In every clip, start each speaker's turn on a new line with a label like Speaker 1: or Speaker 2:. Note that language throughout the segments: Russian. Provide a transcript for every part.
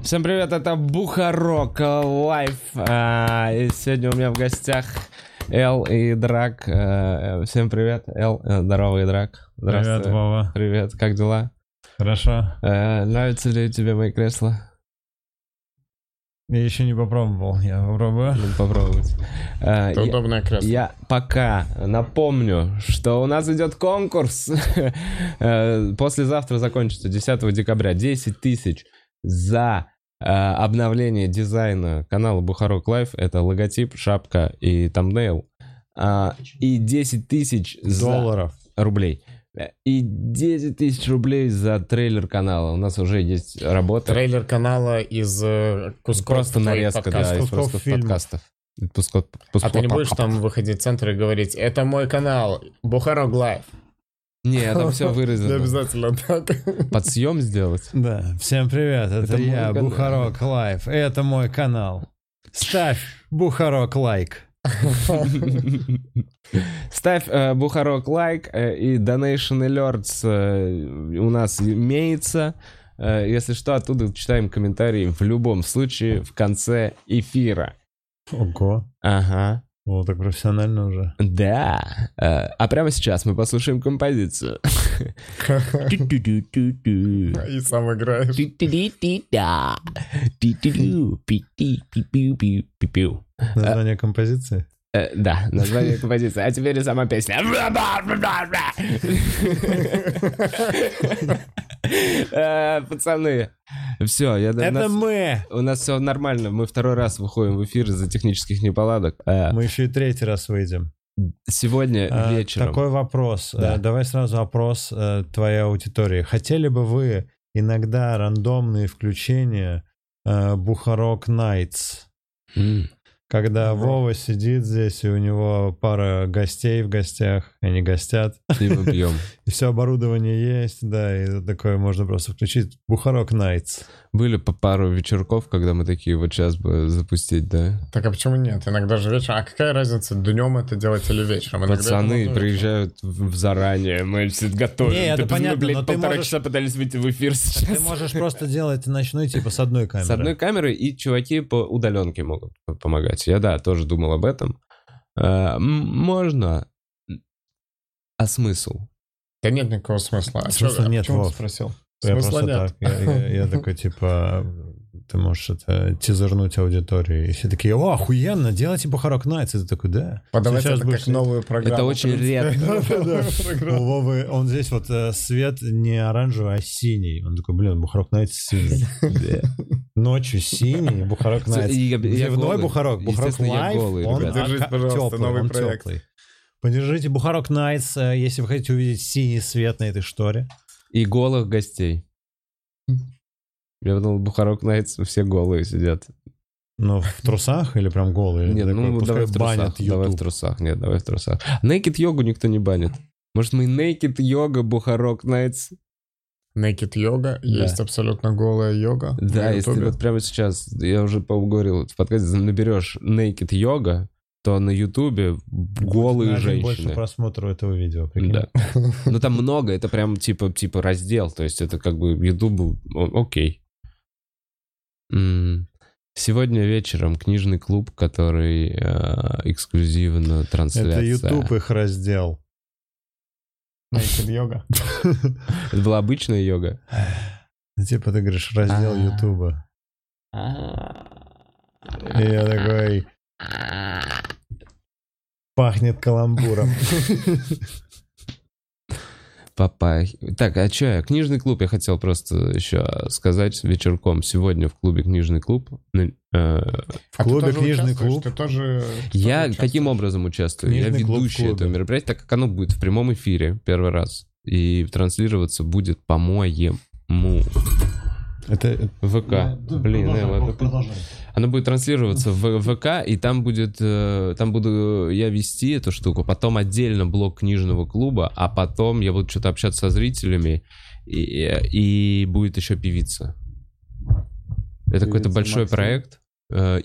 Speaker 1: Всем привет, это Бухарок Лайф. А, и сегодня у меня в гостях Эл и Драк. Э, Всем привет, Эл, э, здорово, и Драк.
Speaker 2: Привет,
Speaker 1: Здравствуй.
Speaker 2: Вова.
Speaker 1: Привет, как дела?
Speaker 2: Хорошо.
Speaker 1: Э, Нравятся ли тебе мои кресла?
Speaker 2: Я еще не попробовал, я попробую.
Speaker 1: Надо попробовать. Э,
Speaker 3: Это
Speaker 1: я-
Speaker 3: удобное кресло.
Speaker 1: Я пока напомню, что у нас идет конкурс. Э, Послезавтра закончится, 10 декабря. 10 тысяч за э, обновление дизайна канала Бухарок Лайф. Это логотип, шапка и тамнейл. А, И 10 тысяч за-
Speaker 3: Долларов.
Speaker 1: рублей. Э, И 10 тысяч рублей за трейлер канала. У нас уже есть работа.
Speaker 3: Трейлер канала из э, кусков
Speaker 1: Просто
Speaker 3: твоих
Speaker 1: нарезка, да,
Speaker 3: подкастов.
Speaker 1: из
Speaker 2: Кусков
Speaker 1: просто
Speaker 2: фильма.
Speaker 1: подкастов. Кусков-
Speaker 3: А
Speaker 1: кусков-
Speaker 3: ты не будешь там выходить в центр и говорить, это мой канал, Бухарок Лайв.
Speaker 1: Не, там все
Speaker 3: Да,
Speaker 1: вырезано.
Speaker 3: обязательно так.
Speaker 1: Подсъем сделать.
Speaker 2: Да, всем привет, это,
Speaker 1: Это мой
Speaker 2: я,
Speaker 1: канал.
Speaker 2: Бухарок Лайф, это мой канал. Ставь Бухарок лайк.
Speaker 1: Ставь э, Бухарок лайк э, и Donation Alerts э, у нас имеется. Э, если что, оттуда читаем комментарии в любом случае в конце эфира.
Speaker 2: Ого,
Speaker 1: Ага.
Speaker 2: вот так профессионально уже.
Speaker 1: Да. Э, а прямо сейчас мы послушаем композицию. Ту-ту-ту-ту-ту.
Speaker 3: И сам играешь.
Speaker 1: Ти-ти-ти-ти-да. Ти-ти-ду, пи-ти-пи-пиу-пи-пиу.
Speaker 2: Название композиции?
Speaker 1: Э, Да, название композиции. А теперь и сама песня. Э, Пацаны, все, я у нас-
Speaker 2: мы!
Speaker 1: у нас все нормально. Мы второй раз выходим в эфир из-за технических неполадок. Э,
Speaker 2: Мы еще и третий раз выйдем.
Speaker 1: Сегодня
Speaker 2: А,
Speaker 1: вечером.
Speaker 2: Такой вопрос.
Speaker 1: Да.
Speaker 2: Э, Давай сразу опрос э, твоей аудитории. Хотели бы вы иногда рандомные включения э, Бухарок Найтс?
Speaker 1: М,
Speaker 2: Когда
Speaker 3: Мгм.
Speaker 2: Вова сидит здесь, и у него пара гостей в гостях, они гостят,
Speaker 1: И мы пьем.
Speaker 2: и все оборудование есть, да, и такое можно просто включить. Бухарок Найтс.
Speaker 1: Были по пару вечерков, когда мы такие вот сейчас бы запустить, да?
Speaker 3: Так а почему нет? Иногда же вечером. А какая разница, днем это делать или вечером? Иногда А это
Speaker 1: Пацаны
Speaker 3: можно
Speaker 1: приезжают в в заранее, мы все готовим.
Speaker 2: Не, это
Speaker 1: Ты- мы,
Speaker 2: понятно,
Speaker 1: блядь,
Speaker 2: но ты
Speaker 1: полтора
Speaker 2: можешь-
Speaker 1: часа пытались выйти в эфир сейчас.
Speaker 2: Ты можешь просто делать ночной типа с одной камеры.
Speaker 1: С одной камеры и чуваки по удаленке могут п- помогать. Я, да, тоже думал об этом. Э, м- Можно. А смысл?
Speaker 3: Да нет никакого смысла. А
Speaker 2: Смысла
Speaker 3: чё- а
Speaker 2: нет,
Speaker 3: почему ты
Speaker 2: Вов.
Speaker 3: спросил?
Speaker 2: Я
Speaker 3: Смысла
Speaker 2: просто
Speaker 3: нет.
Speaker 2: так. Я, я- я такой типа, ты можешь это тизернуть аудиторию. И все такие, о, охуенно, делайте Бухарок Найтс. И ты такой, да.
Speaker 3: Подавать
Speaker 2: Сейчас
Speaker 3: это как
Speaker 2: будешь-
Speaker 3: новую программу.
Speaker 1: Это очень редко.
Speaker 2: Да-да-да. У Вовы, он здесь вот э, цвет не оранжевый, а синий. Он такой, блин, Бухарок Найтс синий. Ночью синий, Бухарок Найтс.
Speaker 1: И я- я
Speaker 2: Дневной
Speaker 1: голый.
Speaker 2: Бухарок, Бухарок
Speaker 1: Естественно, я
Speaker 2: Лайф,
Speaker 1: голый,
Speaker 2: он
Speaker 1: ребят.
Speaker 3: Поддержите,
Speaker 2: а,
Speaker 3: пожалуйста,
Speaker 2: тёплый,
Speaker 3: новый
Speaker 2: он
Speaker 3: проект.
Speaker 2: тёплый. Поддержите Бухарок Найтс, э, если вы хотите увидеть синий свет на этой шторе.
Speaker 1: И голых гостей. Я думал, Бухарок Найтс все голые сидят.
Speaker 2: Но Ну, в трусах или прям голый?
Speaker 1: Нет,
Speaker 2: Такой,
Speaker 1: ну
Speaker 2: пускай
Speaker 1: давай в трусах.
Speaker 2: банят
Speaker 1: Давай в
Speaker 2: YouTube.
Speaker 1: трусах. Нет, давай в трусах. Naked йогу никто не банит. Может, мы Naked йога, Бухарок Найтс?
Speaker 3: Naked йога. Есть абсолютно голая йога.
Speaker 1: Да,
Speaker 3: на
Speaker 1: если
Speaker 3: Ютубе.
Speaker 1: вот прямо сейчас, я уже по говорил, в подкасте наберешь Naked Yoga, то на Ютубе голые
Speaker 2: На один Больше
Speaker 1: женщины.
Speaker 2: просмотров этого видео. прикинь.
Speaker 1: Да. Но там много, это прям типа, типа раздел, то есть это как бы Ютубу о- окей. М, Сегодня вечером книжный клуб, который э, эксклюзивно
Speaker 2: Это
Speaker 1: трансляция.
Speaker 2: YouTube их раздел.
Speaker 3: Naked йога.
Speaker 1: Это была обычная йога.
Speaker 2: Ну, Типа ты говоришь, раздел
Speaker 1: А.
Speaker 2: Ютуба. И я такой... Э, Пахнет каламбуром.
Speaker 1: Папай. Так, а что я? Книжный клуб я хотел просто еще сказать вечерком. Сегодня в клубе книжный клуб. Ну,
Speaker 2: А
Speaker 1: э,
Speaker 3: В
Speaker 2: клубе
Speaker 3: клубе
Speaker 2: «Книжный клуб».
Speaker 3: Ты тоже... ты
Speaker 1: Я
Speaker 3: тоже
Speaker 1: каким
Speaker 3: участвуешь?
Speaker 1: образом участвую? Я
Speaker 2: Книжный клуб в
Speaker 1: ведущий
Speaker 2: клубе.
Speaker 1: этого мероприятия, так как оно будет в прямом эфире первый раз. И транслироваться будет по-моему
Speaker 2: Это Ну,
Speaker 1: ВК. Блин, Элла, это- Оно будет транслироваться в ВК, и там будет, э, там буду я вести эту штуку, потом отдельно блок книжного клуба, а потом я буду что-то общаться со зрителями, и, и будет еще певица. Это какой-то
Speaker 3: Певица
Speaker 1: большой
Speaker 3: Максим.
Speaker 1: проект э,
Speaker 3: Там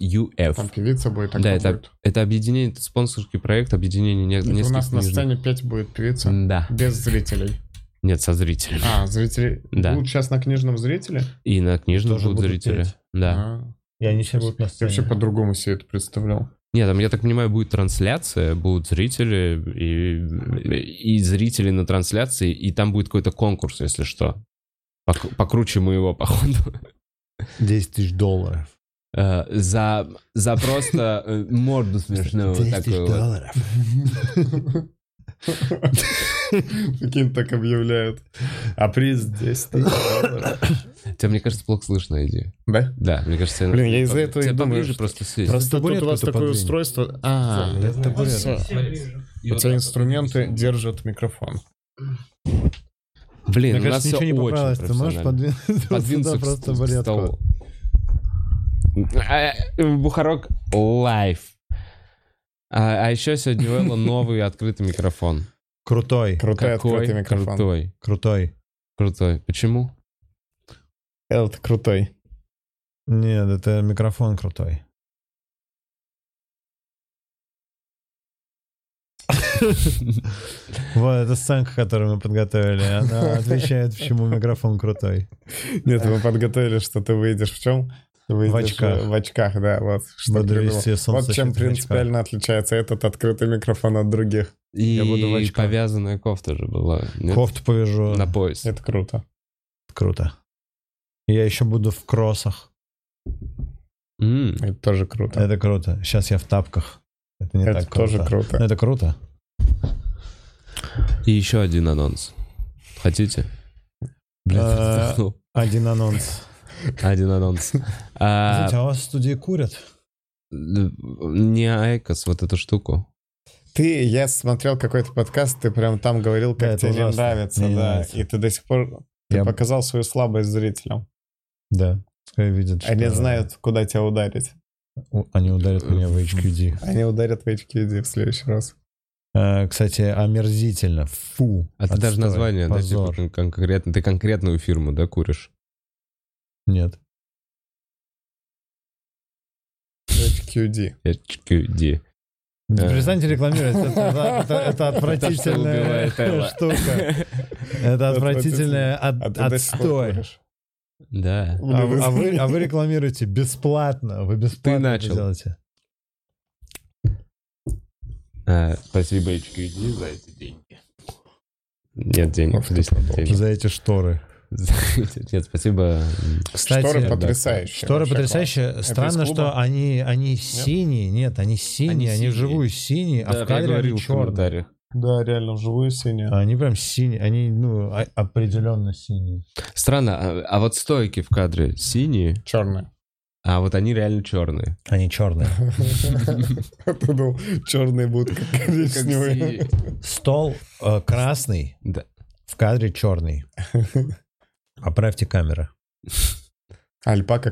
Speaker 1: UF.
Speaker 3: певица будет, а
Speaker 1: Да,
Speaker 3: кто
Speaker 1: это,
Speaker 3: будет?
Speaker 1: это объединение, это спонсорский проект, объединение не-
Speaker 3: Это
Speaker 1: нескольких
Speaker 3: у нас на
Speaker 1: книжных-
Speaker 3: сцене петь будет певица.
Speaker 1: Да.
Speaker 3: Без зрителей.
Speaker 1: Нет, со зрителями.
Speaker 3: А, зрители
Speaker 1: Да.
Speaker 3: будут сейчас на книжном зрителе?
Speaker 1: И на книжном
Speaker 2: Тоже
Speaker 1: будут
Speaker 2: будут
Speaker 1: зрители.
Speaker 2: петь.
Speaker 1: Да.
Speaker 3: А.
Speaker 2: И они все будут на
Speaker 3: Я вообще
Speaker 2: сцене.
Speaker 3: по-другому себе это представлял.
Speaker 1: Нет, там, я так понимаю, будет трансляция, будут зрители и, и зрители на трансляции, и там будет какой-то конкурс, если что. Пок- покруче моего, походу.
Speaker 2: 10 тысяч долларов.
Speaker 1: Э, за, за просто э, морду смешную вот
Speaker 2: 10 тысяч
Speaker 1: такую ну, вот.
Speaker 2: долларов.
Speaker 3: Каким так объявляют. А приз 10 тысяч долларов.
Speaker 1: Тебя, мне кажется, плохо слышно, иди.
Speaker 3: Да?
Speaker 1: Да, мне кажется, тебе
Speaker 3: Блин,
Speaker 1: надо-
Speaker 3: я из-за этого и
Speaker 1: тебе
Speaker 3: думаю,
Speaker 1: поближе
Speaker 3: что-
Speaker 1: просто сесть.
Speaker 3: Просто тут
Speaker 2: табуретку
Speaker 3: у вас
Speaker 2: ты
Speaker 3: такое
Speaker 2: подвинь.
Speaker 3: устройство... А,
Speaker 2: Я табуретку.
Speaker 3: всё. у тебя инструменты держат микрофон.
Speaker 1: Блин,
Speaker 2: Мне
Speaker 1: у нас
Speaker 2: кажется, ничего
Speaker 1: все
Speaker 2: не
Speaker 1: очень
Speaker 2: поправилось. Ты можешь
Speaker 1: профессионально.
Speaker 2: подвинуть
Speaker 1: Подвинуться
Speaker 2: подвинуться
Speaker 1: к
Speaker 2: просто
Speaker 1: ст- к
Speaker 2: табуретку.
Speaker 1: столу. А, э, Бухарок лайф. А, а еще сегодня у Элла новый открытый микрофон.
Speaker 2: Крутой,
Speaker 3: Крутой
Speaker 1: Какой
Speaker 3: открытый микрофон.
Speaker 1: крутой.
Speaker 2: крутой.
Speaker 1: Крутой. Почему?
Speaker 3: Это крутой.
Speaker 2: Нет, это микрофон крутой. Вот, это сценка, которую мы подготовили. Она отвечает, почему микрофон крутой.
Speaker 3: Нет, вы подготовили, что ты выйдешь в чем? Ты выйдешь,
Speaker 2: В очках.
Speaker 3: э, В очках, да, вот. Что
Speaker 2: Буду
Speaker 3: придумал.
Speaker 2: вести
Speaker 3: вот
Speaker 2: солнцехит в
Speaker 3: чем
Speaker 2: очках.
Speaker 3: принципиально отличается этот открытый микрофон от других.
Speaker 1: И
Speaker 2: буду в очках.
Speaker 1: повязанная кофта же была. нет?
Speaker 2: Кофту повяжу.
Speaker 1: На пояс.
Speaker 3: Это круто.
Speaker 2: Круто. Я еще буду в кроссах.
Speaker 1: М.
Speaker 3: Это тоже круто.
Speaker 2: Это круто. Сейчас я в тапках. Это не
Speaker 3: Это
Speaker 2: так круто.
Speaker 3: тоже круто.
Speaker 2: Но это круто.
Speaker 1: И еще один анонс. Хотите? Блядь,
Speaker 2: Э,
Speaker 1: вздохнул.
Speaker 2: Один анонс.
Speaker 1: Один анонс. А,
Speaker 2: Извините, а у вас в студии курят?
Speaker 1: д- Не Айкос, вот эту штуку.
Speaker 3: Ты, я смотрел какой-то подкаст, ты прям там говорил,
Speaker 2: Да,
Speaker 3: как
Speaker 2: это
Speaker 3: тебе не
Speaker 2: ужасно.
Speaker 3: нравится,
Speaker 2: Мне не
Speaker 3: да.
Speaker 2: нравится.
Speaker 3: И ты до сих пор ты
Speaker 2: Я-
Speaker 3: показал свою слабость зрителям.
Speaker 2: Да. Пускай видят, что...
Speaker 3: Они знают, куда тебя ударить.
Speaker 2: У- Они ударят меня в HQD.
Speaker 3: Они ударят в HQD в следующий раз.
Speaker 2: Э, Кстати, омерзительно. Фу.
Speaker 1: А ты даже
Speaker 2: Отстой.
Speaker 1: название, да, типа,
Speaker 2: Позор.
Speaker 1: кон- конкретно, ты конкретную фирму, да, куришь?
Speaker 2: Нет.
Speaker 3: HQD.
Speaker 1: HQD. Да.
Speaker 2: Ну, Перестаньте рекламировать. Это, это- это- это отвратительная
Speaker 1: Это что убивает
Speaker 2: штука. Это отвратительная от-
Speaker 3: А ты до сих пор
Speaker 2: отстой.
Speaker 3: куришь.
Speaker 1: Да.
Speaker 2: А, вы- а вы, а вы рекламируете бесплатно. Вы бесплатно это
Speaker 1: начал.
Speaker 2: делаете.
Speaker 1: А, Спасибо HQD за эти деньги. Нет денег.
Speaker 3: Кофта
Speaker 1: здесь нет денег.
Speaker 2: За эти шторы.
Speaker 1: Нет, спасибо.
Speaker 2: Кстати,
Speaker 3: Шторы
Speaker 2: да.
Speaker 3: потрясающие.
Speaker 2: Шторы
Speaker 3: вообще
Speaker 2: потрясающие.
Speaker 3: из
Speaker 2: Странно, что
Speaker 3: клуба?
Speaker 2: они, они синие. Нет, они синие. Они,
Speaker 1: синие.
Speaker 2: вживую синие, а
Speaker 1: Да,
Speaker 2: в кадре
Speaker 1: я
Speaker 2: они
Speaker 1: говорил в
Speaker 2: черные.
Speaker 1: комментариях.
Speaker 3: класс. Да, реально, вживую синие.
Speaker 2: Они прям синие. Они, ну, а- определенно синие.
Speaker 1: Странно, а, а вот стойки в кадре синие,
Speaker 3: Черные.
Speaker 1: а вот они реально черные.
Speaker 2: Они черные.
Speaker 3: Ты думал, черные будут как коричневые.
Speaker 2: Стол э, красный,
Speaker 1: Да.
Speaker 2: в кадре черный. Поправьте камеры.
Speaker 3: Альпака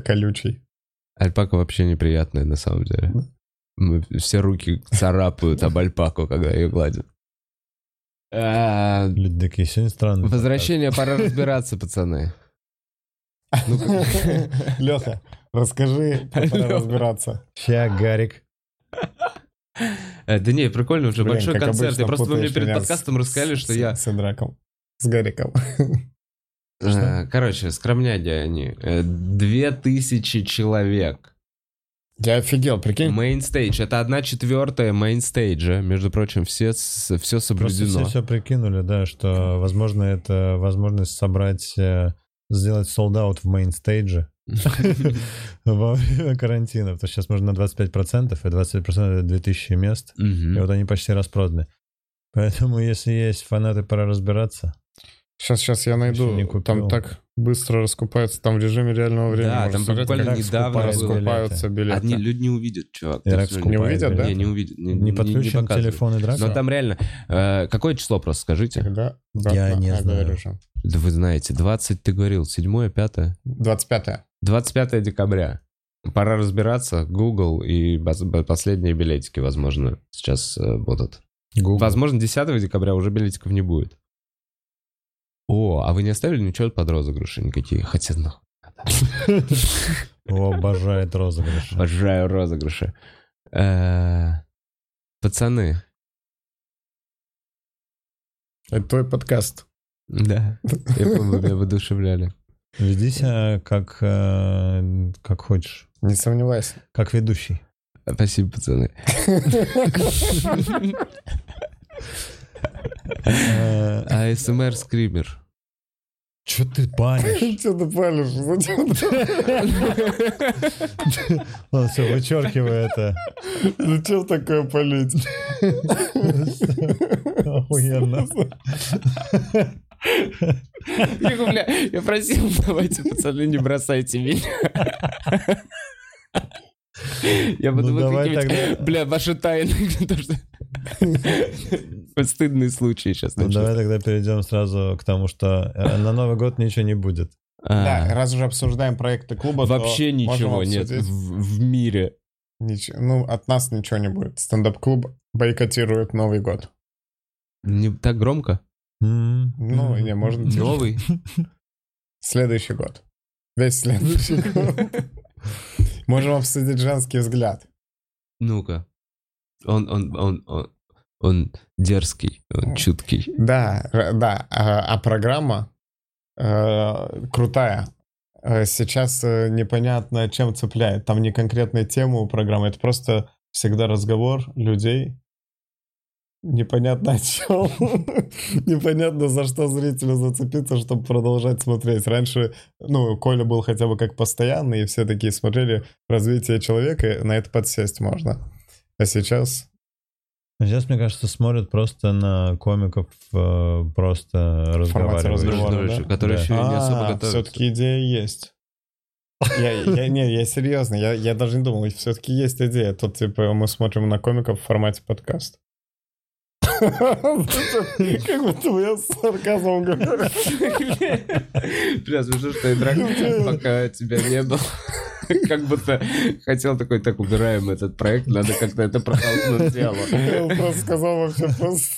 Speaker 3: колючий.
Speaker 1: Альпака вообще неприятная на самом деле. Мы все руки царапают об альпаку, когда ее гладят. А,
Speaker 2: Люди такие, сегодня странно.
Speaker 1: Возвращение, пора разбираться, пацаны.
Speaker 3: Леха, расскажи, как надо
Speaker 1: Лёха.
Speaker 3: разбираться.
Speaker 2: Ща, Гарик.
Speaker 1: Э, Да не, прикольно, уже
Speaker 3: Блин,
Speaker 1: большой
Speaker 3: как
Speaker 1: концерт.
Speaker 3: обычно,
Speaker 1: Я просто вы мне
Speaker 3: путаешь
Speaker 1: перед
Speaker 3: меня
Speaker 1: подкастом
Speaker 3: с-
Speaker 1: рассказали, что
Speaker 3: с-
Speaker 1: я...
Speaker 3: С Идраком. С Гариком.
Speaker 1: Э, Короче, скромняги они. Э, Две тысячи человек.
Speaker 3: Я офигел, прикинь.
Speaker 1: Мейнстейдж. Это одна четвертая мейнстейджа. Между прочим, все, с- все
Speaker 2: Просто все,
Speaker 1: соблюдено.
Speaker 2: все прикинули, да, что, возможно, это возможность собрать, э, сделать солдат в мейнстейдже во время карантина. Потому что сейчас можно на 25%, и 25% это 2000 мест. И
Speaker 1: Мгм.
Speaker 2: вот они почти распроданы. Поэтому, если есть фанаты, пора разбираться.
Speaker 3: Сейчас, сейчас я
Speaker 2: Ещё не
Speaker 3: найду.
Speaker 2: купил.
Speaker 3: Там так быстро раскупаются, там в режиме реального времени.
Speaker 1: Да,
Speaker 3: можно
Speaker 1: там
Speaker 3: смотреть,
Speaker 1: буквально
Speaker 3: как
Speaker 1: недавно
Speaker 2: было.
Speaker 3: раскупаются билеты.
Speaker 1: Одни люди не увидят, чувак.
Speaker 2: Я
Speaker 1: Ты
Speaker 2: так
Speaker 1: всё
Speaker 2: скупаю,
Speaker 1: не-
Speaker 3: увидят, да?
Speaker 1: Не, не увидят. Не, Ну,
Speaker 2: Не
Speaker 1: не- не
Speaker 2: подключен
Speaker 1: показывают.
Speaker 2: телефон и
Speaker 1: Но
Speaker 2: драк?
Speaker 1: там реально... э, какое число, просто скажите?
Speaker 3: Когда?
Speaker 2: Я не знаю.
Speaker 3: говорю же.
Speaker 1: Да вы знаете, 20, ты говорил, 7 пятое.
Speaker 3: 25
Speaker 1: 25 декабря. Пора разбираться. Google и баз- б- последние билетики, возможно, сейчас э, будут. Возможно, 10 декабря уже билетиков не будет. О, а вы не оставили ничего под розыгрыши никакие? Хотя, ну,
Speaker 2: О, обожает розыгрыш.
Speaker 1: обожаю розыгрыши. Э, Пацаны.
Speaker 3: Это твой подкаст.
Speaker 1: Да. Я помню, вы меня воодушевляли.
Speaker 2: Веди себя как, э, как хочешь,
Speaker 3: Не сомневайся.
Speaker 2: как ведущий.
Speaker 4: Спасибо, пацаны.
Speaker 2: Э,
Speaker 1: А эм
Speaker 4: АСМР скример.
Speaker 2: Чё ты палишь?
Speaker 3: Что ты палишь? Зачем ты-
Speaker 2: Ладно, все, вычеркиваю это.
Speaker 3: Зачем такое палить?
Speaker 2: Охуенно.
Speaker 4: Я, бля, я просил, давайте, пацаны, не бросайте меня. Я
Speaker 2: Ну,
Speaker 4: подумал,
Speaker 2: давай
Speaker 4: какие-нибудь,
Speaker 2: тогда.
Speaker 4: бля, ваши тайны. то, что- Вот Стыдные случаи сейчас
Speaker 2: Ну,
Speaker 4: начнутся.
Speaker 2: давай тогда перейдем сразу к тому, что э, на Новый год ничего не будет.
Speaker 3: Да,
Speaker 4: А,
Speaker 3: раз уже обсуждаем проекты клуба, то
Speaker 4: Вообще
Speaker 3: можем
Speaker 4: ничего нет
Speaker 3: обсудить.
Speaker 4: в в мире.
Speaker 3: Нич- Ну, от нас ничего не будет. Стендап-клуб бойкотирует Новый год.
Speaker 4: Не так громко.
Speaker 2: М.
Speaker 3: Ну, не, можно тише.
Speaker 4: Новый.
Speaker 3: Следующий год. Весь следующий год. Можем обсудить женский взгляд.
Speaker 4: Ну-ка. Он, он, он, он, он дерзкий, он чуткий.
Speaker 3: Да, р- да. А а программа э, крутая. Э, Сейчас э, непонятно, чем цепляет. Там не конкретная тема у программы. Это просто всегда разговор людей. Непонятно о чем. Непонятно, за что зрителю зацепиться, чтобы продолжать смотреть. Раньше, ну, Коля был хотя бы как постоянный, и все такие смотрели развитие человека, и на это подсесть можно. А сейчас...
Speaker 2: А Сейчас, мне кажется, смотрят просто на комиков, э, просто
Speaker 3: разговора,
Speaker 2: разговаривают.
Speaker 4: Разговаривающий,
Speaker 3: да?
Speaker 4: Который
Speaker 2: Да. А,
Speaker 4: еще не особо готовится.
Speaker 3: все-таки А, идея есть. Я, я- не, я серьезно, я, я даже не думал, все-таки есть идея. Тут, типа, мы смотрим на комиков в формате подкаст. Как будто бы я с сарказмом говорю.
Speaker 4: Бля, смешно, ну что я драк, пока тебя не было. Как будто хотел такой, так, убираем этот проект, надо как-то это протолкнуть дело.
Speaker 3: Я просто сказал вообще просто...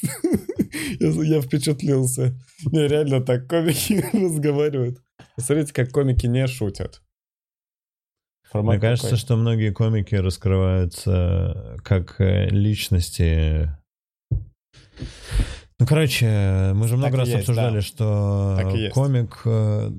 Speaker 3: Я, я впечатлился. Не, реально так комики разговаривают. Посмотрите, как комики не шутят. Формат
Speaker 2: Мне кажется,
Speaker 3: такой.
Speaker 2: что многие комики раскрываются как э, личности. Ну, короче, э, мы же много
Speaker 3: и
Speaker 2: раз
Speaker 3: есть,
Speaker 2: обсуждали,
Speaker 3: да. Так
Speaker 2: что
Speaker 3: и есть.
Speaker 2: комик э,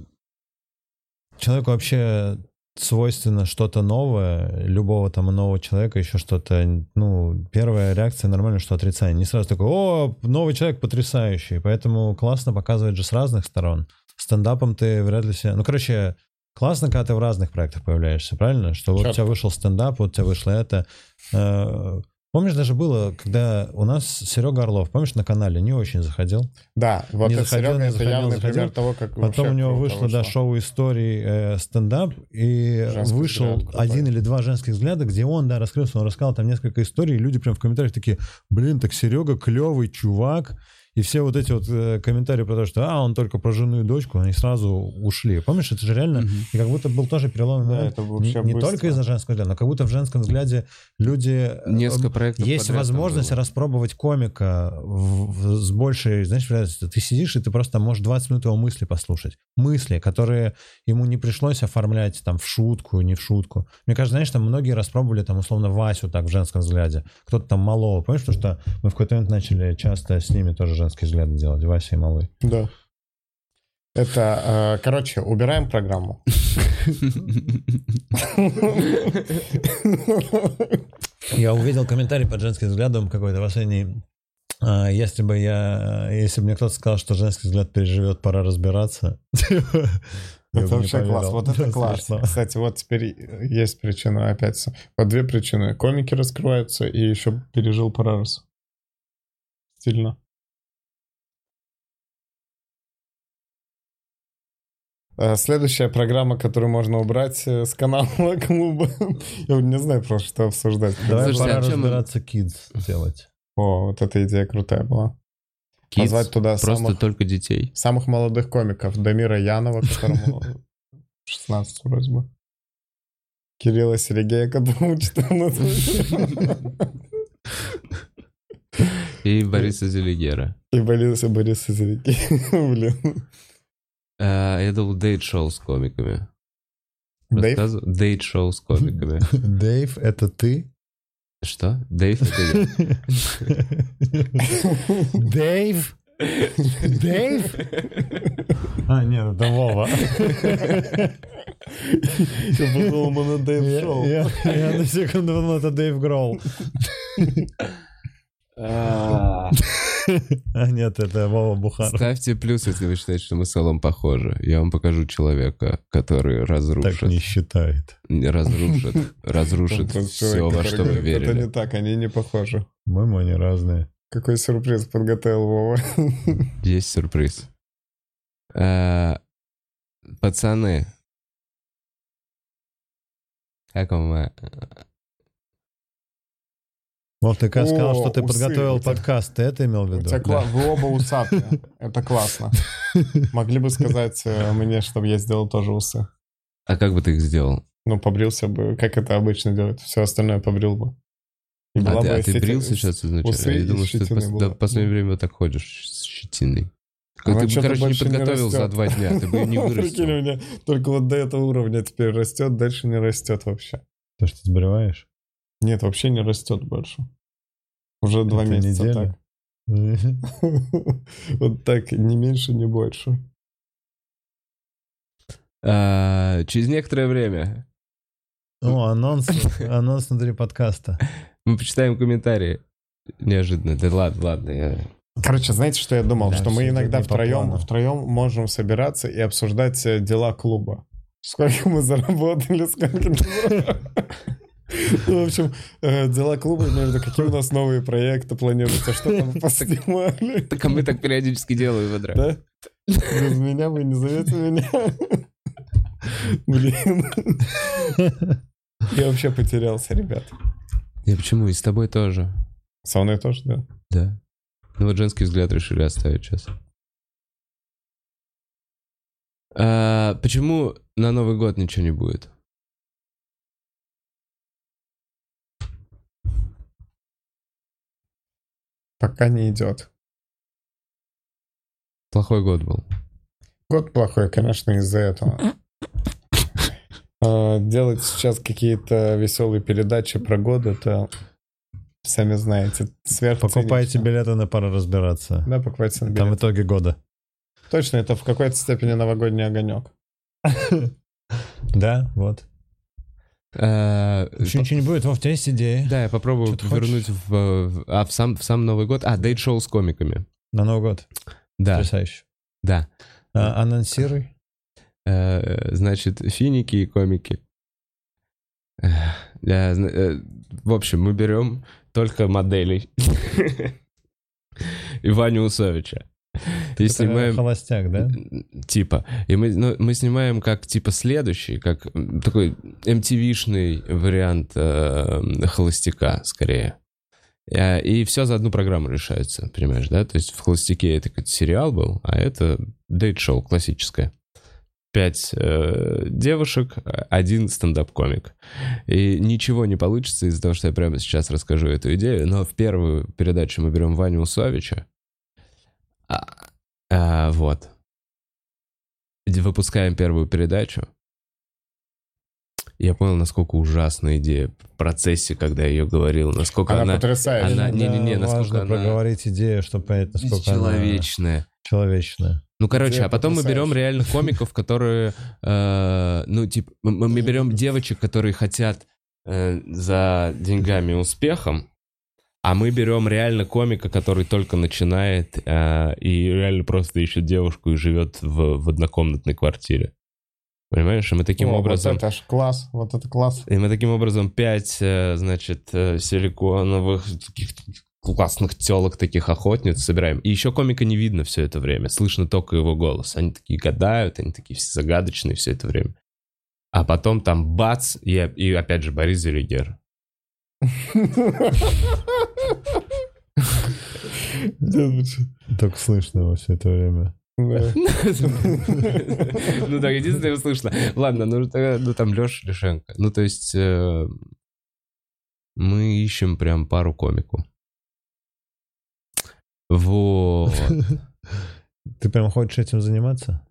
Speaker 2: человеку вообще свойственно что-то новое, любого там нового человека, еще что-то. Ну, первая реакция нормально, что отрицание. Не сразу такой, о, новый человек потрясающий. Поэтому классно показывать же с разных сторон. Стендапом ты вряд ли себя... Ну, короче, классно, когда ты в разных проектах появляешься, правильно? Что вот
Speaker 3: Чёрт.
Speaker 2: у тебя вышел стендап, вот у тебя вышло это. Э, Помнишь, даже было, когда у нас Серега Орлов, помнишь, на канале не очень заходил?
Speaker 3: Да, вот
Speaker 2: не
Speaker 3: это
Speaker 2: заходил,
Speaker 3: Серега,
Speaker 2: не
Speaker 3: это
Speaker 2: заходил,
Speaker 3: явный
Speaker 2: заходил.
Speaker 3: пример того, как вообще
Speaker 2: Потом у него
Speaker 3: круто
Speaker 2: вышло, да, шоу истории э, стендап, и
Speaker 3: Женский
Speaker 2: вышел
Speaker 3: взгляд крутой.
Speaker 2: один или два женских взгляда, где он, да, раскрылся, он рассказал там несколько историй, и люди прям в комментариях такие, блин, так Серега клевый чувак, и все вот эти вот э, комментарии про то, что, а, он только про жену и дочку, они сразу ушли. Помнишь, это же реально, и как будто был тоже переломный
Speaker 3: Да,
Speaker 2: момент.
Speaker 3: это
Speaker 2: Не,
Speaker 3: вообще
Speaker 2: не
Speaker 3: быстро.
Speaker 2: только из-за женского взгляда, но как будто в женском взгляде люди... э,
Speaker 4: Несколько проектов
Speaker 2: есть
Speaker 4: подряд там
Speaker 2: возможность
Speaker 4: было.
Speaker 2: распробовать комика в- в- с большей, знаешь, вероятностью. Ты сидишь, и ты просто можешь 20 минут его мысли послушать. Мысли, которые ему не пришлось оформлять там в шутку, не в шутку. Мне кажется, знаешь, там многие распробовали там условно Васю так в женском взгляде. Кто-то там Малого. Помнишь, то, что мы в какой-то момент начали часто с ними тоже женские взгляды делать, Вася и Малой.
Speaker 3: Да. Это, э, короче, убираем программу.
Speaker 2: Я увидел комментарий под женским взглядом какой-то последний. А, Если бы я, если бы мне кто-то сказал, что женский взгляд переживет, пора разбираться. типа, я бы не
Speaker 3: Это вообще
Speaker 2: поверил.
Speaker 3: класс, вот это
Speaker 2: Да,
Speaker 3: класс.
Speaker 2: смешно.
Speaker 3: Кстати, вот теперь э, есть причина опять. с- Вот две причины. Комики раскрываются и еще пережил Парарес. Стильно. Э, Следующая программа, которую можно убрать э, с канала клуба. Я вот не знаю просто, что обсуждать.
Speaker 2: Давай
Speaker 4: Слушайте,
Speaker 2: пора
Speaker 4: а чем мы-
Speaker 2: разбираться kids делать.
Speaker 3: О, вот эта идея крутая была. Позвать
Speaker 4: Kids,
Speaker 3: туда
Speaker 4: Просто
Speaker 3: самых
Speaker 4: только детей.
Speaker 3: самых молодых комиков. Дамира Янова, которому 16 вроде бы. Кирилла Сергея, которому 14.
Speaker 2: Э,
Speaker 4: И Бориса Зелигера.
Speaker 3: И Бориса Бориса Сергея. Блин.
Speaker 1: Э,
Speaker 4: А, Я думал, дейт-шоу с комиками.
Speaker 3: Дэйв?
Speaker 4: Рассказывал? Дейт-шоу с комиками.
Speaker 2: Дэйв, это ты?
Speaker 4: Что? Дейв? это я.
Speaker 2: Дэйв? Дэйв? А, нет, это Вова.
Speaker 3: Я подумал, мы на Дэйв шоу.
Speaker 2: Я я на секунду подумал, это Дэйв Гролл.
Speaker 1: А,
Speaker 2: А нет, это Вова Бухар.
Speaker 1: Ставьте плюс, если вы считаете, что мы с Эллом похожи. Я вам покажу человека, который
Speaker 2: Так не
Speaker 1: разрушит,
Speaker 2: считает.
Speaker 1: не разрушит, разрушит
Speaker 3: Тот
Speaker 1: все,
Speaker 3: человек,
Speaker 1: во
Speaker 3: который
Speaker 1: что вы
Speaker 3: говорит, Это
Speaker 1: верили.
Speaker 3: не так, они не похожи.
Speaker 2: По-моему, они разные.
Speaker 3: Какой сюрприз подготовил Вова.
Speaker 1: Есть сюрприз. Э, Пацаны. Как вам? э,
Speaker 2: Вот ты Кас, сказал,
Speaker 3: О,
Speaker 2: что ты
Speaker 3: усы у
Speaker 2: подготовил
Speaker 3: тебя.
Speaker 2: подкаст. Ты это имел в
Speaker 3: У
Speaker 2: виду?
Speaker 3: тебя кла- Вы оба усатые. Это классно. Могли бы сказать э, мне, чтобы я сделал тоже усы.
Speaker 1: А как бы ты их сделал?
Speaker 3: Ну, побрился бы, как это обычно делают. Все остальное побрил бы. И была
Speaker 1: А ты,
Speaker 3: бы
Speaker 1: а ты
Speaker 3: эстетика-
Speaker 1: брил сейчас
Speaker 3: усы
Speaker 1: изначально? Я
Speaker 3: и
Speaker 1: думал, что ты
Speaker 3: щетина
Speaker 1: пос-
Speaker 3: была.
Speaker 1: да, в последнее время так ходишь с щетиной. Как
Speaker 3: Она
Speaker 1: ты, бы,
Speaker 3: чё-то
Speaker 1: короче, не
Speaker 3: больше не
Speaker 1: подготовил за
Speaker 3: растёт.
Speaker 1: два дня, ты бы её не
Speaker 3: Прикинь, у
Speaker 1: вырастил.
Speaker 3: меня только вот до этого уровня теперь растет, дальше не растет вообще.
Speaker 2: Ты что, сбриваешь?
Speaker 3: Нет, вообще не растет больше. Уже два
Speaker 2: Это
Speaker 3: месяца
Speaker 2: неделя?
Speaker 3: так. Вот так, ни меньше, ни больше.
Speaker 1: А, через некоторое время
Speaker 2: Ну, анонс, анонс внутри подкаста.
Speaker 1: мы почитаем комментарии. Неожиданно. Да ладно, ладно. я-
Speaker 3: Короче, знаете, что я думал?
Speaker 2: Да,
Speaker 3: что мы
Speaker 2: всё
Speaker 3: иногда
Speaker 2: не по
Speaker 3: втроем,
Speaker 2: плану.
Speaker 3: втроем можем собираться и обсуждать э, дела клуба. Сколько мы заработали, сколько... Ну, в общем, э, дела клуба, я имею в виду, какие у нас новые проекты планируются, что там поснимали.
Speaker 1: Так а мы так периодически делаем, Бодра.
Speaker 3: Да? Без меня вы не заметили меня. Блин, я вообще потерялся, ребят.
Speaker 1: Не, почему? И с тобой тоже.
Speaker 3: Со мной тоже, да?
Speaker 1: Да. Ну вот женский взгляд решили оставить сейчас. А, почему на Новый год ничего не будет?
Speaker 3: Пока не идет.
Speaker 1: Плохой год был.
Speaker 3: Год плохой, конечно, из-за этого. А, Делать сейчас какие-то веселые передачи про год, это, сами знаете, сверх
Speaker 2: Покупайте билеты на пора разбираться.
Speaker 3: Да, покупайте на
Speaker 2: Там
Speaker 3: билет.
Speaker 2: итоги года.
Speaker 3: Точно, это в какой-то степени новогодний огонек.
Speaker 2: Да, вот.
Speaker 1: А,
Speaker 2: Еще ничего не будет, Вов, у тебя есть идеи?
Speaker 1: Да, я попробую
Speaker 2: Чё ты
Speaker 1: вернуть в, э, в- а, в сам, в сам Новый год. А, дейт-шоу с комиками.
Speaker 2: На Новый год.
Speaker 1: Да,
Speaker 2: Потрясающе.
Speaker 1: да.
Speaker 2: А, Анонсируй.
Speaker 1: Э, Значит, финики и комики. Эх, я зна- э, В общем, мы берем только моделей. И Ваню Усовича. И
Speaker 2: Это
Speaker 1: снимаем...
Speaker 2: Холостяк, да?
Speaker 1: Типа. И мы, ну, мы снимаем как, типа, следующий, как м, такой MTV-шный вариант э, холостяка, скорее. Я- И все за одну программу решается, понимаешь, да? То есть в «Холостяке» это какой-то сериал был, а это дейт-шоу классическое. Пять э, девушек, э, один стендап-комик. И ничего не получится из-за того, что я прямо сейчас расскажу эту идею, но в первую передачу мы берем Ваню Усовича. А, а, вот д- выпускаем первую передачу. Я понял, насколько ужасная идея в процессе, когда я ее говорил, насколько
Speaker 3: Она
Speaker 1: она,
Speaker 3: потрясающая.
Speaker 1: она- не-не-не,
Speaker 2: Важно
Speaker 1: насколько она-
Speaker 2: проговорить идею, чтобы понять, насколько она
Speaker 1: человечная.
Speaker 2: человечная.
Speaker 1: Ну, короче,
Speaker 3: Идея
Speaker 1: а потом мы берем
Speaker 3: потрясающая.
Speaker 1: реально комиков, которые, э, ну, типа, мы- мы мы берем девочек, которые хотят э, за деньгами и успехом, а мы берем реально комика, который только начинает э, и реально просто ищет девушку и живет в, в однокомнатной квартире. Понимаешь? И мы таким
Speaker 3: О,
Speaker 1: образом...
Speaker 3: Вот это ж класс, вот это класс.
Speaker 1: И мы таким образом пять, э, значит, э, силиконовых таких классных телок, таких охотниц собираем. И еще комика не видно все это время. Слышно только его голос. Они такие гадают, они такие все загадочные все это время. А потом там бац, и, и опять же Борис Зелигер.
Speaker 2: Только слышно его все это время.
Speaker 3: ну Да.
Speaker 1: Ну да, единственное слышно. Ладно, ну тогда, ну, там Леша Лишенко. Ну то есть э, мы ищем прям пару комику. Вот.
Speaker 2: Ты прям хочешь этим заниматься?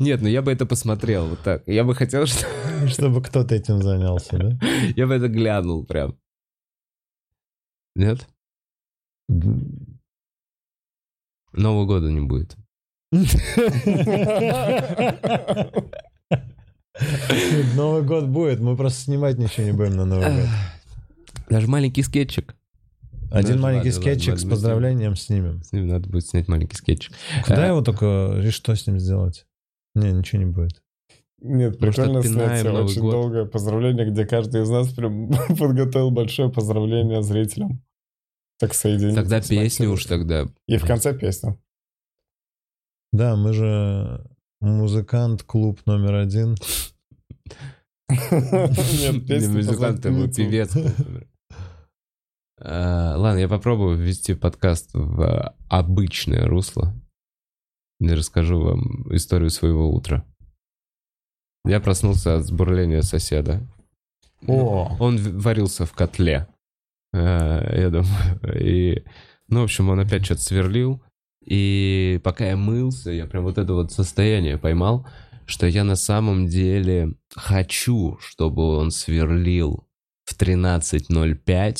Speaker 1: Нет, ну я бы это посмотрел вот так. Я бы хотел, что...
Speaker 2: Чтобы кто-то этим занялся, да?
Speaker 1: Я бы это глянул прям. Нет? Нового года не будет.
Speaker 2: Новый год будет, мы просто снимать ничего не будем на Новый год.
Speaker 1: Даже маленький скетчик.
Speaker 2: Один
Speaker 1: Ну,
Speaker 2: маленький
Speaker 1: ладно,
Speaker 2: скетчик
Speaker 1: ладно,
Speaker 2: с
Speaker 1: ладно,
Speaker 2: поздравлением снимем.
Speaker 1: С ним надо будет снять маленький скетчик. А.
Speaker 2: Куда его только, и что с ним сделать? Не, ничего не будет.
Speaker 3: Нет, прикольно
Speaker 1: отпинаем
Speaker 3: снятие.
Speaker 1: Новый
Speaker 3: Очень
Speaker 1: год.
Speaker 3: долгое поздравление, где каждый из нас прям подготовил большое поздравление зрителям. Так соединить.
Speaker 1: Тогда
Speaker 3: смонтировать.
Speaker 1: песню уж тогда.
Speaker 3: И в конце песня.
Speaker 2: Да, мы же музыкант, клуб номер один.
Speaker 3: Нет,
Speaker 1: Не
Speaker 3: песня
Speaker 1: музыкант, а вот
Speaker 3: познакомиться.
Speaker 1: певец. А, Ладно, я попробую ввести подкаст в а, обычное русло. И расскажу вам историю своего утра. Я проснулся от бурления соседа.
Speaker 3: О,
Speaker 1: Он в- варился в котле, э, я думаю. И, ну, в общем, он опять что-то сверлил. И пока я мылся, я прям вот это вот состояние поймал, что я на самом деле хочу, чтобы он сверлил в 13.05,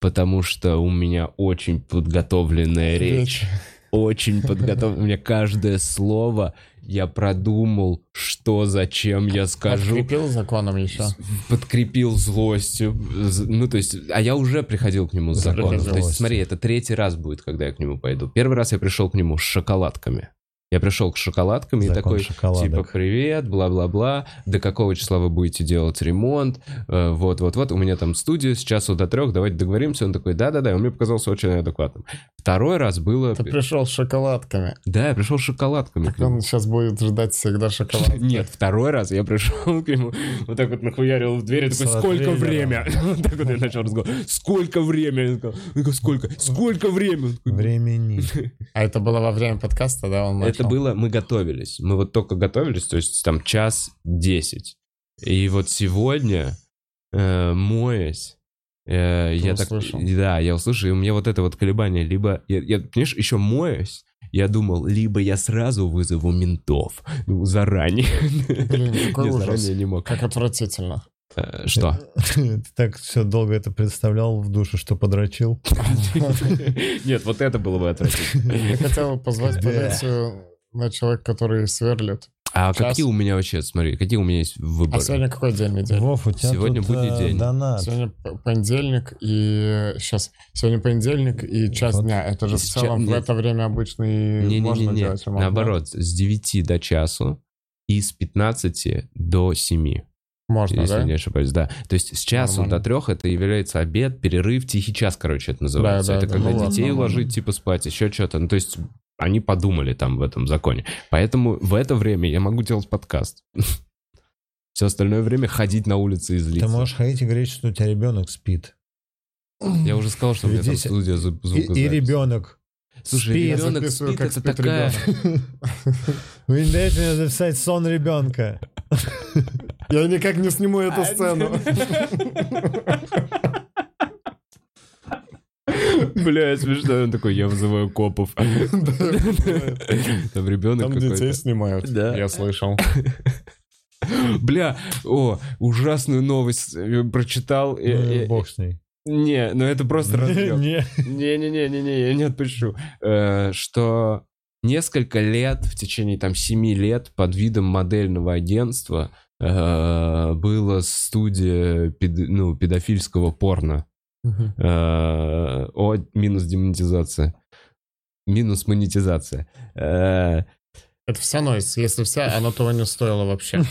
Speaker 1: потому что у меня очень подготовленная речь очень подготовлен. У меня каждое слово я продумал, что, зачем я скажу.
Speaker 3: Подкрепил законом еще.
Speaker 1: Подкрепил злостью. З- Ну, то есть, а я уже приходил к нему с законом. То есть,
Speaker 2: Злостью.
Speaker 1: смотри, это третий раз будет, когда я к нему пойду. Первый раз я пришел к нему с шоколадками. Я пришел к шоколадкам и
Speaker 2: Закон
Speaker 1: такой,
Speaker 2: шоколадок.
Speaker 1: типа, привет, бла-бла-бла, до какого числа вы будете делать ремонт, Э, вот-вот-вот, у меня там студия с часу до трех, давайте договоримся. Он такой, да-да-да, И он мне показался очень адекватным. Второй раз было...
Speaker 3: Ты пришел с шоколадками.
Speaker 1: Да, я пришел с шоколадками.
Speaker 3: Так
Speaker 1: к нему.
Speaker 3: он сейчас будет ждать всегда шоколад.
Speaker 1: Нет, второй раз я пришел к нему, вот так вот нахуярил в дверь, я такой,
Speaker 2: Салат
Speaker 1: сколько
Speaker 2: Ленина».
Speaker 1: время? Вот так вот я начал разговор. Сколько времени? Он такой, он такой, сколько? Сколько времени? Он такой,
Speaker 2: Времени.
Speaker 3: А это было во время подкаста, да, он
Speaker 1: Это
Speaker 3: начал?
Speaker 1: было, мы готовились. Мы вот только готовились, то есть там час десять. И вот сегодня, э, моясь, э, я так...
Speaker 3: услышал.
Speaker 1: Да, я услышал, и у меня вот это вот колебание. Либо, я, я, понимаешь, еще моясь, я думал, либо я сразу вызову ментов ну, заранее.
Speaker 3: Блин, какой
Speaker 1: Не,
Speaker 3: ужас.
Speaker 1: заранее не мог.
Speaker 3: Как отвратительно.
Speaker 1: Э, Что?
Speaker 2: Ты так все долго это представлял в душе, что подрочил.
Speaker 1: Нет, вот это было бы
Speaker 3: Я
Speaker 1: отвратительно.
Speaker 3: хотел позвать
Speaker 2: Да.
Speaker 3: полицию на человек, который сверлит.
Speaker 1: А
Speaker 3: Сейчас.
Speaker 1: какие у меня вообще, смотри, какие у меня есть
Speaker 3: А
Speaker 1: выборы?
Speaker 3: сегодня какой день недели?
Speaker 2: Вов, у тебя
Speaker 1: Сегодня
Speaker 2: тут,
Speaker 1: будний
Speaker 2: э,
Speaker 1: день.
Speaker 2: донат.
Speaker 3: Сегодня п- понедельник и сейчас сегодня понедельник и час
Speaker 2: Вот.
Speaker 3: дня. Это же в
Speaker 1: Сейчас-
Speaker 3: целом в
Speaker 1: нет.
Speaker 3: это время обычно и можно
Speaker 1: Не-не-не,
Speaker 3: делать ремонт. да?
Speaker 1: наоборот, с 9 до часу и с 15 до 7,
Speaker 3: Можно,
Speaker 1: если
Speaker 3: да?
Speaker 1: не ошибаюсь, да. То есть с часу
Speaker 3: Нормально.
Speaker 1: до 3 это является обед, перерыв, тихий час, короче, это называется.
Speaker 3: Да, да,
Speaker 1: Это
Speaker 3: да,
Speaker 1: когда
Speaker 3: ну ладно,
Speaker 1: детей
Speaker 3: ладно.
Speaker 1: ложить, типа спать, еще что-то. Ну то есть они подумали там в этом законе. Поэтому в это время я могу делать подкаст. Все остальное время ходить на улице и
Speaker 2: Ты
Speaker 1: злиться.
Speaker 2: можешь ходить и говорить, что у тебя ребенок спит.
Speaker 1: Я уже сказал, что у меня там
Speaker 2: Ведите.
Speaker 1: студия зу-
Speaker 2: И,
Speaker 1: звукозаписи.
Speaker 2: и ребенок.
Speaker 1: Слушай,
Speaker 2: спит.
Speaker 1: ребенок
Speaker 3: Я записываю,
Speaker 1: спит,
Speaker 3: как
Speaker 1: это
Speaker 3: спит
Speaker 1: такая...
Speaker 2: Вы не даете мне записать сон ребенка.
Speaker 3: Я никак А, не сниму эту сцену.
Speaker 1: Бля, смешно. Он такой, я вызываю копов. Там ребенок
Speaker 3: Там детей
Speaker 1: какой-то.
Speaker 3: снимают,
Speaker 1: Да.
Speaker 3: я слышал.
Speaker 1: Бля, о, ужасную новость э, прочитал.
Speaker 2: Ну и
Speaker 1: Э, э,
Speaker 2: Бог с ней.
Speaker 1: Не, ну это просто разъем.
Speaker 2: Не.
Speaker 1: Не-не-не-не-не, я не отпущу. Э, Что несколько лет, в течение там семи лет, под видом модельного агентства э, была студия пед- ну, педофильского порно. Э, О, минус демонетизация. Минус монетизация. Э,
Speaker 3: Это вся нойс. Если вся, оно того не стоило вообще.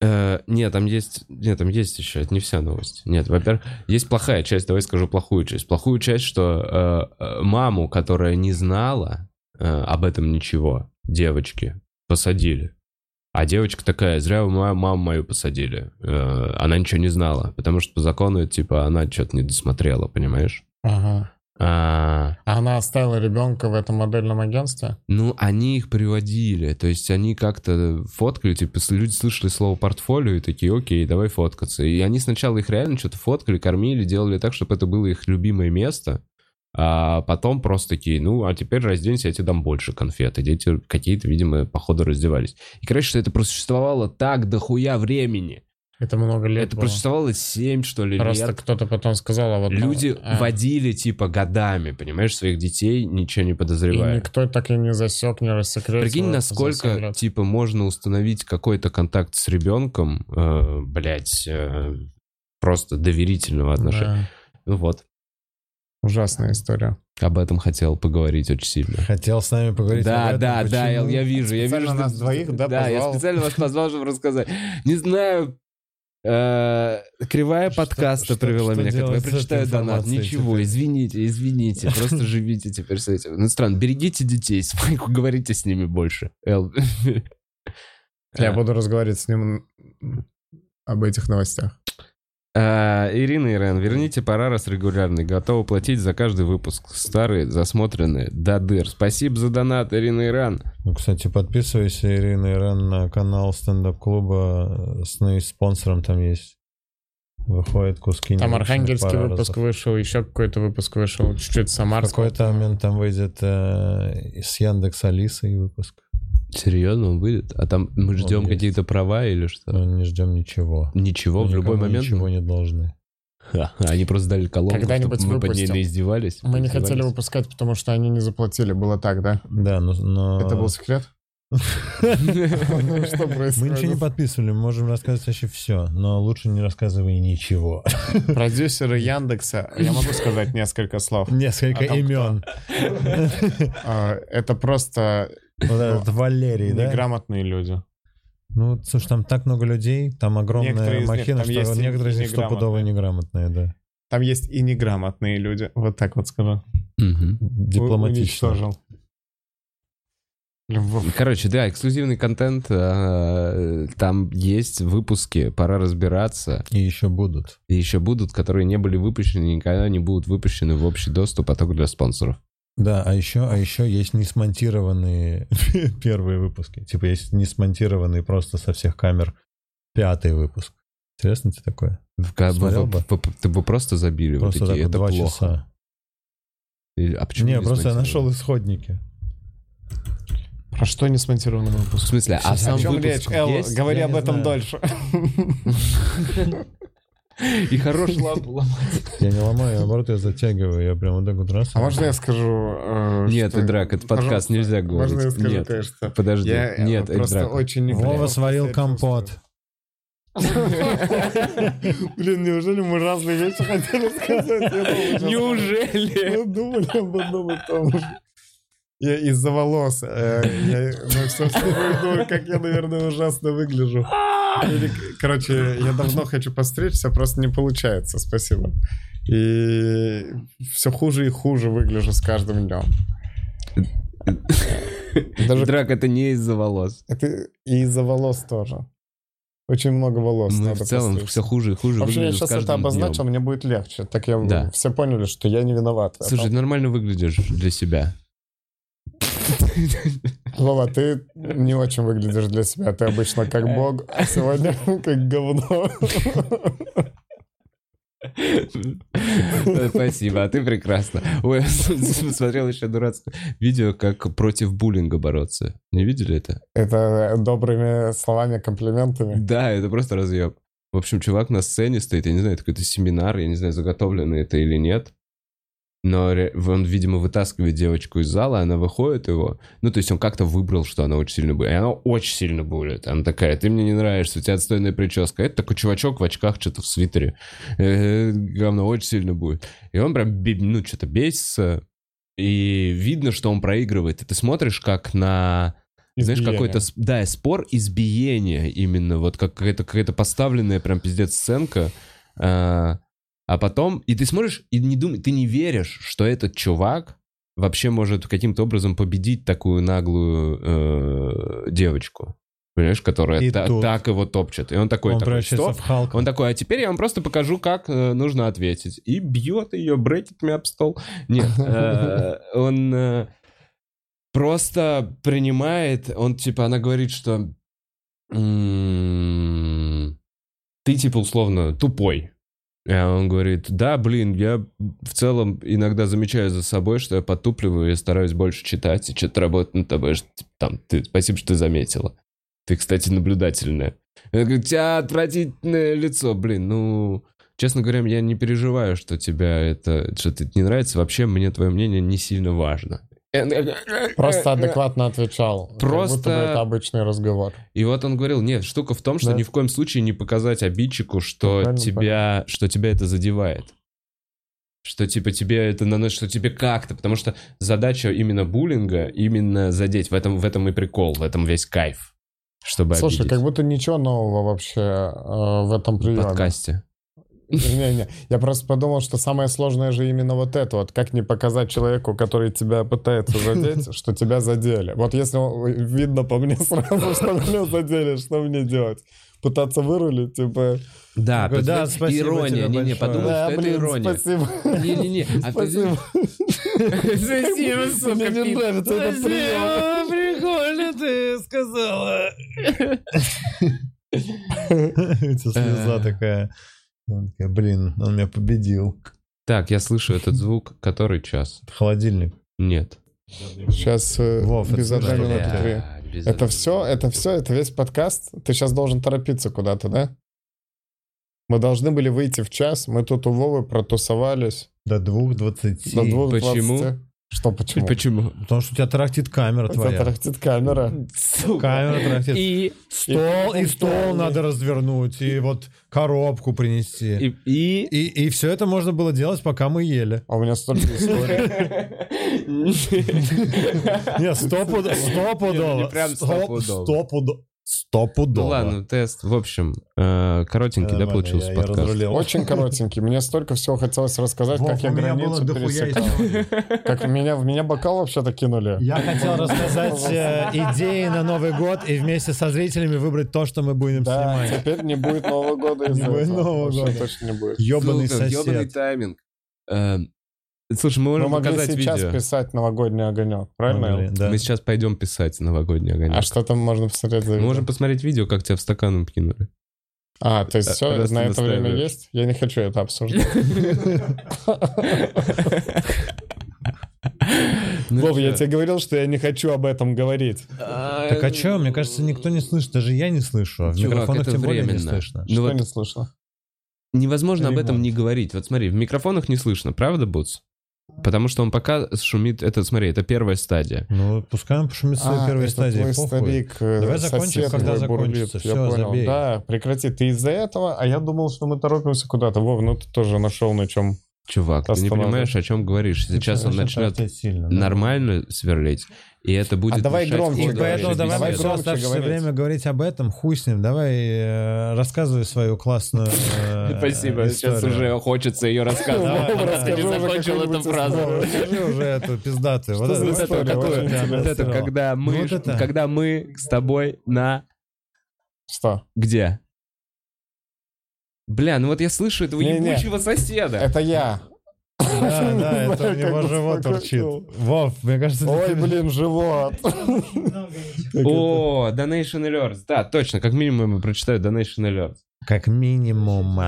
Speaker 1: э, Нет, там есть... Нет, там есть еще. Это не вся новость. Нет, во-первых, есть плохая часть. Давай скажу плохую часть. Плохую часть, что э, э, маму, которая не знала э, об этом ничего, девочки, посадили. А девочка такая, зря вы мою маму мою посадили. Э, Она ничего не знала, потому что по закону, типа, она что-то не досмотрела, понимаешь?
Speaker 3: Ага.
Speaker 1: А,
Speaker 3: А Она оставила ребенка в этом модельном агентстве?
Speaker 1: Ну, они их приводили, то есть они как-то фоткали, типа с- люди слышали слово портфолио и такие, окей, давай фоткаться. И они сначала их реально что-то фоткали, кормили, делали так, чтобы это было их любимое место, а потом просто такие, ну, а теперь разденься, я тебе дам больше конфет. И дети какие-то, видимо, походу раздевались. И, короче, что это просуществовало так дохуя времени,
Speaker 5: Это много лет
Speaker 1: Это
Speaker 5: было.
Speaker 1: просуществовало 7, что ли,
Speaker 5: Просто
Speaker 1: лет.
Speaker 5: кто-то потом сказал, а вот...
Speaker 1: Люди
Speaker 5: а,
Speaker 1: водили, типа, годами, понимаешь, своих детей, ничего не
Speaker 5: И
Speaker 1: подозревая.
Speaker 5: никто так и не засек, не рассекретил.
Speaker 1: Прикинь,
Speaker 5: это за семь
Speaker 1: насколько,
Speaker 5: лет.
Speaker 1: типа, можно установить какой-то контакт с ребенком, э, блядь, э, просто доверительного отношения.
Speaker 5: Да.
Speaker 1: Ну вот,
Speaker 3: Ужасная история.
Speaker 1: об этом хотел поговорить очень сильно.
Speaker 2: Хотел с нами поговорить.
Speaker 1: да,
Speaker 2: об этом,
Speaker 1: да, да, Эл,
Speaker 2: почему?
Speaker 1: я вижу, я
Speaker 3: Специально
Speaker 1: вижу. что
Speaker 3: нас
Speaker 1: ты-
Speaker 3: двоих, да,
Speaker 1: я
Speaker 3: позвал?
Speaker 1: специально вас позвал, чтобы рассказать. Не знаю, э, кривая
Speaker 2: Что-
Speaker 1: подкаста
Speaker 2: что-
Speaker 1: привела
Speaker 2: что
Speaker 1: меня к этому. Я
Speaker 2: делать с этой
Speaker 1: прочитаю донат.
Speaker 2: информацией
Speaker 1: Ничего,
Speaker 2: теперь?
Speaker 1: извините, извините. Просто живите теперь с этим. Ну, странно, берегите детей, своих, говорите с ними больше. Эл.
Speaker 3: Я
Speaker 2: Э,
Speaker 1: А.
Speaker 3: буду разговаривать с ним об этих новостях.
Speaker 1: А, Ирина Ирен, верните Парарас регулярный. Готова платить за каждый выпуск. Старые, засмотренные, до дыр. Спасибо за донат, Ирина Иран.
Speaker 2: Ну, кстати, подписывайся, Ирина Иран, на канал стендап-клуба. э, Сны с спонсором там есть. Выходят куски.
Speaker 5: Там
Speaker 2: необычных
Speaker 5: Архангельский
Speaker 2: парадов.
Speaker 5: выпуск вышел, еще какой-то выпуск вышел, чуть-чуть
Speaker 2: В
Speaker 5: Самарский.
Speaker 2: какой-то момент там выйдет э, с Яндекс Алисой выпуск.
Speaker 1: Серьезно, он выйдет? А там мы
Speaker 2: Он
Speaker 1: ждем
Speaker 2: есть.
Speaker 1: какие-то права или что?
Speaker 2: Но не ждем ничего.
Speaker 1: Ничего, в
Speaker 2: Мы
Speaker 1: любой
Speaker 2: никому
Speaker 1: момент.
Speaker 2: Ничего не должны.
Speaker 1: Ха, они просто дали колонку,
Speaker 5: Когда-нибудь
Speaker 1: чтобы мы под ней
Speaker 5: выпустим.
Speaker 1: наиздевались.
Speaker 5: Мы не
Speaker 1: поиздевались.
Speaker 5: хотели бы-
Speaker 3: Выпускать, потому что они не заплатили, было так, да?
Speaker 2: Да, но... но-
Speaker 3: Это был секрет? Что
Speaker 2: Мы ничего не
Speaker 3: происходит?
Speaker 2: подписывали, мы можем рассказывать вообще все, но лучше не рассказывай ничего.
Speaker 3: Продюсеры Яндекса, я могу сказать несколько слов.
Speaker 2: Несколько
Speaker 3: А там
Speaker 2: имен.
Speaker 3: А, Это просто
Speaker 2: Вот этот Валерий, да?
Speaker 3: неграмотные люди.
Speaker 2: Ну, слушай, там так много людей, там
Speaker 3: Некоторые
Speaker 2: огромная
Speaker 3: из них-
Speaker 2: махина,
Speaker 3: там
Speaker 2: что
Speaker 3: есть и
Speaker 2: некоторые из них стопудово неграмотные, да.
Speaker 3: Там есть и неграмотные люди. Вот так вот скажу.
Speaker 1: Мгм.
Speaker 2: Дипломатично.
Speaker 3: Уничтожил. Львов.
Speaker 1: Короче, да, эксклюзивный контент. а, Там есть выпуски, пора разбираться.
Speaker 2: И еще будут.
Speaker 1: И еще будут, которые не были выпущены, и никогда не будут выпущены в общий доступ, а только для спонсоров.
Speaker 2: Да, а еще, а еще есть не смонтированные первые выпуски. Типа есть не смонтированные просто со всех камер пятый выпуск. Интересно тебе такое?
Speaker 1: В ка-
Speaker 2: Смотрел
Speaker 1: в-
Speaker 2: бы.
Speaker 1: в- в- Ты бы просто забили. вот
Speaker 2: Просто так
Speaker 1: такие,
Speaker 2: вот
Speaker 1: это
Speaker 2: два
Speaker 1: плохо.
Speaker 2: часа.
Speaker 1: И- А почему
Speaker 2: Не, просто я
Speaker 1: смонтировали?
Speaker 2: нашел исходники.
Speaker 3: Про что не смонтированный
Speaker 1: В
Speaker 3: выпуск?
Speaker 1: смысле, а
Speaker 2: О
Speaker 1: сам
Speaker 3: О чем
Speaker 1: выпуск
Speaker 3: речь, Эл?
Speaker 1: есть?
Speaker 3: Говори
Speaker 2: Я
Speaker 3: об
Speaker 2: не
Speaker 3: этом
Speaker 2: знаю.
Speaker 3: дольше.
Speaker 1: И хорош лап ломать.
Speaker 2: Я не ломаю, я, наоборот, я затягиваю. Я прям вот так вот раз.
Speaker 3: А можно я скажу? э,
Speaker 1: Нет,
Speaker 3: что-
Speaker 1: Эдрак, это подкаст,
Speaker 3: Пожалуйста,
Speaker 1: нельзя
Speaker 3: Можно я
Speaker 1: говорить.
Speaker 3: скажу
Speaker 1: Нет.
Speaker 3: кое-что?
Speaker 1: Подожди,
Speaker 3: Я э,
Speaker 1: нет,
Speaker 3: просто
Speaker 1: Эдрак.
Speaker 3: очень не
Speaker 2: Вова сварил компот.
Speaker 3: Блин, неужели мы разные вещи хотели сказать? Я думал, сейчас-
Speaker 1: Неужели?
Speaker 3: Мы думали об одном и том же. Я из-за волос. э, я, ну, все, что вы думаете, как я, наверное, ужасно выгляжу. Или, короче, я давно хочу постричься, просто не получается. Спасибо. И все хуже и хуже выгляжу с каждым днем. Даже
Speaker 1: Эдрак, это не из-за волос.
Speaker 3: это и из-за волос тоже. Очень много волос.
Speaker 1: Мы
Speaker 3: надо
Speaker 1: Ну в целом
Speaker 3: постричь.
Speaker 1: все хуже и хуже
Speaker 3: А Вообще, я
Speaker 1: выглядим с
Speaker 3: сейчас это а
Speaker 1: каждым
Speaker 3: обозначил,
Speaker 1: днем.
Speaker 3: мне будет легче. Так я
Speaker 1: Да.
Speaker 3: все поняли, что я не виноват. в этом.
Speaker 1: Слушай, ты нормально выглядишь для себя.
Speaker 3: Вова, ты не очень выглядишь для себя. Ты обычно как бог, а сегодня как говно.
Speaker 1: Спасибо, а ты прекрасно. Ой, я смотрел еще дурацкое видео, как против буллинга бороться. Не видели это?
Speaker 3: Это добрыми словами, комплиментами.
Speaker 1: Да, это просто разъеб. В общем, чувак на сцене стоит, я не знаю, это какой-то семинар, я не знаю, заготовленный это или нет. Но ре- он, видимо, вытаскивает девочку из зала, она выходит его. Ну, то есть он как-то выбрал, что она очень сильно будет. И она очень сильно будет. Она такая, ты мне не нравишься, у тебя отстойная прическа. Это такой чувачок в очках, что-то в свитере. Э, говно, очень сильно будет. И он прям, бе- ну, что-то бесится. И видно, что он проигрывает. И ты смотришь, как на знаешь,
Speaker 3: Избиение.
Speaker 1: какой-то, с- да, спор, избиение именно, вот как какая-то какая-то поставленная прям пиздец сценка, а а потом, и ты смотришь, и не думаешь, ты не веришь, что этот чувак вообще может каким-то образом победить такую наглую э, девочку, понимаешь, которая
Speaker 2: И
Speaker 1: та-
Speaker 2: тут-
Speaker 1: так его топчет, и он такой,
Speaker 2: Он
Speaker 1: такой,
Speaker 2: превращается
Speaker 1: «Стоп».
Speaker 2: в Халка.
Speaker 1: Он такой, а теперь я вам просто покажу, как э, нужно ответить. И бьет ее брекетами об стол. Нет, э, он э, просто принимает, он типа, она говорит, что «М, ты типа условно тупой. А он говорит, да, блин, я в целом иногда замечаю за собой, что я потупливаю, я стараюсь больше читать и что-то работать над тобой. что, типа, Там, ты, спасибо, что ты заметила. Ты, кстати, наблюдательная. Я говорю, у тебя отвратительное лицо, блин, ну... Честно говоря, я не переживаю, что тебя это, что ты не нравится. Вообще, мне твое мнение не сильно важно. Э,
Speaker 6: Просто адекватно отвечал. Как
Speaker 1: Просто-
Speaker 6: будто бы это обычный разговор.
Speaker 1: И вот он говорил, нет, штука в том, что
Speaker 6: Да.
Speaker 1: ни в коем случае не показать обидчику, что
Speaker 6: Правильно,
Speaker 1: тебя, что тебя это задевает. Что типа тебе это наносит, что тебе как-то, потому что задача именно буллинга, именно задеть. В этом, в этом и прикол, в этом весь кайф, чтобы
Speaker 6: Слушай,
Speaker 1: обидеть
Speaker 6: как будто ничего нового вообще э, в этом
Speaker 1: в
Speaker 6: приеме.
Speaker 1: подкасте.
Speaker 6: Не-не,
Speaker 3: Я просто подумал, что самое сложное же именно вот это вот. Как не показать человеку, который тебя пытается задеть, что тебя задели. Вот если он- видно по мне сразу, что меня задели, что мне делать? Пытаться вырулить, типа...
Speaker 1: Да,
Speaker 2: Такой, да,
Speaker 1: под-
Speaker 2: спасибо
Speaker 1: ирония,
Speaker 2: тебе
Speaker 1: не, не,
Speaker 2: большое.
Speaker 1: подумай,
Speaker 3: «Да,
Speaker 1: что это
Speaker 3: блин,
Speaker 1: ирония.
Speaker 3: спасибо.
Speaker 1: Не-не-не, а ты-
Speaker 3: Спасибо.
Speaker 1: Спасибо, сука,
Speaker 3: Мне не
Speaker 1: Пит.
Speaker 3: нравится этот прием.
Speaker 1: прикольно ты сказала.
Speaker 2: Это
Speaker 3: Э.
Speaker 2: слеза такая. И он такая, блин, он меня победил.
Speaker 1: Так, я слышу этот звук, который час?
Speaker 2: Холодильник.
Speaker 1: Нет.
Speaker 3: Сейчас э,
Speaker 2: Вов, это
Speaker 3: без одной
Speaker 2: слышно?
Speaker 3: минуты три. Это все, это все, это весь подкаст. Ты сейчас должен торопиться куда-то, да? Мы должны были выйти в час. Мы тут у Вовы протусовались
Speaker 2: До двух двадцати.
Speaker 3: до двух
Speaker 1: почему?
Speaker 3: двадцати. Что почему?
Speaker 1: Почему?
Speaker 2: Потому что у тебя тарахтит камера твоя.
Speaker 3: Затрахтит камера.
Speaker 2: Камера тарахтит.
Speaker 1: И,
Speaker 2: Стол, и стол надо развернуть, и вот коробку принести.
Speaker 1: и, и...
Speaker 2: И, и все это можно было делать, пока мы ели.
Speaker 3: А у меня столько историй.
Speaker 2: Нет, стопудово.
Speaker 1: Нет,
Speaker 2: Стопудово.
Speaker 1: не прям стопудово.
Speaker 2: Стопудово.
Speaker 1: Ну
Speaker 2: Стопудово.
Speaker 1: ладно, тест. В общем, э, коротенький, да,
Speaker 2: Нормально,
Speaker 1: получился
Speaker 2: я- я
Speaker 1: подкаст?
Speaker 2: разрулил.
Speaker 3: Очень коротенький. Мне столько всего хотелось рассказать,
Speaker 2: Вов,
Speaker 3: как я
Speaker 2: у меня
Speaker 3: границу
Speaker 2: было дохуя
Speaker 3: пересекал.
Speaker 2: историй.
Speaker 3: Как меня, в меня бокал вообще-то кинули.
Speaker 2: Я хотел рассказать э, идеи на Новый год и вместе со зрителями выбрать то, что мы будем
Speaker 3: Да,
Speaker 2: снимать.
Speaker 3: теперь не будет Нового года
Speaker 2: Не
Speaker 3: из-за
Speaker 2: будет
Speaker 3: этого.
Speaker 2: Нового
Speaker 3: Вообще
Speaker 2: года.
Speaker 3: Точно не будет.
Speaker 2: Ёбаный
Speaker 1: Сука, ёбаный
Speaker 2: сосед.
Speaker 1: тайминг. Э, Слушай, мы
Speaker 3: Мы
Speaker 1: можем
Speaker 3: могли
Speaker 1: показать
Speaker 3: сейчас
Speaker 1: видео.
Speaker 3: писать новогодний огонек, правильно?
Speaker 2: Блин, да.
Speaker 1: Мы сейчас пойдем писать новогодний
Speaker 3: А
Speaker 1: огонек.
Speaker 3: что там можно посмотреть за
Speaker 1: Мы
Speaker 3: видео?
Speaker 1: можем посмотреть видео, как тебя в стакан кинули.
Speaker 3: А, то есть
Speaker 1: Э,
Speaker 3: все,
Speaker 1: раз ты
Speaker 3: на это время
Speaker 1: настаиваешь.
Speaker 3: есть? Я не хочу это обсуждать.
Speaker 1: Ну,
Speaker 3: Вов, я тебе говорил, что я не хочу об этом говорить.
Speaker 2: Так
Speaker 1: э,
Speaker 2: а чё? Мне кажется, никто не слышит, даже я не слышу. а В
Speaker 1: Чувак,
Speaker 2: микрофонах
Speaker 1: это
Speaker 2: тем более не
Speaker 1: временно.
Speaker 2: слышно.
Speaker 1: Ну
Speaker 3: Что
Speaker 1: вот
Speaker 3: не слышно?
Speaker 1: невозможно об этом
Speaker 2: Ремонт.
Speaker 1: не говорить. Вот смотри, в микрофонах не слышно, правда, Буц? Потому что он пока шумит. Это, смотри, это первая стадия.
Speaker 2: Ну, пускай он пошумит в своей
Speaker 3: А,
Speaker 2: первой
Speaker 3: это
Speaker 2: стадии.
Speaker 3: твой
Speaker 2: похуй.
Speaker 3: старик, э,
Speaker 2: Давай закончим,
Speaker 3: сосед
Speaker 2: когда
Speaker 3: твой
Speaker 2: закончится.
Speaker 3: бурлит. Я
Speaker 2: Всё,
Speaker 3: понял.
Speaker 2: забей.
Speaker 3: Да, прекрати. Ты из-за этого, а я думал, что мы торопимся куда-то. Вов, ну ты тоже нашел на чем.
Speaker 1: Чувак, ты не
Speaker 3: Остановлен.
Speaker 1: понимаешь, о чем говоришь. Сейчас он
Speaker 2: Конечно,
Speaker 1: начнет
Speaker 2: тарахтеть сильно. да.
Speaker 1: нормально сверлить, и это будет...
Speaker 3: А давай
Speaker 1: мешать
Speaker 3: громче
Speaker 2: И
Speaker 1: ходу
Speaker 3: Давай
Speaker 2: поэтому
Speaker 1: нашей
Speaker 2: давай,
Speaker 3: давай
Speaker 2: все
Speaker 1: беседы.
Speaker 3: громче
Speaker 2: оставшееся
Speaker 3: говорить.
Speaker 2: время говорить об этом. Хуй с ним. Давай э, рассказывай свою классную э,
Speaker 1: Спасибо, сейчас
Speaker 2: историю.
Speaker 1: уже хочется ее рассказывать.
Speaker 2: Давай,
Speaker 3: Вов,
Speaker 2: давай.
Speaker 1: Ты
Speaker 3: расскажи
Speaker 1: не
Speaker 3: уже
Speaker 1: закончил эту
Speaker 3: какую-нибудь
Speaker 1: фразу.
Speaker 2: Ну,
Speaker 3: историю.
Speaker 2: Расскажи уже эту пиздатую. Вот
Speaker 3: за
Speaker 2: это- вот
Speaker 3: история?
Speaker 2: это
Speaker 3: Очень
Speaker 2: какую?
Speaker 3: интересно.
Speaker 2: Да,
Speaker 1: Вот это когда мы,
Speaker 2: Ну Вот это.
Speaker 1: когда мы с тобой на
Speaker 3: Что?
Speaker 1: где? Бля, ну вот я слышу этого
Speaker 3: Не-не.
Speaker 1: ебучего соседа.
Speaker 3: Это я.
Speaker 2: Да,
Speaker 3: Не
Speaker 2: да,
Speaker 3: знаю,
Speaker 2: это у
Speaker 3: как
Speaker 2: него
Speaker 3: бы
Speaker 2: живот урчит.
Speaker 3: спокойно.
Speaker 2: Вов, мне кажется,
Speaker 3: Ой,
Speaker 2: ты-
Speaker 3: блин, живот.
Speaker 1: О, Donation Alerts. Да, точно, как минимум я прочитаю Donation Alerts.
Speaker 2: Как минимум.
Speaker 1: Э,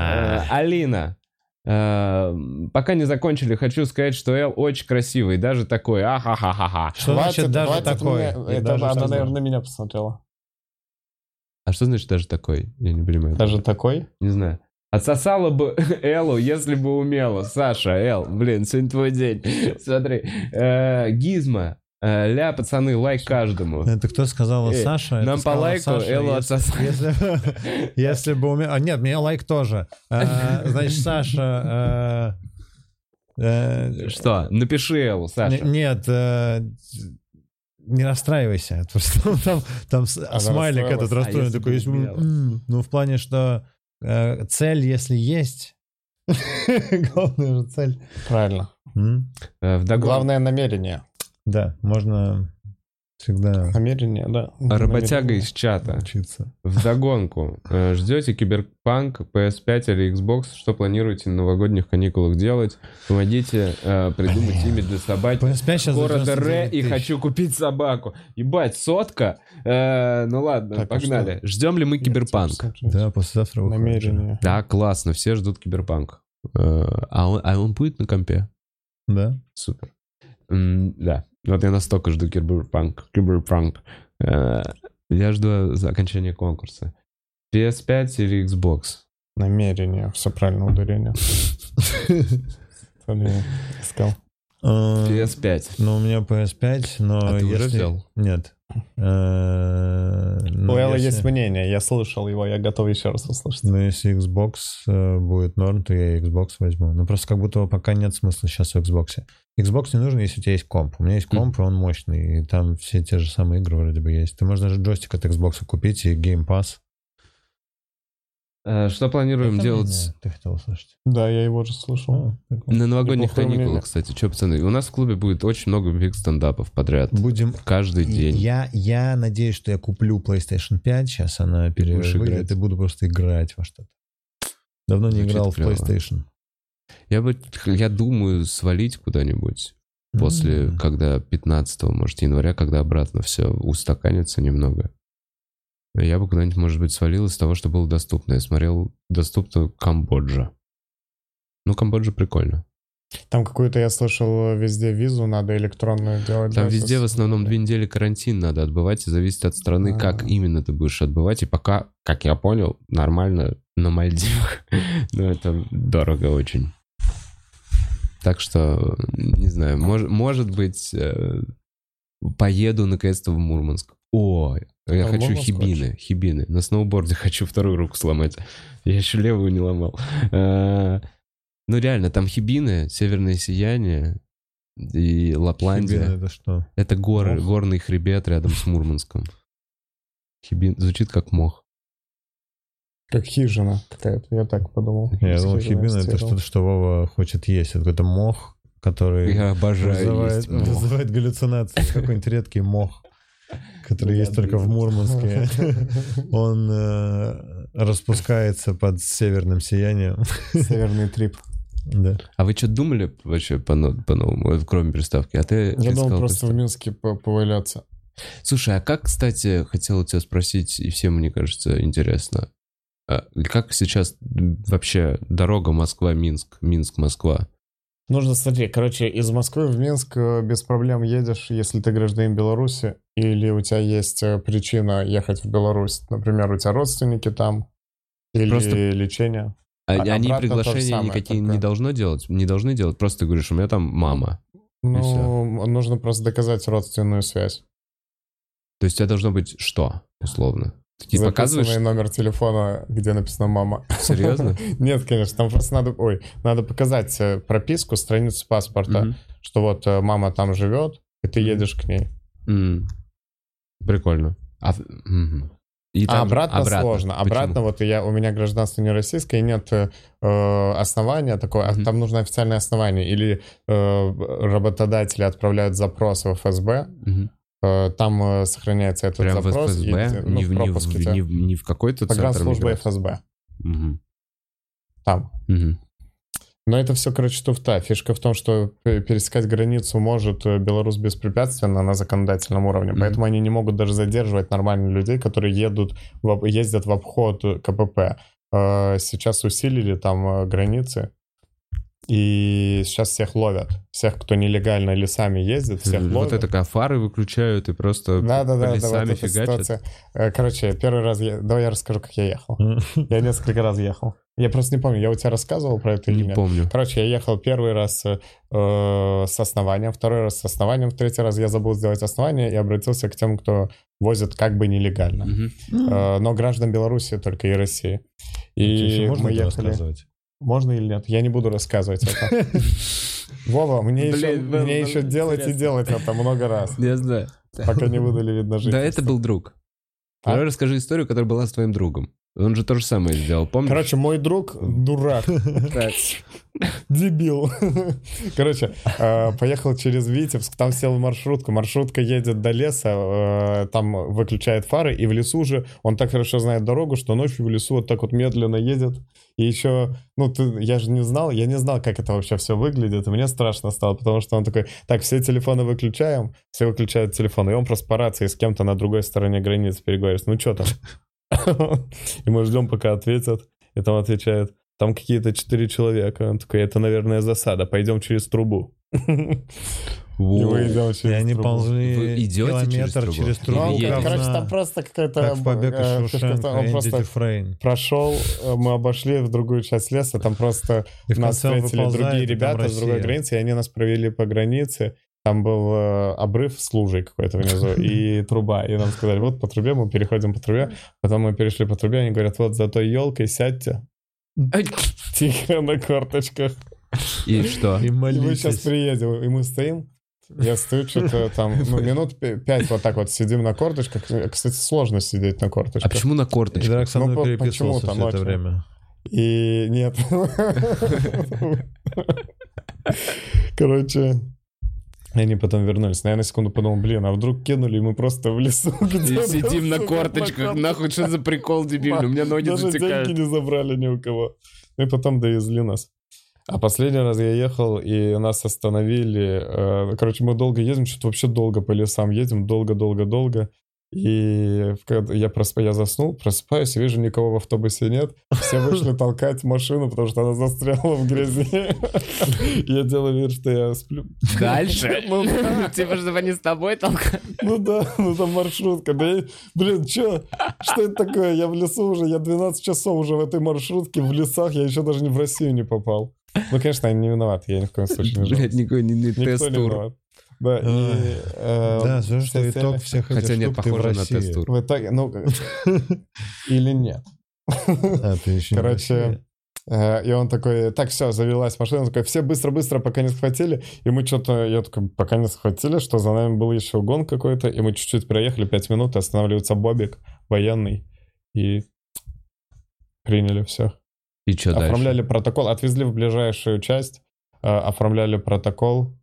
Speaker 2: а.
Speaker 1: Алина. э, Пока не закончили, хочу сказать, что Эл очень красивый, даже такой, ахахахаха.
Speaker 2: Что значит
Speaker 3: Хватит,
Speaker 2: даже
Speaker 3: хватит
Speaker 2: такое?
Speaker 3: мне-
Speaker 2: И
Speaker 3: Это
Speaker 2: даже
Speaker 3: она,
Speaker 2: такое.
Speaker 3: наверное, меня посмотрела.
Speaker 1: А что значит даже такой? Я не понимаю.
Speaker 3: Даже такой?
Speaker 1: Не знаю. Отсосала бы Эллу, если бы умела. Саша, Эл, блин, сегодня твой день. Смотри. э, Гизма. э, Ля, пацаны, лайк каждому.
Speaker 2: Это кто сказал
Speaker 1: Э,
Speaker 2: Саша? Это
Speaker 1: Нам по
Speaker 2: сказала
Speaker 1: лайку
Speaker 2: Саша,
Speaker 1: Эллу
Speaker 2: если-
Speaker 1: отсосала.
Speaker 2: Если, если бы у меня... А, нет, мне лайк тоже. А, значит, Саша... э, э,
Speaker 1: Что? Напиши Эллу, Саша.
Speaker 2: н- Нет, э, не расстраивайся. Это Просто там, там с-
Speaker 3: Она
Speaker 2: смайлик этот
Speaker 1: расстроилась. А
Speaker 2: расстроен.
Speaker 1: если
Speaker 2: такой,
Speaker 1: бы
Speaker 2: есть, м,
Speaker 1: умела?
Speaker 2: м. ну, в плане, что э, цель, если есть... Главная же цель.
Speaker 3: Правильно.
Speaker 2: М,
Speaker 1: Э, вдогон-
Speaker 3: Главное намерение.
Speaker 2: Да, можно всегда
Speaker 3: Намерение, да.
Speaker 1: Работяга
Speaker 3: Намерение.
Speaker 1: из чата.
Speaker 2: учиться.
Speaker 1: Вдогонку. Э, Ждете Киберпанк, PS5 или Xbox? Что планируете на новогодних каникулах делать? Помогите э, придумать имя для собаки.
Speaker 2: PS5 сейчас за
Speaker 1: Города
Speaker 2: 99
Speaker 1: Ре и
Speaker 2: тысяч.
Speaker 1: хочу купить собаку. Ебать, сотка. Э, ну ладно,
Speaker 3: Так, а
Speaker 1: погнали. Ждем ли мы киберпанк?
Speaker 2: Да, послезавтра выходит.
Speaker 3: Намерение.
Speaker 1: Да, классно, все ждут киберпанк. Э, А он, а он будет на компе?
Speaker 2: Да.
Speaker 1: Супер. М, Да, вот я настолько жду киберпанк. Киберпанк. Э, Я жду окончания конкурса. PS5 или Xbox?
Speaker 3: Намерение, все правильно, ударение. Блин, Искал.
Speaker 2: Э,
Speaker 1: PS5.
Speaker 2: Ну, у меня PS5, но
Speaker 1: А ты уже
Speaker 2: если-
Speaker 1: взял?
Speaker 2: Нет. Э,
Speaker 3: У
Speaker 2: но
Speaker 3: Ну, Элла есть
Speaker 2: если-
Speaker 3: мнение, я слышал его, я готов еще раз услышать.
Speaker 2: но Ну, если Xbox э, будет норм, то я и Xbox возьму. Ну, просто как будто пока нет смысла сейчас в Xbox. Xbox не нужен, если у тебя есть комп. У меня есть
Speaker 1: Хм.
Speaker 2: комп, и он мощный, и там все те же самые игры вроде бы есть. Ты можешь даже джойстик от Xbox купить и Game Pass.
Speaker 1: Э, Что планируем
Speaker 2: Это
Speaker 1: делать
Speaker 2: мнение Ты хотел услышать.
Speaker 3: Да, я его же слышал.
Speaker 2: О, прикольно.
Speaker 1: на новогодних
Speaker 3: Неплохое мнение.
Speaker 1: каникулах, кстати? Че, пацаны, у нас в клубе будет очень много биг стендапов подряд.
Speaker 2: Будем
Speaker 1: Каждый день.
Speaker 2: Я, я надеюсь, что я куплю PlayStation 5. Сейчас она
Speaker 1: будешь играть.
Speaker 2: перевыйдет, и буду просто играть во что-то. Давно не
Speaker 1: Звучит
Speaker 2: играл
Speaker 1: клёво.
Speaker 2: в PlayStation.
Speaker 1: Я бы, я думаю, свалить куда-нибудь после,
Speaker 2: М.
Speaker 1: когда 15 может, января, когда обратно все устаканится немного. Я бы куда-нибудь, может быть, свалил из того, что было доступно. Я смотрел доступно Камбоджа. Ну, Камбоджа прикольно.
Speaker 3: Там какую-то я слышал везде визу надо электронную делать.
Speaker 1: Там
Speaker 3: да,
Speaker 1: везде в
Speaker 3: сейчас?
Speaker 1: основном две недели карантин надо отбывать, и зависит от страны, как
Speaker 3: А.
Speaker 1: именно ты будешь отбывать. И пока, как я понял, нормально на Мальдивах. Но это дорого очень. Так что, не знаю, мож- может быть, э, поеду наконец-то в Мурманск. О, я
Speaker 3: А в
Speaker 1: хочу
Speaker 3: Мурманск
Speaker 1: хибины, хибины. На сноуборде хочу вторую руку сломать. Я еще левую не ломал. Э, Ну реально, там хибины, северное сияние и Лапландия.
Speaker 2: Хибин это что?
Speaker 1: Это горы,
Speaker 2: Мох?
Speaker 1: горный хребет рядом с Мурманском. Хибин звучит как мох.
Speaker 3: Как хижина какая-то, я так подумал.
Speaker 2: Я
Speaker 3: С
Speaker 2: думал,
Speaker 3: хижиной
Speaker 2: хибин это
Speaker 3: ассоциировал.
Speaker 2: что-то, что Вова хочет есть. Это какой-то мох, который
Speaker 1: Я обожаю
Speaker 2: вызывает,
Speaker 1: есть мох.
Speaker 2: вызывает галлюцинации. Это Какой-нибудь редкий мох,
Speaker 3: Ну
Speaker 2: который есть только в Мурманске. Он э, распускается под северным сиянием.
Speaker 3: Северный трип.
Speaker 2: Да.
Speaker 1: А вы что думали вообще по, но- по-новому, э, кроме приставки? А ты, ты
Speaker 7: Я думал
Speaker 1: сказал
Speaker 7: просто в Минске по- поваляться.
Speaker 1: приставку. Слушай, а как, кстати, хотел тебя спросить, и всем, мне кажется, интересно. а Как сейчас вообще дорога Москва-Минск, Минск-Москва?
Speaker 7: Нужно смотреть,
Speaker 3: Короче, из Москвы в Минск э, без проблем едешь, если ты гражданин Беларуси, или у тебя есть э, причина ехать в Беларусь. Например, у тебя родственники там, или
Speaker 1: Просто-
Speaker 3: лечение.
Speaker 1: А-
Speaker 3: А
Speaker 1: Они
Speaker 3: обратно то же
Speaker 1: приглашения
Speaker 3: самое
Speaker 1: никакие
Speaker 3: такое.
Speaker 1: не должно делать? Не должны делать? Просто ты говоришь, у меня там мама. всё.
Speaker 3: Ну, м, нужно просто доказать родственную связь.
Speaker 1: То есть у тебя должно быть что, условно? Ты типа
Speaker 3: Записанный
Speaker 1: показываешь
Speaker 3: номер телефона, где написано «мама».
Speaker 1: Серьезно?
Speaker 3: Нет, конечно, там просто надо... Ой, надо показать э, прописку, страницу паспорта,
Speaker 1: Мгм.
Speaker 3: что вот э, мама там живет, и ты едешь к ней.
Speaker 1: М. Прикольно. А, в- мгм. И
Speaker 3: А
Speaker 1: там-
Speaker 3: обратно, сложно.
Speaker 1: Почему?
Speaker 3: Обратно, вот я, у меня гражданство не российское, и нет э, э, основания такое, а
Speaker 1: Мгм.
Speaker 3: там нужно официальное основание. Или э, работодатели отправляют запрос в ФСБ,
Speaker 1: Мгм.
Speaker 3: э, там э, сохраняется этот
Speaker 1: Прям в
Speaker 3: запрос. и,
Speaker 1: ФСБ,
Speaker 3: ну,
Speaker 1: не
Speaker 3: в
Speaker 1: в- не в-
Speaker 3: пропуске. да.
Speaker 1: не в- не в какой-то центр.
Speaker 3: Погранслужба
Speaker 1: миграции.
Speaker 3: ФСБ.
Speaker 1: Мгм.
Speaker 3: Там.
Speaker 1: Мгм.
Speaker 3: Но это все, короче, туфта. Фишка в том, что пе- пересекать границу может э, Беларусь беспрепятственно на законодательном уровне.
Speaker 1: Мгм.
Speaker 3: Поэтому они не могут даже задерживать нормальных людей, которые едут в об- ездят в обход э, КПП. Э, Сейчас усилили там э, границы. И сейчас всех ловят. Всех, кто нелегально или сами ездит, всех
Speaker 1: Хм, Э, Вот
Speaker 3: ловят.
Speaker 1: это как фары выключают и просто
Speaker 3: Да, да, да, да, вот
Speaker 1: лесами
Speaker 3: эта
Speaker 1: фигачат.
Speaker 3: ситуация. Э, Короче, первый раз я... Давай я расскажу, как я ехал. Я несколько раз ехал. Я просто не помню, я у тебя рассказывал про это или
Speaker 1: Не
Speaker 3: нет?
Speaker 1: помню.
Speaker 3: Короче, я ехал первый раз э, э, с основанием, второй раз с основанием, в третий раз я забыл сделать основание и обратился к тем, кто возит как бы нелегально.
Speaker 1: Мгм.
Speaker 3: Э, но граждан Беларуси только и России.
Speaker 1: Ну,
Speaker 3: И
Speaker 2: Вообще, можно
Speaker 3: мы
Speaker 2: это
Speaker 3: ехали...
Speaker 2: рассказывать?
Speaker 3: Можно или нет? Я не буду рассказывать это. Вова, мне еще,
Speaker 1: Блин, было-
Speaker 3: мне еще
Speaker 1: было
Speaker 3: делать и
Speaker 1: интересно.
Speaker 3: делать это много раз,
Speaker 1: Я знаю.
Speaker 3: пока не выдали видно
Speaker 1: Да, это
Speaker 3: жительство.
Speaker 1: был друг.
Speaker 3: А?
Speaker 1: Давай расскажи историю, которая была с твоим другом. Он же то же самое сделал, помнишь?
Speaker 3: Короче, мой друг дурак.
Speaker 1: Так.
Speaker 3: Дебил. Короче, э, поехал через Витебск, там сел в маршрутку. Маршрутка едет до леса, э, там выключает фары, и в лесу же он так хорошо знает дорогу, что ночью в лесу вот так вот медленно едет. И еще, ну, ты- я же не знал, я не знал, как это вообще все выглядит, и мне страшно стало, потому что он такой, так, все телефоны выключаем, все выключают телефон, и он просто по рации с кем-то на другой стороне границы переговаривает, ну, что там? И мы ждем, пока ответят, и там отвечает, там какие-то четыре человека. Он такой, это, наверное, засада, пойдем через трубу. И
Speaker 1: Воу.
Speaker 3: выезжал
Speaker 2: И
Speaker 3: через
Speaker 2: они
Speaker 3: трубу. Ну,
Speaker 2: ползли
Speaker 1: Вы идете через
Speaker 2: километр
Speaker 1: трубу?
Speaker 2: через
Speaker 1: Или
Speaker 2: трубу,
Speaker 1: едете?
Speaker 2: как,
Speaker 1: Короче,
Speaker 3: Короче,
Speaker 2: на-
Speaker 3: там просто какая-то...
Speaker 2: как в «Побег из
Speaker 3: э, фишка в
Speaker 2: Шоушенка»
Speaker 3: том, он
Speaker 2: Эндити
Speaker 3: просто
Speaker 2: Фрейн.
Speaker 3: прошел, э, мы обошли в другую часть леса, там просто
Speaker 2: И в
Speaker 3: нас
Speaker 2: конце он
Speaker 3: встретили другие
Speaker 2: выползает, и там
Speaker 3: ребята с другой
Speaker 2: Россия.
Speaker 3: границы, и они нас провели по границе. Там был э, обрыв с лужей какой-то внизу и труба. И нам сказали, вот по трубе, мы переходим по трубе. Потом мы перешли по трубе, они говорят, вот за той елкой сядьте. Тихо на корточках.
Speaker 1: И что?
Speaker 2: И
Speaker 3: И мы сейчас
Speaker 2: молитесь.
Speaker 3: приедем. И мы стоим. Я стою что-то там, ну, минут пя- пять вот так вот сидим на корточках. Э, Кстати, сложно сидеть на
Speaker 1: А
Speaker 3: корточках.
Speaker 1: почему на
Speaker 2: И
Speaker 1: корточках?
Speaker 2: Драк со мной
Speaker 3: Ну, по-
Speaker 2: переписывался
Speaker 3: почему
Speaker 2: все
Speaker 3: там
Speaker 2: это
Speaker 3: очень?
Speaker 2: время.
Speaker 3: И нет. Короче, они потом вернулись. Наверное, секунду подумал, блин, а вдруг кинули, и мы просто в лесу.
Speaker 1: И
Speaker 3: где-то,
Speaker 1: сидим на
Speaker 3: сука,
Speaker 1: корточках,
Speaker 3: корточках.
Speaker 1: нахуй, что за прикол дебильный, у меня ноги
Speaker 3: Даже
Speaker 1: затекают.
Speaker 3: деньги не забрали ни у кого. Ну и потом довезли нас. А последний раз я ехал, и нас остановили. э, Короче, мы долго едем, что-то вообще долго по лесам едем, долго-долго-долго. И в кад- я, просп... я заснул, просыпаюсь, и вижу, никого в автобусе нет. Все вышли толкать машину, потому что она застряла в грязи. Я делаю вид, что я сплю.
Speaker 1: Дальше?
Speaker 3: Ну да.
Speaker 1: Типа, чтобы они с тобой толкали.
Speaker 3: Ну да, ну там маршрутка. Да я- блин, чё? Что это такое? Я в лесу уже, я 12 часов уже в этой маршрутке, в лесах, я еще даже не в Россию не попал. Ну, конечно, они не виноваты, я ни в коем случае не жалуюсь.
Speaker 1: Блять, никакой не- не
Speaker 3: Никто не
Speaker 1: тест-тур.
Speaker 3: виноват. Да, и, э,
Speaker 2: Да, слушай, что
Speaker 3: все
Speaker 2: итог
Speaker 3: остальные-
Speaker 2: всех этих
Speaker 1: Хотя нет,
Speaker 2: штук ты в
Speaker 1: похоже на
Speaker 2: России.
Speaker 1: тест-тур.
Speaker 3: В итоге, ну, или нет.
Speaker 2: А, ты еще не в
Speaker 3: Короче,
Speaker 2: России.
Speaker 3: Э, И он такой, так, все, завелась машина. Он такой, все быстро-быстро, пока не схватили. И мы что-то, я такой, пока не схватили, что за нами был еще гон какой-то. И мы чуть-чуть проехали, 5 минут, и останавливается Бобик, военный. И приняли все.
Speaker 1: И что дальше?
Speaker 3: Оформляли протокол, отвезли в ближайшую часть, э, оформляли протокол.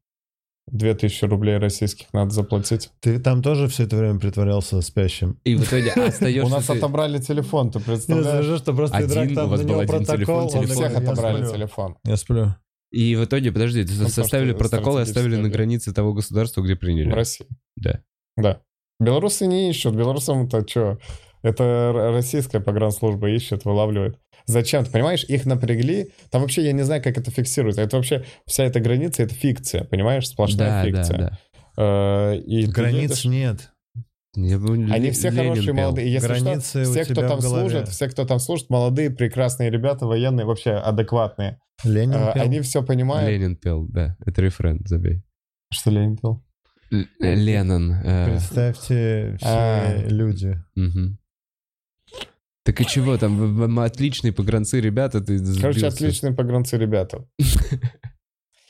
Speaker 3: 2000 рублей российских надо заплатить.
Speaker 2: Ты там тоже все это время притворялся спящим?
Speaker 1: И в итоге остаешься...
Speaker 3: У нас
Speaker 1: ты-
Speaker 3: отобрали телефон, ты
Speaker 2: Я
Speaker 3: представляешь?
Speaker 2: скажу, что просто
Speaker 1: Один,
Speaker 2: Идрак
Speaker 1: у
Speaker 2: там
Speaker 1: вас
Speaker 2: на
Speaker 1: был
Speaker 2: него
Speaker 1: один телефон,
Speaker 2: протокол. он
Speaker 1: телефон.
Speaker 3: Всех
Speaker 2: такой, «Я
Speaker 3: отобрали
Speaker 2: сплю».
Speaker 3: телефон.
Speaker 2: Я сплю.
Speaker 1: И в итоге, подожди, ты
Speaker 3: потому что
Speaker 1: составили протокол и оставили на
Speaker 3: стратегическая
Speaker 1: границе того государства, где
Speaker 3: В
Speaker 1: приняли.
Speaker 3: России.
Speaker 1: Да.
Speaker 3: Да. Белорусы не ищут. Белорусам-то что? Это р- российская погранслужба ищет, вылавливает. Зачем? Ты понимаешь, их напрягли. Там вообще я не знаю, как это фиксируется. Это вообще вся эта граница, это фикция, понимаешь? Сплошная
Speaker 1: Да, да,
Speaker 3: фикция.
Speaker 1: да.
Speaker 3: Э, и ты
Speaker 2: Границ
Speaker 3: едешь-
Speaker 2: нет.
Speaker 1: Я помню,
Speaker 3: Они
Speaker 1: Ле-
Speaker 3: все
Speaker 1: Ленин пел.
Speaker 3: хорошие, молодые. И Если
Speaker 2: Границы
Speaker 3: что,
Speaker 2: у
Speaker 3: все, кто
Speaker 2: тебя в
Speaker 3: там
Speaker 2: голове.
Speaker 3: служит, все, кто там служит, молодые, прекрасные ребята, военные, вообще адекватные.
Speaker 2: Ленин
Speaker 3: Э,
Speaker 2: пел.
Speaker 3: Они все понимают.
Speaker 1: Ленин пел, да. Это рефрен, забей.
Speaker 3: Что Ленин пел?
Speaker 1: Л-
Speaker 3: э,
Speaker 1: Леннон. э,
Speaker 2: Представьте все
Speaker 3: А.
Speaker 2: люди.
Speaker 1: мгм. Так и чего там? в- в- Отличные погранцы, ребята, ты
Speaker 3: Короче,
Speaker 1: сбился.
Speaker 3: отличные погранцы ребята.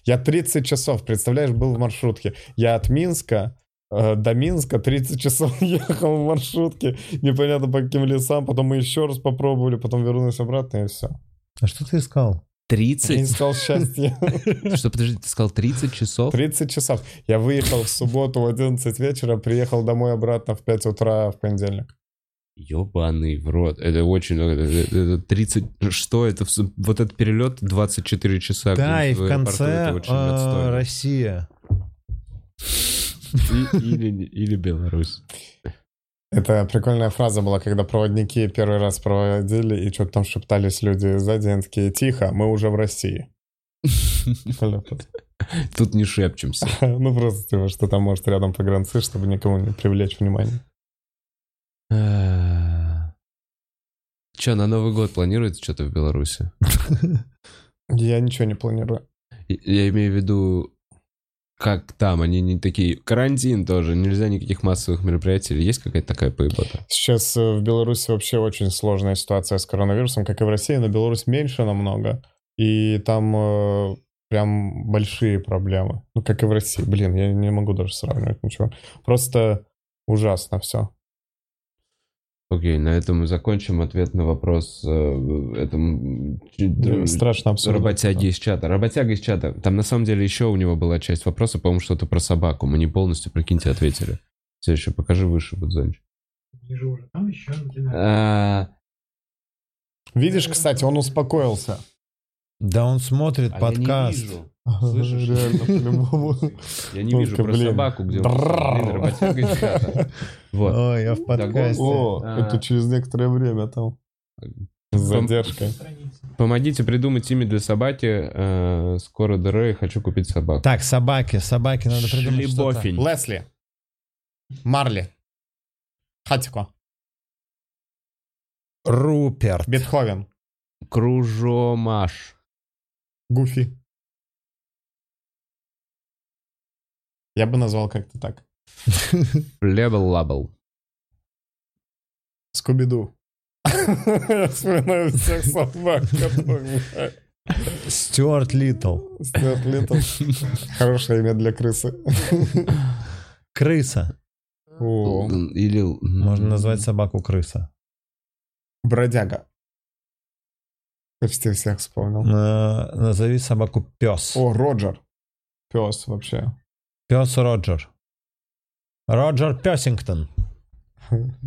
Speaker 3: Я 30 часов, представляешь, был в маршрутке. Я от Минска э, до Минска 30 часов ехал в маршрутке. Непонятно по каким лесам. Потом мы еще раз попробовали, потом вернулись обратно и все.
Speaker 2: А что ты искал?
Speaker 3: Я не
Speaker 1: 30?
Speaker 3: искал счастья.
Speaker 1: Что, подожди, ты сказал 30 часов?
Speaker 3: 30 часов. Я выехал в субботу в 11 вечера, приехал домой обратно в 5 утра в понедельник.
Speaker 1: Ёбаный в рот. Это очень много. Это- это 30... Что это? в су- Вот этот перелет 24 часа.
Speaker 2: да,
Speaker 1: блин,
Speaker 2: и в
Speaker 1: аэропорту,
Speaker 2: конце
Speaker 1: это очень
Speaker 2: э,
Speaker 1: отстойно.
Speaker 2: Россия.
Speaker 1: И- Или или Беларусь.
Speaker 3: Это прикольная фраза была, когда проводники первый раз проводили, и что-то там шептались люди сзади, и они такие, тихо, мы уже в России. Понятно.
Speaker 1: Тут не шепчемся.
Speaker 3: Ну, просто, типа, что там может рядом погранцы, чтобы никому не привлечь внимание.
Speaker 2: А.
Speaker 1: Че, на Новый год планируется что-то в Беларуси?
Speaker 3: Я ничего не планирую.
Speaker 1: И- Я имею в виду, как там, они не такие... Карантин тоже, нельзя никаких массовых мероприятий. Есть какая-то такая поебота?
Speaker 3: Сейчас э, в Беларуси вообще очень сложная ситуация с коронавирусом, как и в России, но Беларусь меньше намного. И там э, прям большие проблемы. Ну, как и в России. Блин, я не могу даже сравнивать ничего. Просто ужасно все.
Speaker 1: Окей, на этом мы закончим ответ на вопрос э, этому
Speaker 3: Страшно абсолютно.
Speaker 1: работяги из чата. Работяга из чата. Там на самом деле еще у него была часть вопроса, по-моему, что-то про собаку. Мы не полностью, прикиньте, ответили. Все еще покажи выше, Будзонч.
Speaker 8: Ниже уже. Там еще один.
Speaker 1: А,
Speaker 3: Видишь, кстати, он успокоился.
Speaker 2: Да он смотрит
Speaker 1: а я не
Speaker 2: подкаст.
Speaker 1: вижу. Слышишь?
Speaker 3: Реально, по-любому.
Speaker 1: Я не
Speaker 3: Только,
Speaker 1: вижу про
Speaker 3: блин.
Speaker 1: собаку, где он.
Speaker 3: Бррр.
Speaker 1: Блин, работяга из чата. Вот.
Speaker 3: А.
Speaker 2: Ой, я в подкасте.
Speaker 3: О,
Speaker 1: А.
Speaker 3: это через некоторое время там. С
Speaker 1: Пом-
Speaker 3: задержкой.
Speaker 8: Страница.
Speaker 1: Помогите придумать имя для собаки. э, Скоро дыры, хочу купить собаку.
Speaker 2: Так, собаки, собаки, надо придумать что-то.
Speaker 1: Шлебофень.
Speaker 3: Лесли. Марли. Хатико.
Speaker 2: Руперт.
Speaker 3: Бетховен.
Speaker 1: Кружомаш.
Speaker 3: Гуфи. Я бы назвал как-то так.
Speaker 1: Лебел-лабел.
Speaker 3: Скуби-ду. Вспоминаю всех собак, которые...
Speaker 2: Стюарт Литл.
Speaker 3: Стюарт Литтл. Хорошее имя для крысы.
Speaker 2: Крыса.
Speaker 3: О,
Speaker 1: Или...
Speaker 2: Можно назвать собаку крыса.
Speaker 3: Бродяга. Почти всех вспомнил.
Speaker 2: Э, Назови собаку пес.
Speaker 3: О, Роджер. Пес вообще.
Speaker 2: Пес Роджер. Роджер Песингтон.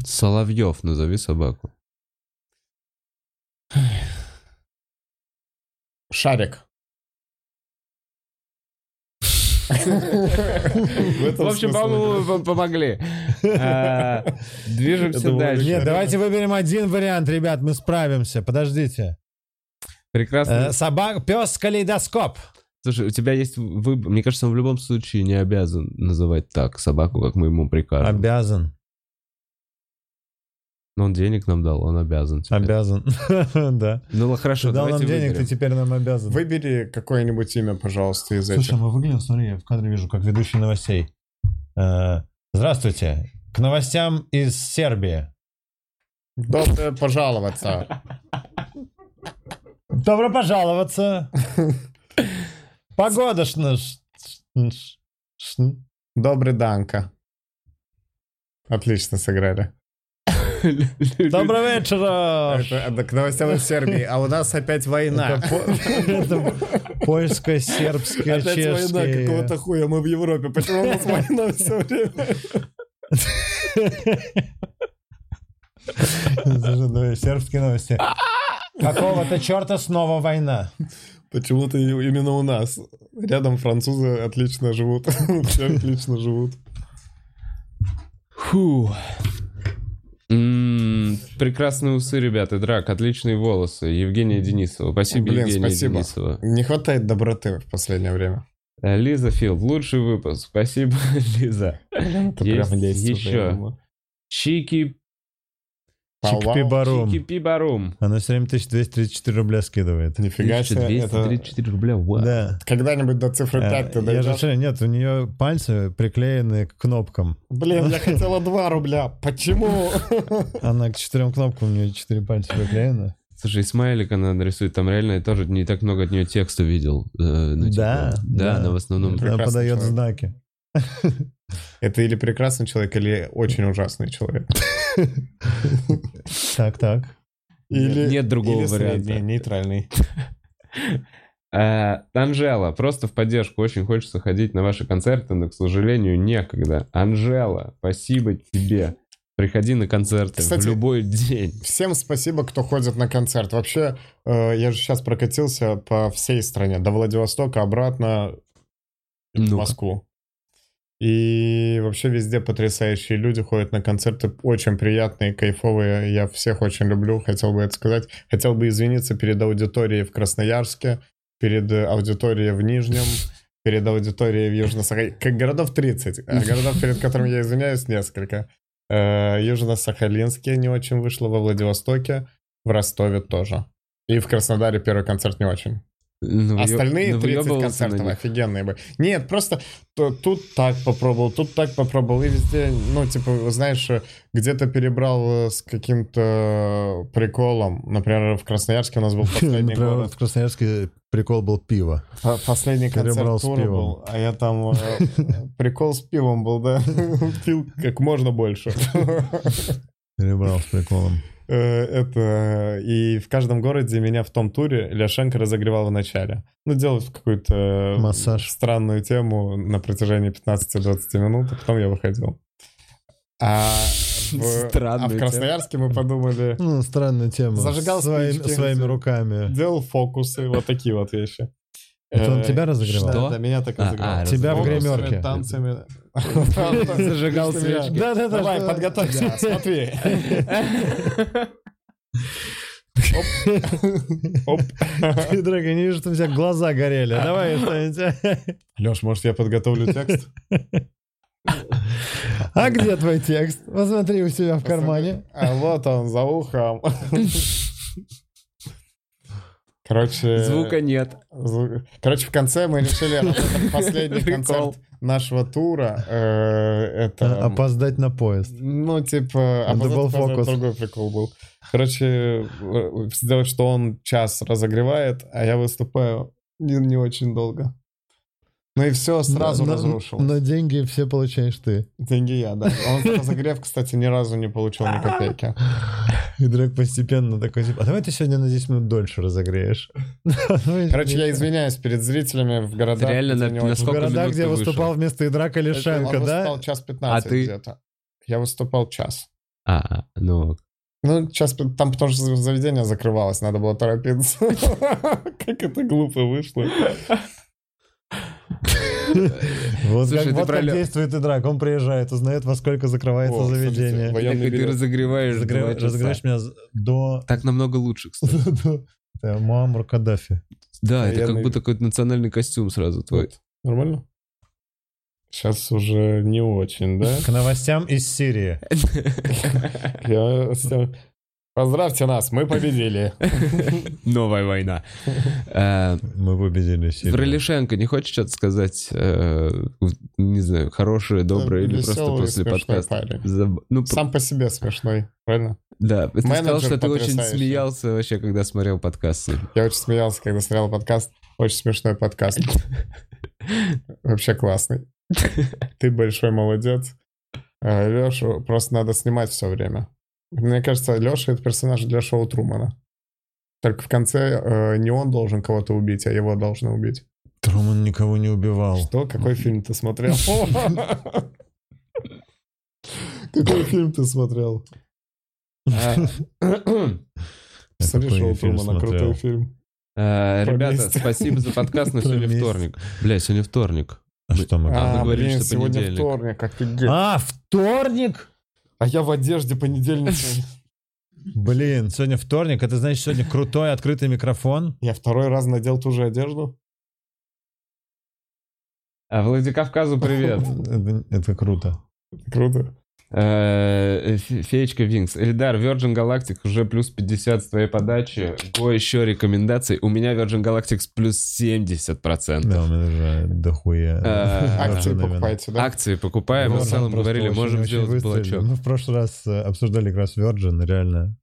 Speaker 1: Соловьев, назови собаку.
Speaker 3: Шарик. этом
Speaker 1: В общем,
Speaker 3: смысл
Speaker 1: по-моему, вы помогли. А, Движемся
Speaker 3: Это было
Speaker 1: дальше.
Speaker 2: Нет, давайте выберем один вариант, ребят, мы справимся. Подождите.
Speaker 1: Прекрасно.
Speaker 2: Э, собак, пес калейдоскоп.
Speaker 1: Слушай, у тебя есть выбор. Мне кажется, он в любом случае не обязан называть так собаку, как мы ему прикажем.
Speaker 2: Обязан.
Speaker 1: Но он денег нам дал, он обязан. теперь.
Speaker 2: Обязан. Да.
Speaker 1: Ну
Speaker 2: Ты
Speaker 1: хорошо,
Speaker 2: дал нам
Speaker 1: давайте
Speaker 2: денег, ты
Speaker 1: выберем.
Speaker 2: теперь нам обязан.
Speaker 3: Выбери какое-нибудь имя, пожалуйста, из
Speaker 2: Слушай,
Speaker 3: этих.
Speaker 2: мы выглядим, смотри, я в кадре вижу, как ведущий новостей. Э, Здравствуйте. К новостям из Сербии.
Speaker 1: ну,
Speaker 3: Добро пожаловаться.
Speaker 2: Добро пожаловаться. Погода шна- ш- ш- ш-
Speaker 3: Добрый Данка. Отлично сыграли.
Speaker 2: Доброго вечера.
Speaker 3: Это, это к новостям из Сербии. А у нас опять война.
Speaker 2: Это по- это Польско-сербская,
Speaker 3: Опять война какого-то
Speaker 2: чешская.
Speaker 3: хуя. Мы в Европе. Почему у нас война все время?
Speaker 2: Слушай, давай, Сербские новости. Какого-то черта снова война.
Speaker 3: Почему-то и- именно у нас. Рядом французы отлично живут. Все отлично живут.
Speaker 1: Фу. М, Прекрасные усы, ребята, драк, отличные волосы. Евгения Денисова. Спасибо,
Speaker 3: Блин,
Speaker 1: Евгения
Speaker 3: спасибо.
Speaker 1: Денисова.
Speaker 3: Не хватает доброты в последнее время.
Speaker 1: Э, Лиза Филд, лучший выпуск. Спасибо, Лиза.
Speaker 3: Это
Speaker 1: Есть
Speaker 3: прям есть уже, я
Speaker 1: еще.
Speaker 3: думаю.
Speaker 1: Чики,
Speaker 3: Пау-вау.
Speaker 2: Чикпи-барум.
Speaker 1: чики пибарум.
Speaker 2: Она все время 1234 рубля скидывает.
Speaker 3: Нифига себе. это-
Speaker 1: 1234 рубля, вау.
Speaker 2: Да.
Speaker 3: Когда-нибудь до цифры
Speaker 2: Э,
Speaker 3: 5 ты
Speaker 2: я же
Speaker 3: дойдешь?
Speaker 2: всё- нет, у нее пальцы приклеены к кнопкам.
Speaker 3: Блин, я хотела 2 рубля. Почему?
Speaker 2: Она к четырем кнопкам, у нее четыре пальца приклеены.
Speaker 1: Слушай, и смайлик она нарисует, там реально я тоже не так много от нее текста видел. Э, ну, типа,
Speaker 2: Да,
Speaker 1: да,
Speaker 2: да.
Speaker 1: она в основном...
Speaker 3: Прям
Speaker 2: Она
Speaker 3: Прекрасный
Speaker 2: подает
Speaker 3: человек.
Speaker 2: знаки.
Speaker 3: Это или прекрасный человек, или очень ужасный человек.
Speaker 2: Так, так.
Speaker 3: Или
Speaker 1: Нет другого
Speaker 3: или
Speaker 1: варианта.
Speaker 3: средний, нейтральный.
Speaker 1: Э, Анжела, просто в поддержку. Очень хочется ходить на ваши концерты, но, к сожалению, некогда. Анжела, спасибо тебе. Приходи на концерты
Speaker 3: Кстати-
Speaker 1: в любой день.
Speaker 3: Всем спасибо, кто ходит на концерт. Вообще, э, я же сейчас прокатился по всей стране, до Владивостока, обратно в
Speaker 1: Ну-ка.
Speaker 3: Москву. И вообще везде потрясающие люди ходят на концерты, очень приятные, кайфовые. Я всех очень люблю, хотел бы это сказать. Хотел бы извиниться перед аудиторией в Красноярске, перед э, аудиторией в Нижнем, перед аудиторией в Южно-Сахалинске. Городов 30, а городов, перед которыми я извиняюсь, несколько. Э, Южно-Сахалинске не очень вышло, во Владивостоке, в Ростове тоже. И в Краснодаре первый концерт не очень.
Speaker 1: Ну,
Speaker 3: Остальные
Speaker 1: ну,
Speaker 3: 30
Speaker 1: выебывался
Speaker 3: концертов
Speaker 1: на них.
Speaker 3: офигенные бы. Нет, просто то- тут так попробовал, тут так попробовал, и везде, ну, типа, знаешь, э, где-то перебрал э, с каким-то приколом. Например, в Красноярске у нас был последний
Speaker 2: Например,
Speaker 3: город.
Speaker 2: в Красноярске прикол был пиво.
Speaker 3: По- Последний
Speaker 2: Перебрал
Speaker 3: концерт
Speaker 2: с
Speaker 3: тура
Speaker 2: пивом.
Speaker 3: был, а я там э, прикол с пивом был, да. Пил как можно больше.
Speaker 2: Перебрал с приколом.
Speaker 3: Э, это... И в каждом городе меня в том туре Ляшенко разогревал в начале. Ну, делал какую-то... э,
Speaker 2: Массаж.
Speaker 3: Странную тему на протяжении 15-20 минут, а потом я выходил. А в,
Speaker 1: Странную
Speaker 3: а в
Speaker 1: тему.
Speaker 3: Красноярске мы подумали...
Speaker 2: Ну, странная тема.
Speaker 3: Зажигал
Speaker 2: Своим-
Speaker 3: спички.
Speaker 2: своими руками.
Speaker 3: Делал фокусы, вот такие вот вещи.
Speaker 2: Это он
Speaker 3: Э,
Speaker 2: тебя разогревал?
Speaker 1: что?
Speaker 3: Да, да, меня так
Speaker 1: А,
Speaker 3: разогревал.
Speaker 1: а,
Speaker 2: Тебя в
Speaker 3: Фокусами,
Speaker 2: гримерке.
Speaker 3: танцами.
Speaker 1: Зажигал
Speaker 3: Ты меня-
Speaker 1: свечки.
Speaker 2: Да, да, да.
Speaker 3: Давай, подготовься, смотри. Оп.
Speaker 2: Ты, Дрек, я не вижу, что у тебя глаза горели. Давай, что-нибудь.
Speaker 3: Леш, может, я подготовлю текст?
Speaker 2: А где твой текст? Посмотри у себя в кармане.
Speaker 3: А вот он, за ухом. Короче...
Speaker 1: Звука нет.
Speaker 3: Зву- Короче, в конце мы решили работать последний
Speaker 1: Прикол.
Speaker 3: концерт нашего тура. э,
Speaker 2: А,
Speaker 3: Это...
Speaker 2: Опоздать на поезд.
Speaker 3: Ну, типа...
Speaker 2: Это
Speaker 3: опоздать
Speaker 2: был
Speaker 3: в концерт
Speaker 2: фокус.
Speaker 3: Другой прикол был. Короче, э, сделать, что он час разогревает, а я выступаю не, не очень долго. Ну и все сразу
Speaker 2: Но- но-
Speaker 3: разрушил.
Speaker 2: Но деньги все получаешь ты.
Speaker 3: Деньги я, да. Он за разогрев, кстати, ни разу не получил ни копейки.
Speaker 2: И Дрек постепенно такой, типа, а давай ты сегодня на 10 минут дольше разогреешь.
Speaker 3: Короче, я извиняюсь перед зрителями в
Speaker 1: Ты
Speaker 3: городах.
Speaker 1: реально
Speaker 3: где
Speaker 1: на,
Speaker 3: не
Speaker 1: на
Speaker 3: очень-
Speaker 2: В
Speaker 1: сколько
Speaker 2: городах,
Speaker 1: минут
Speaker 2: где
Speaker 1: ты вышел?
Speaker 2: выступал вместо Идрака Лишенко,
Speaker 3: Он выступал
Speaker 2: да?
Speaker 3: час 15
Speaker 1: А ты?
Speaker 3: где-то. Я выступал час.
Speaker 1: А, ну,
Speaker 3: Ну, сейчас там потому что заведение закрывалось, надо было торопиться. Как это глупо вышло.
Speaker 2: Вот
Speaker 1: Слушай,
Speaker 2: как
Speaker 1: ты
Speaker 2: вот как
Speaker 1: пролё-
Speaker 2: действует Идрак. Он приезжает, узнает, во сколько закрывается
Speaker 3: О, смотрите,
Speaker 2: заведение.
Speaker 1: так
Speaker 3: военный
Speaker 1: и ты
Speaker 3: билет.
Speaker 1: разогреваешь
Speaker 2: Разогре-
Speaker 1: два часа.
Speaker 2: Разыграешь меня з- до...
Speaker 1: Так намного лучше, кстати.
Speaker 2: до- Это Муаммар Каддафи.
Speaker 1: Да, это
Speaker 3: Военный-
Speaker 1: как будто какой-то национальный костюм сразу твой.
Speaker 3: Нормально? Сейчас уже не очень, да?
Speaker 2: К новостям из Сирии.
Speaker 3: Я с- Поздравьте нас, мы победили.
Speaker 1: Новая война. Э,
Speaker 2: Мы победили Сирию.
Speaker 1: Про Лишенко не хочешь что-то сказать? Э, Не знаю, хорошее, доброе или просто
Speaker 3: Весёлый,
Speaker 1: после
Speaker 3: смешной
Speaker 1: подкаста?
Speaker 3: парень.
Speaker 1: Заб- Ну, про-
Speaker 3: Сам по себе смешной, правильно?
Speaker 1: да. Ты сказал,
Speaker 3: менеджер
Speaker 1: что ты очень
Speaker 3: потрясающий.
Speaker 1: смеялся вообще, когда смотрел подкаст. с ним.
Speaker 3: Я очень смеялся, когда смотрел подкаст. Очень смешной подкаст. Вообще классный. Ты большой молодец. Лешу просто надо снимать все время. Мне кажется, Леша это персонаж для шоу Трумана. Только в конце э, не он должен кого-то убить, а его должны убить.
Speaker 2: Труман никого не убивал.
Speaker 3: Что? Какой фильм ты смотрел? Какой фильм ты смотрел? Смотри,
Speaker 2: какой
Speaker 3: шоу
Speaker 2: я фильм
Speaker 3: Трумана,
Speaker 2: смотрел?
Speaker 3: крутой фильм.
Speaker 1: Э,
Speaker 3: Про
Speaker 1: Ребята,
Speaker 3: месть.
Speaker 1: спасибо за подкаст, но
Speaker 2: Про
Speaker 1: сегодня
Speaker 2: месть.
Speaker 1: вторник. Бля, сегодня вторник.
Speaker 2: А что мы...
Speaker 1: А,
Speaker 3: А,
Speaker 1: говоришь,
Speaker 3: блин,
Speaker 1: что
Speaker 3: сегодня
Speaker 1: понедельник.
Speaker 3: вторник, офигеть.
Speaker 2: А, вторник?
Speaker 3: А я в одежде понедельничаю.
Speaker 2: Блин, сегодня вторник. Это значит, сегодня крутой открытый микрофон.
Speaker 3: Я второй раз надел ту же одежду.
Speaker 1: А, Владикавказу привет.
Speaker 2: Это, это круто.
Speaker 3: Круто.
Speaker 1: Э, Фе- Феечка Винкс. Эльдар, Virgin Galactic уже плюс 50 с твоей подачи. По еще рекомендации. У меня Virgin Galactic плюс 70%.
Speaker 2: Да, у меня даже дохуя.
Speaker 1: А,
Speaker 3: Э, Акции
Speaker 2: Наверное.
Speaker 3: покупайте, да?
Speaker 1: Акции покупаем, мы в
Speaker 2: Virgin
Speaker 1: целом
Speaker 2: просто
Speaker 1: говорили,
Speaker 2: очень-
Speaker 1: можем
Speaker 2: очень
Speaker 1: сделать
Speaker 2: выстрелили.
Speaker 1: блочок.
Speaker 2: Мы в прошлый раз э, обсуждали как раз Virgin, реально.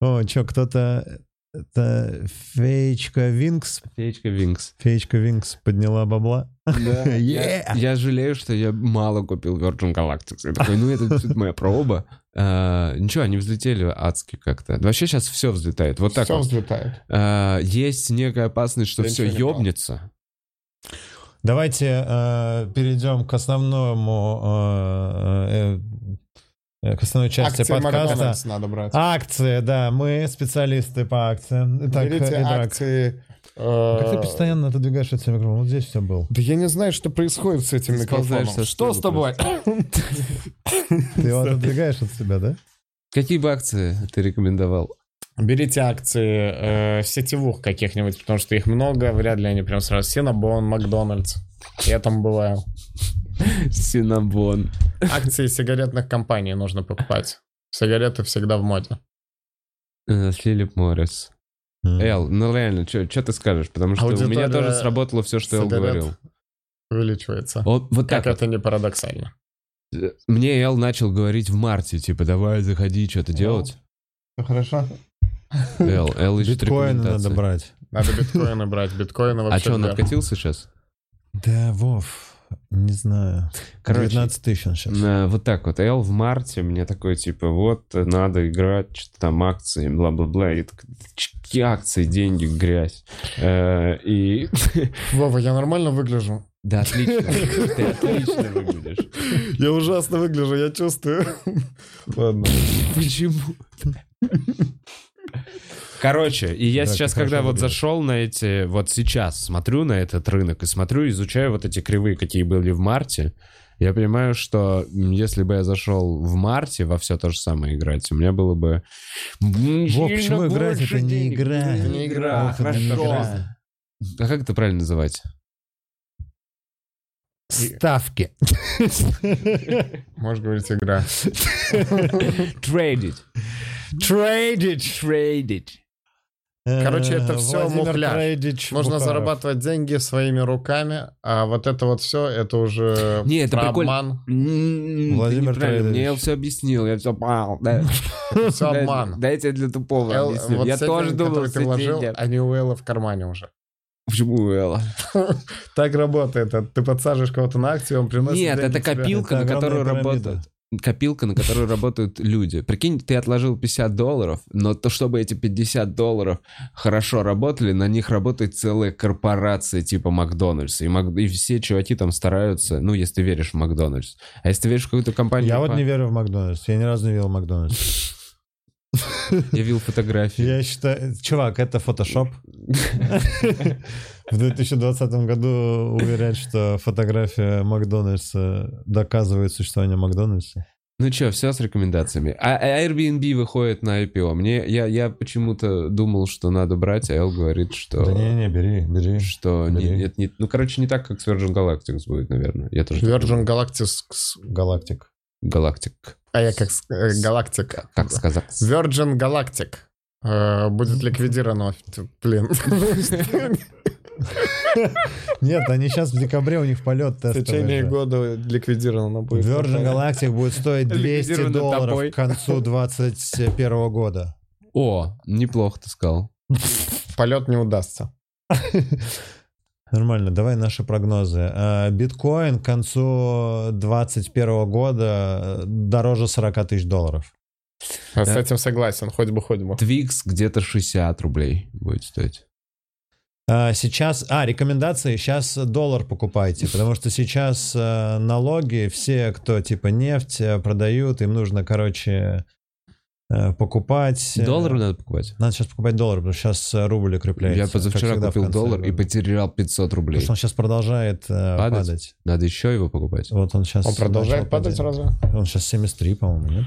Speaker 2: О, чё, кто-то... Это феечка Винкс.
Speaker 1: Феечка Винкс.
Speaker 2: Феечка Винкс подняла бабла.
Speaker 1: Я, я жалею, что я мало купил Virgin Galactic. Я такой, ну это тут моя проба. Э, ничего, они взлетели адски как-то. Вообще сейчас все взлетает. Вот так
Speaker 3: Все
Speaker 1: вот.
Speaker 3: взлетает.
Speaker 1: Э, есть некая опасность, что
Speaker 3: Я
Speaker 1: все
Speaker 3: ничего не понял.
Speaker 1: ёбнется.
Speaker 2: Давайте э, перейдем к основному... э, э, к основной части
Speaker 3: Акции
Speaker 2: подкаста.
Speaker 3: Макдональдс надо брать.
Speaker 2: Акции, да, мы специалисты по акциям. Итак,
Speaker 3: Берите
Speaker 2: Идрак,
Speaker 3: акции...
Speaker 2: Как ты
Speaker 3: э,
Speaker 2: постоянно отодвигаешь от себя микрофон? Вот здесь все был.
Speaker 3: Да я не знаю, что происходит с этим
Speaker 1: Ты
Speaker 3: микрофоном.
Speaker 1: сползаешь со
Speaker 3: Что с
Speaker 1: стула
Speaker 3: тобой?
Speaker 2: Ты его отодвигаешь от себя, да?
Speaker 1: Какие бы акции ты рекомендовал?
Speaker 3: Берите акции э, сетевых каких-нибудь, потому что их много, вряд ли они прям сразу. Синабон, Макдональдс. Я там бываю.
Speaker 1: Синабон.
Speaker 3: Акции сигаретных компаний нужно покупать. Сигареты всегда в моде.
Speaker 1: Э, Филипп Моррис. Эл, ну реально, что ты скажешь? Потому
Speaker 2: А
Speaker 1: что у меня
Speaker 3: Аудитория
Speaker 1: тоже сработало все, что Эл
Speaker 3: сигарет.
Speaker 1: говорил.
Speaker 3: Увеличивается.
Speaker 1: Вот, вот
Speaker 3: Как
Speaker 1: так.
Speaker 3: это не парадоксально.
Speaker 1: вот. Мне Эл начал говорить в марте, типа, давай заходи, что-то делать.
Speaker 3: Хорошо.
Speaker 1: Эл, Эл ищет
Speaker 2: Биткоины надо
Speaker 1: рекомендации.
Speaker 2: брать.
Speaker 3: Надо биткоины брать. Биткоины вообще
Speaker 1: А что, он
Speaker 3: вверх.
Speaker 1: откатился сейчас?
Speaker 2: Да, Вов, не знаю.
Speaker 1: Короче,
Speaker 2: 19 тысяч он сейчас.
Speaker 1: Э, Вот так вот. Эл в марте мне такой, типа, вот, надо играть, что-то там акции, бла-бла-бла. И так, «Чики, акции, деньги, грязь. Э, И...
Speaker 3: Вова, я нормально выгляжу?
Speaker 1: Да, отлично. Ты отлично выглядишь.
Speaker 3: Я ужасно выгляжу, я чувствую. Ладно.
Speaker 1: Почему? Короче, и я
Speaker 2: Да,
Speaker 1: сейчас,
Speaker 2: ты хорошо
Speaker 1: когда вот
Speaker 2: выглядишь.
Speaker 1: зашел на эти, вот сейчас смотрю на этот рынок и смотрю, изучаю вот эти кривые, какие были в марте, Я понимаю, что м, если бы я зашел в марте во все то же самое играть, у меня было бы... м,
Speaker 2: Вов,
Speaker 1: сильно
Speaker 2: почему играть?
Speaker 1: больше
Speaker 2: Это не
Speaker 1: денег.
Speaker 2: игра.
Speaker 1: Это Не игра,
Speaker 2: Вов, это не
Speaker 1: хорошо.
Speaker 2: игра.
Speaker 1: А как это правильно называть?
Speaker 2: Ставки.
Speaker 3: Можешь говорить игра.
Speaker 4: Трейдить.
Speaker 2: Трейдить.
Speaker 4: Трейдить.
Speaker 3: Короче, это
Speaker 2: Э,
Speaker 3: всё
Speaker 2: Владимир
Speaker 3: мухляж.
Speaker 2: Трейдич
Speaker 3: Можно
Speaker 2: Бухаров.
Speaker 3: зарабатывать деньги своими руками, а вот это вот все, это уже
Speaker 1: Не, это
Speaker 3: про
Speaker 1: прикольно.
Speaker 3: обман.
Speaker 2: Владимир
Speaker 1: Владимир Мне я
Speaker 2: Трейдович.
Speaker 1: все объяснил, я все понял. да.
Speaker 3: Все
Speaker 4: Дай-
Speaker 3: обман.
Speaker 4: Дайте для тупого
Speaker 3: Эл-
Speaker 4: объясню.
Speaker 3: вот
Speaker 4: Я
Speaker 3: все
Speaker 4: тоже
Speaker 3: деньги,
Speaker 4: думал,
Speaker 3: которые
Speaker 4: что
Speaker 3: ты вложил,
Speaker 4: деньги-
Speaker 3: они у Элла в кармане уже.
Speaker 4: Почему Элла?
Speaker 3: Так работает. это Ты подсаживаешь кого-то на акцию, он приносит
Speaker 1: Нет,
Speaker 3: деньги
Speaker 1: это
Speaker 3: тебе.
Speaker 1: копилка, на
Speaker 2: Это
Speaker 1: которую
Speaker 2: огромная пирамида.
Speaker 1: работают. Копилка, на которую работают люди. Прикинь, ты отложил 50 долларов, но то, чтобы эти 50 долларов хорошо работали, на них работает целая корпорация типа Макдональдса. И, Мак- и все чуваки там стараются, ну, если ты веришь в Макдональдс. А если ты веришь в какую-то компанию... типа
Speaker 2: Я вот
Speaker 1: по-
Speaker 2: не верю в Макдональдс. Я ни разу не верил в Макдональдс.
Speaker 1: Я видел фотографии.
Speaker 2: Я считаю... Чувак, это фотошоп. В 2020 году уверять, что фотография Макдональдса доказывает существование Макдональдса.
Speaker 1: Ну чё, все с рекомендациями. А а Airbnb выходит на IPO. Мне, я, я почему-то думал, что надо брать, а Эл говорит, что...
Speaker 2: Да не-не, бери, бери.
Speaker 1: Что не-
Speaker 2: Блин.
Speaker 1: нет, не- ну, короче, не так, как с Virgin Galactics будет, наверное. Я тоже так
Speaker 3: Virgin
Speaker 1: думаю.
Speaker 3: Galactic.
Speaker 2: Галактик.
Speaker 1: Galactic.
Speaker 3: А я как с- э, Галактика.
Speaker 1: Как сказать?
Speaker 3: Virgin Galactic э, будет ликвидирована. Блин.
Speaker 2: Нет, они сейчас в декабре, у них полет
Speaker 3: В
Speaker 2: тестовый.
Speaker 3: течение
Speaker 2: же.
Speaker 3: года ликвидирована будет.
Speaker 2: Virgin Galactic будет стоить 200
Speaker 4: Ликвидировано
Speaker 2: долларов
Speaker 4: тобой.
Speaker 2: к концу 2021 года.
Speaker 1: О, неплохо ты сказал.
Speaker 3: Полет не удастся.
Speaker 2: Нормально, давай наши прогнозы. Э, Биткоин к концу 2021 года э, дороже 40 тысяч долларов.
Speaker 3: А С этим согласен, хоть бы, хоть бы.
Speaker 1: Твикс где-то 60 рублей будет стоить.
Speaker 2: А, Сейчас, а, рекомендации, сейчас доллар покупайте, потому что сейчас э, налоги, все, кто типа нефть э, продают, им нужно, короче, э, покупать. э,
Speaker 1: Доллары надо покупать.
Speaker 2: Надо сейчас покупать доллар, потому что сейчас рубль укрепляется.
Speaker 1: Я
Speaker 2: как
Speaker 1: позавчера
Speaker 2: всегда, в
Speaker 1: купил
Speaker 2: конце
Speaker 1: доллар и
Speaker 2: года.
Speaker 1: потерял 500
Speaker 2: Потому
Speaker 1: рублей.
Speaker 2: что он сейчас продолжает э,
Speaker 1: Падать?
Speaker 2: падать.
Speaker 1: Надо еще его покупать.
Speaker 2: Вот он сейчас...
Speaker 3: Он продолжает
Speaker 2: начал
Speaker 3: падать разве?
Speaker 2: Он сейчас 73, по-моему, нет?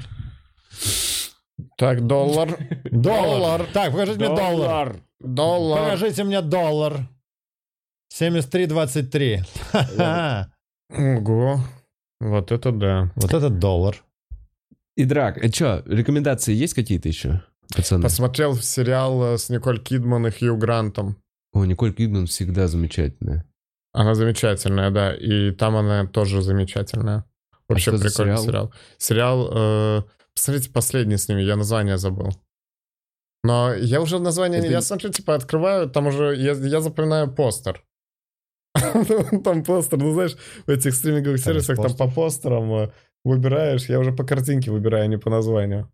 Speaker 3: Так, доллар. Доллар.
Speaker 2: Так, покажите мне доллар.
Speaker 3: Доллар.
Speaker 2: Покажите мне доллар. 73,23. Ха-ха.
Speaker 3: Ого. Вот это да.
Speaker 2: Вот это доллар.
Speaker 1: Идрак, э, чё, рекомендации есть какие-то еще? Пацаны.
Speaker 3: Посмотрел сериал э, с Николь Кидман и Хью Грантом.
Speaker 1: О, Николь Кидман всегда замечательная.
Speaker 3: Она замечательная, да. И там она тоже замечательная. Вообще
Speaker 1: что за
Speaker 3: прикольный
Speaker 1: сериал?
Speaker 3: сериал. Сериал... э, посмотрите последний с ними, я название забыл. Но я уже название...
Speaker 1: Это
Speaker 3: Я
Speaker 1: не-
Speaker 3: смотрю, типа, открываю, там уже... Я, я запоминаю постер. Там постер, ну знаешь, в этих стриминговых
Speaker 2: Там есть
Speaker 3: сервисах там по постерам э, выбираешь. Я уже по картинке выбираю, а не по названию.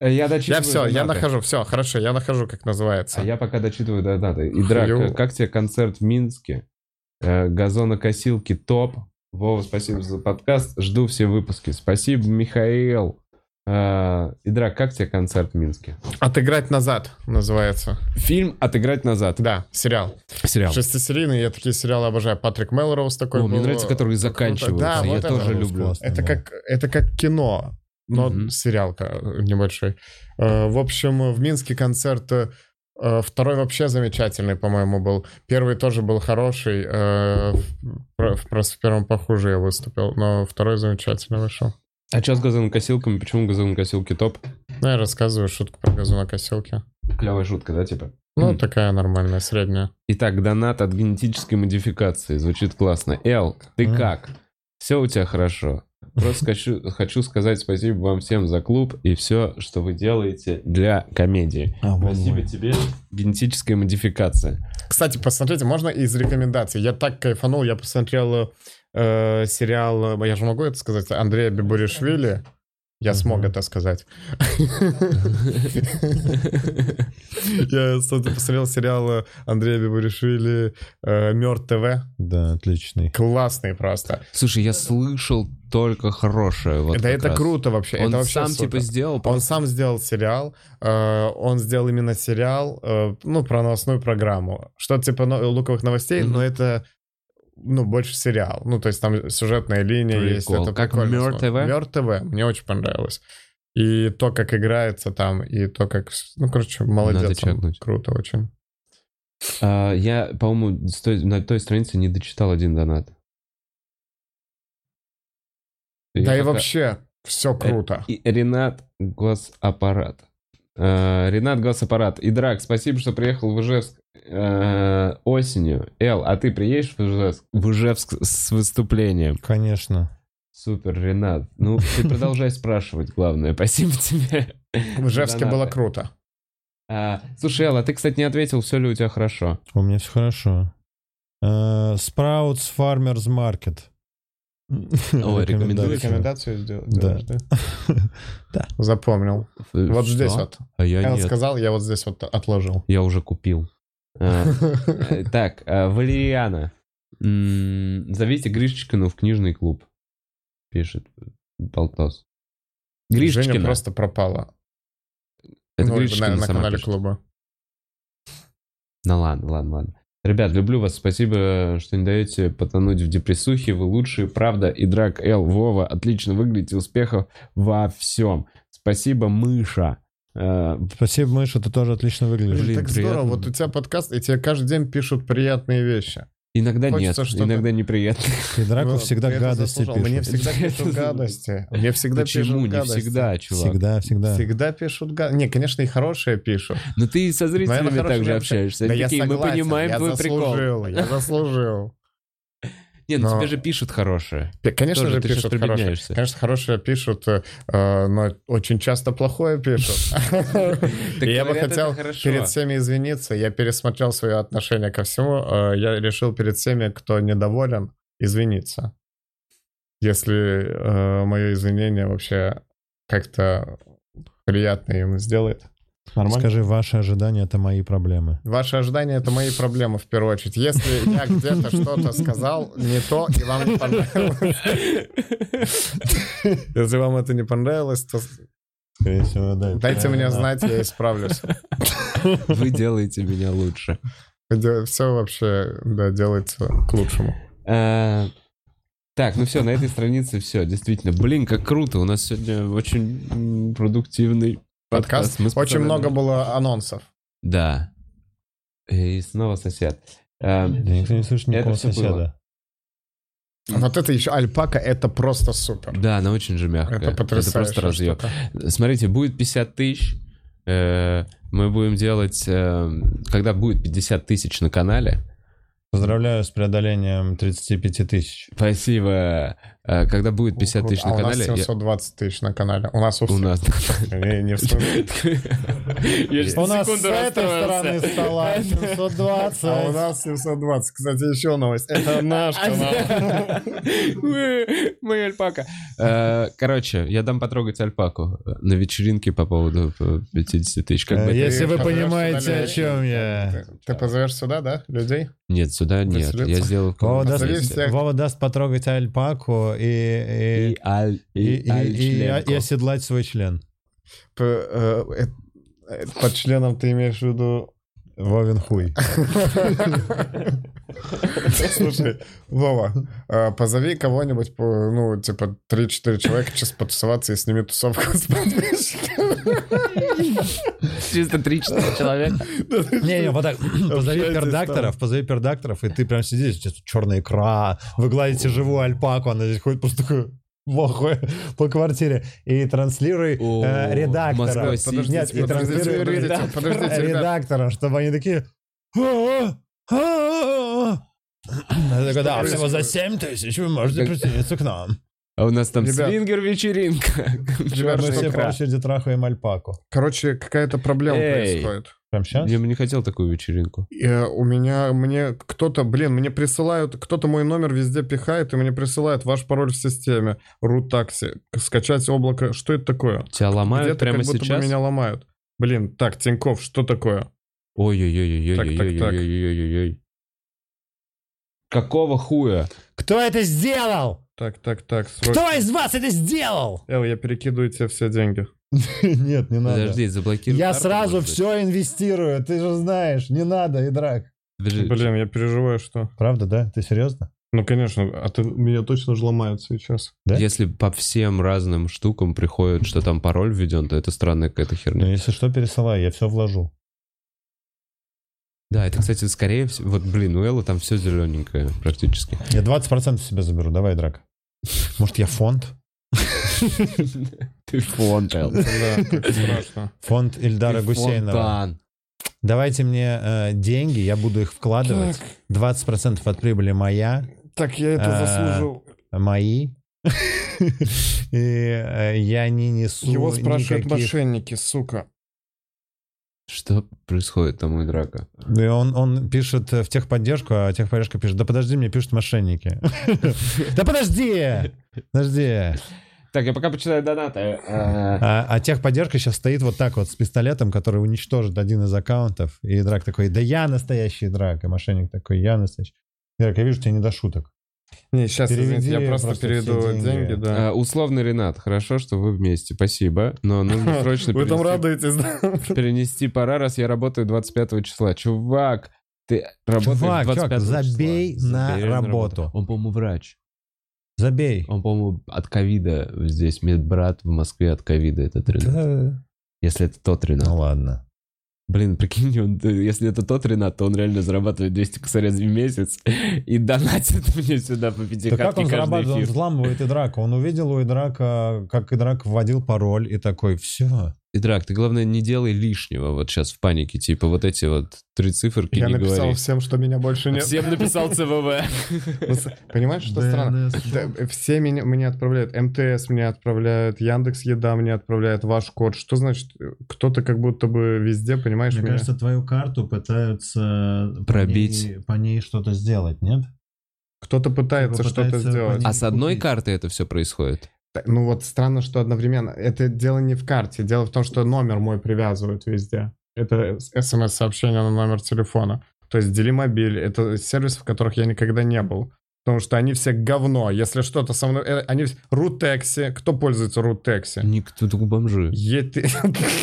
Speaker 4: Э, Я дочитываю.
Speaker 3: Я все, я
Speaker 4: донаты.
Speaker 3: нахожу, все, хорошо, я нахожу, как называется.
Speaker 4: А я пока дочитываю донаты. Идрак,
Speaker 3: Ё.
Speaker 4: э, как тебе концерт в Минске? Э, Газонокосилки топ. Вова, спасибо за подкаст. Жду все выпуски. Спасибо, Михаил. Э, Идрак, как тебе концерт в Минске?
Speaker 3: Отыграть назад называется.
Speaker 4: Фильм «Отыграть назад».
Speaker 3: Да, сериал.
Speaker 1: Сериал.
Speaker 3: Шестисерийный, я такие сериалы обожаю. Патрик Мелроуз такой
Speaker 1: О, мне
Speaker 3: был. э,
Speaker 1: нравится, которые заканчиваются.
Speaker 3: Да,
Speaker 1: Я
Speaker 3: вот это
Speaker 1: тоже
Speaker 2: Мелроуз
Speaker 1: люблю.
Speaker 2: класс. Да.
Speaker 3: Это как, это как кино, но
Speaker 1: Мгм.
Speaker 3: сериал ка- небольшой. Э, В общем, в Минске концерт э, э, второй вообще замечательный, по-моему, был. Первый тоже был хороший. э, в- про- в- Просто в первом похуже я выступил, но второй замечательно вышел.
Speaker 4: А что с газонокосилками? Почему газонокосилки топ?
Speaker 3: Ну, я рассказываю шутку про газонокосилки.
Speaker 4: Клевая шутка, да, типа?
Speaker 3: Ну,
Speaker 4: Мгм.
Speaker 3: такая нормальная, средняя.
Speaker 4: Итак, донат от генетической модификации. Звучит классно. Эл, ты
Speaker 2: Мгм.
Speaker 4: как? Все у тебя хорошо. Просто хочу, хочу сказать спасибо вам всем за клуб и все, что вы делаете для комедии.
Speaker 2: А, вон
Speaker 4: Спасибо
Speaker 2: мой.
Speaker 4: тебе. Генетическая модификация.
Speaker 3: Кстати, посмотрите, можно из рекомендаций. Я так кайфанул, я посмотрел э, сериал, э, я же могу это сказать, Андрея Бибуришвили. Я смог это сказать. Я смотрю, посмотрел сериал э, Андрея Бибуришвили Мертв ТВ.
Speaker 2: Да, отличный.
Speaker 3: Классный просто.
Speaker 1: Слушай, я слышал только хорошее. Вот
Speaker 3: Да
Speaker 1: как
Speaker 3: это
Speaker 1: раз.
Speaker 3: круто вообще.
Speaker 1: Он
Speaker 3: это вообще
Speaker 1: сам
Speaker 3: супер.
Speaker 1: типа сделал.
Speaker 3: Он сам сделал сериал, э, он сделал именно сериал, э, ну, про новостную программу. Что-то типа но- луковых новостей,
Speaker 1: Мгм.
Speaker 3: но это ну, больше сериал. Ну, то есть там сюжетная линия есть.
Speaker 1: Прикол.
Speaker 3: Это
Speaker 1: Как
Speaker 3: прикольно
Speaker 1: Мёр
Speaker 3: смотреть.
Speaker 1: ТВ?
Speaker 3: Мёр ТВ, мне очень понравилось. И то, как играется там, и то, как... Ну, короче,
Speaker 1: Надо
Speaker 3: молодец. он.
Speaker 1: чекнуть.
Speaker 3: Круто очень.
Speaker 1: А, я, по-моему, с той- на той странице не дочитал один донат.
Speaker 3: да и
Speaker 1: пока- Э,
Speaker 3: вообще, все круто.
Speaker 1: И Ренат Госаппарат. Э, Ренат Госаппарат. И Драк, спасибо, что приехал в Ижевск э, осенью. Эл, а ты приедешь в Ижевск? В Ижевск с выступлением.
Speaker 2: Конечно.
Speaker 1: Супер, Ренат. Ну, ты продолжай спрашивать, главное. Спасибо тебе.
Speaker 3: В Ижевске
Speaker 1: донаты.
Speaker 3: было круто.
Speaker 1: А, слушай, Эл, а ты, кстати, не ответил, все ли у тебя хорошо.
Speaker 2: У меня все хорошо. Э, Спраутс Фармерс Маркет.
Speaker 1: Ой, рекомендую.
Speaker 3: Рекомендацию сделал?
Speaker 2: Да.
Speaker 3: делаешь, Да.
Speaker 2: Да.
Speaker 3: Запомнил.
Speaker 1: Э, Что?
Speaker 3: Вот здесь вот.
Speaker 1: А я
Speaker 3: Я
Speaker 1: нет.
Speaker 3: сказал, я вот здесь вот отложил.
Speaker 1: Я уже купил. А, э, Так, э, Валериана. М, Зовите Гришечкину в книжный клуб. Пишет Болтос.
Speaker 3: Женя
Speaker 1: Гришечкина.
Speaker 3: просто пропала.
Speaker 1: Это
Speaker 3: Ну,
Speaker 1: Гришечкина
Speaker 3: на, на
Speaker 1: сама
Speaker 3: канале
Speaker 1: пишет.
Speaker 3: клуба.
Speaker 1: Ну ладно, ладно, ладно. Ребят, люблю вас, спасибо, что не даете потонуть в депрессухе, вы лучшие, правда, и Драк Эл, Вова, отлично выглядите, успехов во всем. Спасибо, мыша. Э,
Speaker 2: Спасибо, Мыша, ты тоже отлично выглядишь.
Speaker 1: Блин,
Speaker 3: так здорово,
Speaker 1: приятно.
Speaker 3: вот у тебя подкаст, и тебе каждый день пишут приятные вещи.
Speaker 1: Иногда
Speaker 3: Хочется
Speaker 1: нет,
Speaker 3: что-то-
Speaker 1: иногда неприятно.
Speaker 2: И Драку
Speaker 3: Ну,
Speaker 2: всегда
Speaker 3: ты это
Speaker 2: гадости
Speaker 3: заслужил.
Speaker 2: пишут.
Speaker 3: Мне всегда
Speaker 1: Это
Speaker 3: пишут
Speaker 1: за-
Speaker 3: гадости. Мне всегда
Speaker 1: Почему?
Speaker 3: пишут
Speaker 1: Не
Speaker 3: гадости.
Speaker 1: всегда, а чувак.
Speaker 2: Всегда, всегда.
Speaker 3: Всегда пишут гадости. Не, конечно, и хорошие пишут.
Speaker 1: Ну ты и со зрителями
Speaker 3: хорошие
Speaker 1: также
Speaker 3: не
Speaker 1: общаешься.
Speaker 3: да
Speaker 1: Они
Speaker 3: я
Speaker 1: такие, мы
Speaker 3: согласен,
Speaker 1: понимаем
Speaker 3: я
Speaker 1: твой прикол.
Speaker 3: заслужил, я заслужил.
Speaker 1: Не, ну
Speaker 3: Но-
Speaker 1: тебе же пишут хорошее.
Speaker 3: Пи- Конечно
Speaker 1: Тоже
Speaker 3: же
Speaker 1: ты сейчас
Speaker 3: пишут хорошие.
Speaker 1: прибедняешься.
Speaker 3: Конечно, хорошие пишут, э, э, но очень часто плохое пишут.
Speaker 1: Так
Speaker 3: И я бы
Speaker 1: говорят, это
Speaker 3: хотел
Speaker 1: хорошо.
Speaker 3: перед всеми извиниться. Я пересмотрел свое отношение ко всему. Э, Я решил перед всеми, кто недоволен, извиниться. Если э, мое извинение вообще как-то приятно им сделает. Нормально.
Speaker 2: Скажи, ваши ожидания — это мои проблемы.
Speaker 3: Ваши ожидания — это мои проблемы в первую очередь. Если я где-то что-то сказал не то, и вам не понравилось... Если вам это не понравилось, то
Speaker 2: Скорее всего, да.
Speaker 3: дайте мне знать, я исправлюсь.
Speaker 1: Вы делаете меня лучше.
Speaker 3: Все вообще, да, делается к лучшему.
Speaker 1: А, Так, ну все, на этой странице все, действительно. Блин, как круто, у нас сегодня очень м, продуктивный подкаст.
Speaker 3: Подкаст.
Speaker 1: Мы с
Speaker 3: Очень
Speaker 1: пацанами-
Speaker 3: много было анонсов.
Speaker 1: Да. И снова сосед. А,
Speaker 2: Да никто не слышит
Speaker 1: Это
Speaker 2: никакого
Speaker 1: всё было.
Speaker 2: соседа.
Speaker 3: Вот это еще альпака, это просто супер.
Speaker 1: Да, она очень же мягкая.
Speaker 3: Это
Speaker 1: Это просто
Speaker 3: потрясающе.
Speaker 1: разъеб.
Speaker 3: что-то.
Speaker 1: Смотрите, будет 50 тысяч. э, Мы будем делать, э, когда будет 50 тысяч на канале,
Speaker 2: Поздравляю с преодолением 35 тысяч.
Speaker 1: Спасибо. Э, Когда будет 50 тысяч на
Speaker 3: А у нас
Speaker 1: канале, я-
Speaker 3: 720 тысяч на канале. У нас у
Speaker 1: у
Speaker 3: всех.
Speaker 1: нас...
Speaker 3: Не- не в смысле.
Speaker 1: Я ж
Speaker 2: У
Speaker 1: на
Speaker 2: нас с
Speaker 1: секунду
Speaker 2: этой
Speaker 1: расстроился.
Speaker 2: стороны стола 720.
Speaker 3: А у нас 720. Кстати, еще новость. Это наш
Speaker 1: А
Speaker 3: канал.
Speaker 1: Уэ, Моя альпака. Э, Короче, я дам потрогать альпаку на вечеринке по поводу э, 50 тысяч. Как бы это-
Speaker 2: Э, Если вы
Speaker 3: Ты позовешь
Speaker 2: понимаете,
Speaker 3: сюда
Speaker 2: о
Speaker 3: людей?
Speaker 2: чем я.
Speaker 3: Ты- Ты позовешь сюда, да, людей?
Speaker 1: Нет, сюда нет.
Speaker 3: сюда-
Speaker 1: Я сделал...
Speaker 2: Вова даст,
Speaker 3: Позови всех.
Speaker 2: Вова даст потрогать альпаку и,
Speaker 1: И аль...
Speaker 2: и, и,
Speaker 1: И аль
Speaker 2: и-
Speaker 1: членку.
Speaker 2: и оседлать свой член.
Speaker 3: П- э, э, э, Под членом ты имеешь в виду...
Speaker 2: Вовин хуй.
Speaker 3: Слушай, Вова, э, позови кого-нибудь, по- ну, типа, 3-4 человека сейчас потусоваться и сними тусовку с подписчиками.
Speaker 1: Чисто 3-4 человека.
Speaker 2: Не, не, вот так. Позови
Speaker 3: Общайтесь
Speaker 2: пердакторов, позови пердакторов, и ты прям сидишь, здесь черная икра, вы гладите живую альпаку, она здесь ходит просто такой похуй по квартире. И транслируй
Speaker 1: О,
Speaker 2: э, редактора.
Speaker 1: мозговой
Speaker 2: Подожди, Нет, и
Speaker 3: Подождите, подождите,
Speaker 2: транслируй
Speaker 3: подождите,
Speaker 2: редактора,
Speaker 3: подождите, ребят.
Speaker 2: редактора, чтобы они такие... «А, а, а, а». Я такой, Да, всего за 7 тысяч вы можете
Speaker 1: Как-
Speaker 2: присоединиться к нам.
Speaker 1: А у нас там
Speaker 3: Ребят.
Speaker 1: свингер-вечеринка.
Speaker 3: Ребят,
Speaker 2: Мы все по
Speaker 1: Икра.
Speaker 2: очереди трахаем альпаку.
Speaker 3: Короче, какая-то проблема
Speaker 1: Эй.
Speaker 3: происходит.
Speaker 2: Прям сейчас?
Speaker 1: Я бы не хотел такую вечеринку.
Speaker 3: Я- у меня, мне кто-то, блин, мне присылают, кто-то мой номер везде пихает, и мне присылает ваш пароль в системе, root такси, скачать облако, что это такое?
Speaker 1: Тебя ломают
Speaker 3: Где-то
Speaker 1: прямо
Speaker 3: как будто
Speaker 1: сейчас?
Speaker 3: бы меня ломают. Блин, так, Тиньков, что такое?
Speaker 1: Ой-ой-ой-ой-ой-ой-ой-ой-ой. Какого хуя?
Speaker 2: Кто это сделал?
Speaker 3: Так, так, так, срочно.
Speaker 2: Кто из вас это сделал?
Speaker 3: Эл, я перекидываю тебе все деньги.
Speaker 2: Нет, не
Speaker 1: Подожди, заблокируй.
Speaker 2: Я
Speaker 1: карту,
Speaker 2: сразу
Speaker 1: может быть.
Speaker 2: все инвестирую, ты же знаешь, не надо, и драк.
Speaker 1: Подожди.
Speaker 3: Блин, я переживаю, что...
Speaker 2: Правда, да? Ты серьезно?
Speaker 3: Ну, конечно, а ты, меня точно же ломают сейчас.
Speaker 2: Да?
Speaker 1: Если по всем разным штукам приходит, что там пароль введен, то это странная какая-то
Speaker 2: Ну,
Speaker 1: херня.
Speaker 2: если что, пересылай, я все вложу.
Speaker 1: Да, это, кстати, скорее всего... Вот, блин, у Эллы там все зелененькое практически.
Speaker 2: Я 20% себе заберу, давай, драк. Может, я фонд?
Speaker 1: Ты фонд, Элла.
Speaker 3: Да, как страшно.
Speaker 2: Фонд Ильдара Гусейнова. Давайте мне э, деньги, я буду их вкладывать. 20% от прибыли моя,
Speaker 3: Так я
Speaker 2: это заслужил. мои. И э, я не несу
Speaker 3: Его спрашивают
Speaker 2: никаких...
Speaker 3: мошенники, сука.
Speaker 1: Что происходит там у драка?
Speaker 2: И он, он пишет э, в техподдержку, а техподдержка пишет, да подожди, мне пишут мошенники. Да подожди! Подожди.
Speaker 4: Так, я пока почитаю донаты. Э,
Speaker 2: А, а техподдержка сейчас стоит вот так вот с пистолетом, который уничтожит один из аккаунтов. И драк такой, да я настоящий драк. И мошенник такой, я настоящий. Драк, я вижу, тебе не до шуток.
Speaker 3: Не, сейчас,
Speaker 2: Переведи
Speaker 3: извините, я просто,
Speaker 2: просто
Speaker 3: переведу
Speaker 2: все
Speaker 3: деньги,
Speaker 2: деньги.
Speaker 3: да.
Speaker 1: А, условный Ренат, хорошо, что вы вместе, спасибо, но нужно срочно
Speaker 3: Вы там
Speaker 1: перенести-
Speaker 3: радуетесь, да?
Speaker 1: перенести пора, раз я работаю 25 числа. Чувак, ты работаешь
Speaker 2: Чувак,
Speaker 1: 25
Speaker 2: чувак, забей
Speaker 1: числа.
Speaker 2: на
Speaker 1: Забей
Speaker 2: работу.
Speaker 1: Он, по-моему, врач.
Speaker 2: Забей.
Speaker 1: Он, по-моему, от ковида здесь. Медбрат в Москве от ковида этот Ренат.
Speaker 2: Да,
Speaker 1: Если это тот Ренат.
Speaker 2: Ну ладно.
Speaker 1: Блин, прикинь, он, э, если это тот Ренат, то он реально зарабатывает 200 косаря в месяц и донатит мне сюда по
Speaker 2: Да как
Speaker 1: пятихатке
Speaker 2: он
Speaker 1: каждый
Speaker 2: зарабатывает? Он
Speaker 1: эфир.
Speaker 2: взламывает Идрака. Он увидел у Идрака, как Идрак вводил пароль и такой, все.
Speaker 1: Идрак, ты, главное, не делай лишнего вот сейчас в панике. Типа вот эти вот три циферки
Speaker 3: Я
Speaker 1: не
Speaker 3: написал
Speaker 1: говори.
Speaker 3: всем, что меня больше нет.
Speaker 1: Всем написал ЦВВ.
Speaker 3: Ну, с- Понимаешь, что странно? Да, Все меня, меня отправляют. МТС меня отправляют, Яндекс Еда меня отправляет, ваш код. Что значит? э, Кто-то как будто бы везде, понимаешь, меня...
Speaker 2: твою карту пытаются
Speaker 1: Пробить.
Speaker 2: по ней что-то сделать, нет?
Speaker 3: кто-то пытается
Speaker 2: Типа
Speaker 3: что-то
Speaker 2: пытается
Speaker 3: сделать.
Speaker 1: А с одной
Speaker 2: купить.
Speaker 1: карты это все происходит?
Speaker 3: Та- Ну вот странно, что одновременно. Это дело не в карте, дело в том, что номер мой привязывают везде. Это смс-сообщение на номер телефона. То есть Делимобиль — это сервис, в которых я никогда не был. Потому что они все говно. Если что-то со мной... э, Они все... Рутекси. Кто пользуется Рутекси?
Speaker 1: Никто только бомжи.
Speaker 3: Еты...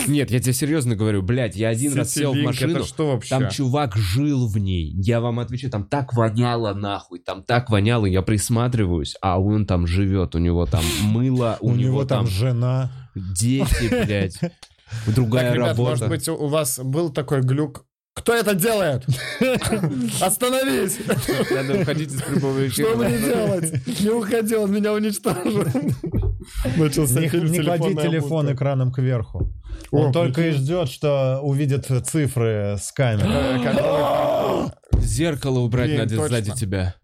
Speaker 1: Нет, я тебе серьезно говорю, блядь, я один раз сел в
Speaker 3: Ситилинк,
Speaker 1: машину,
Speaker 3: Это что вообще?
Speaker 1: там чувак жил в ней, я вам отвечу, там так воняло нахуй, там так воняло, я присматриваюсь, а он там живет, у него там мыло, у, него, там
Speaker 2: жена.
Speaker 1: дети, блядь,
Speaker 3: так,
Speaker 1: другая
Speaker 3: ребят,
Speaker 1: работа.
Speaker 3: может быть, у, у вас был такой глюк? Кто это делает? Остановись!
Speaker 1: Надо уходить из прямого
Speaker 3: Что
Speaker 1: эфира.
Speaker 3: мне делать? Не уходи, он меня уничтожил. Начался
Speaker 2: Не,
Speaker 3: фильм
Speaker 2: не клади
Speaker 3: «Телефонная
Speaker 2: телефон
Speaker 3: будка».
Speaker 2: экраном кверху.
Speaker 3: О,
Speaker 2: Он только и
Speaker 3: прикинь.
Speaker 2: ждет, что увидит цифры с камеры.
Speaker 3: Э, который-
Speaker 1: Зеркало убрать
Speaker 3: Блин,
Speaker 1: надо
Speaker 3: точно.
Speaker 1: сзади тебя.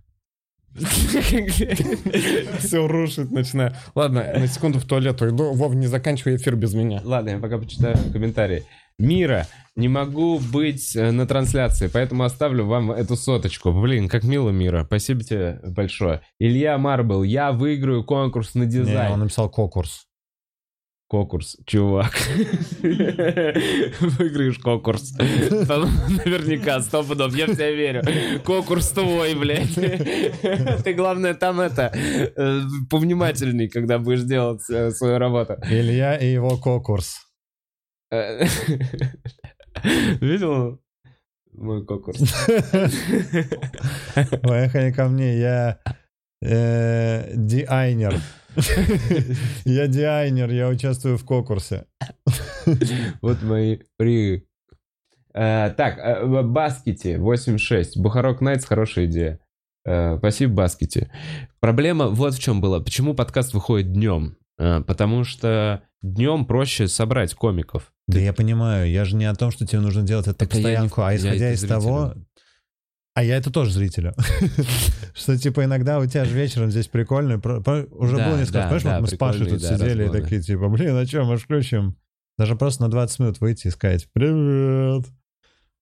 Speaker 3: Все рушит, начинаю. Ладно, на секунду в туалет уйду. Вов, не заканчивай эфир без меня.
Speaker 4: Ладно, я пока почитаю комментарии. Мира, не могу быть э, на трансляции, поэтому оставлю вам эту соточку. Блин, как мило, Мира. Спасибо тебе большое. Илья Марбл, я выиграю конкурс на
Speaker 2: Не,
Speaker 4: дизайн.
Speaker 2: он написал конкурс.
Speaker 4: Конкурс, чувак. Выиграешь конкурс. Там Наверняка, сто пудов, я в тебя верю. Конкурс твой, блядь. Ты, главное, там это, э, повнимательней, когда будешь делать э, свою работу.
Speaker 2: Илья и его конкурс.
Speaker 4: Э, Видел мой конкурс?
Speaker 2: Поехали ко мне, я э, диайнер. Я диайнер, я участвую в конкурсе.
Speaker 4: Вот мои при... Э, Так, э, в Баскете 8.6. Бухарок Найтс, хорошая идея. Э, Спасибо, Баскете.
Speaker 1: Проблема вот в чем была. Почему подкаст выходит днем? Потому что днем проще собрать комиков.
Speaker 2: Да я понимаю, я же не о том, что тебе нужно делать это
Speaker 1: Так а я не-
Speaker 2: постоянку, а
Speaker 1: я
Speaker 2: исходя
Speaker 1: это
Speaker 2: из того... А я это тоже зрителю. Что, типа, иногда у тебя же вечером здесь прикольно. про- про- Уже
Speaker 1: Да,
Speaker 2: было несколько
Speaker 1: да,
Speaker 2: раз, понимаешь,
Speaker 1: да,
Speaker 2: вот мы с Пашей
Speaker 1: прикольные,
Speaker 2: тут
Speaker 1: да,
Speaker 2: сидели и
Speaker 1: разгоны.
Speaker 2: такие, типа, блин, а чем мы ж включим? Даже просто на 20 минут выйти и сказать, привет,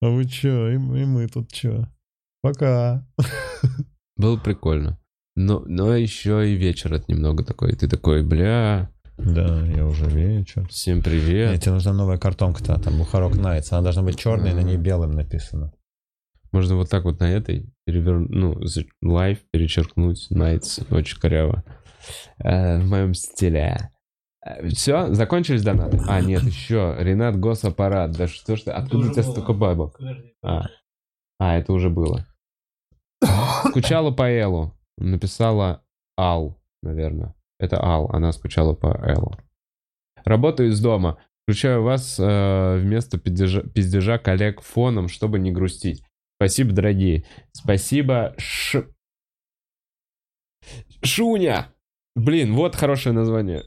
Speaker 2: а вы чё, и и мы тут чё? Пока.
Speaker 1: Было прикольно. Но, но еще и вечер это немного такой. Ты такой, бля,
Speaker 2: Да, я уже вечер.
Speaker 1: всем
Speaker 2: Нет,
Speaker 1: привет.
Speaker 2: тебе нужна новая картонка-то, там Бухарок Найтс. Она должна быть черной, на ней белым написано.
Speaker 1: Можно вот так вот на этой перевернуть, ну, за- лайв перечеркнуть, найтс, очень коряво. Э, в моем стиле. Все, закончились донаты? А, нет, еще. Ренат Госаппарат. Да что ж ты, откуда у тебя столько бабок?
Speaker 9: Подожди.
Speaker 1: А. а, это уже было. Скучала по Элу. Написала Ал, наверное. Это Ал, она скучала по Эллу. Работаю из дома. Включаю вас э, вместо пиздежа, пиздежа коллег фоном, чтобы не грустить. Спасибо, дорогие. Спасибо, Ш... Шуня! Блин, вот хорошее название.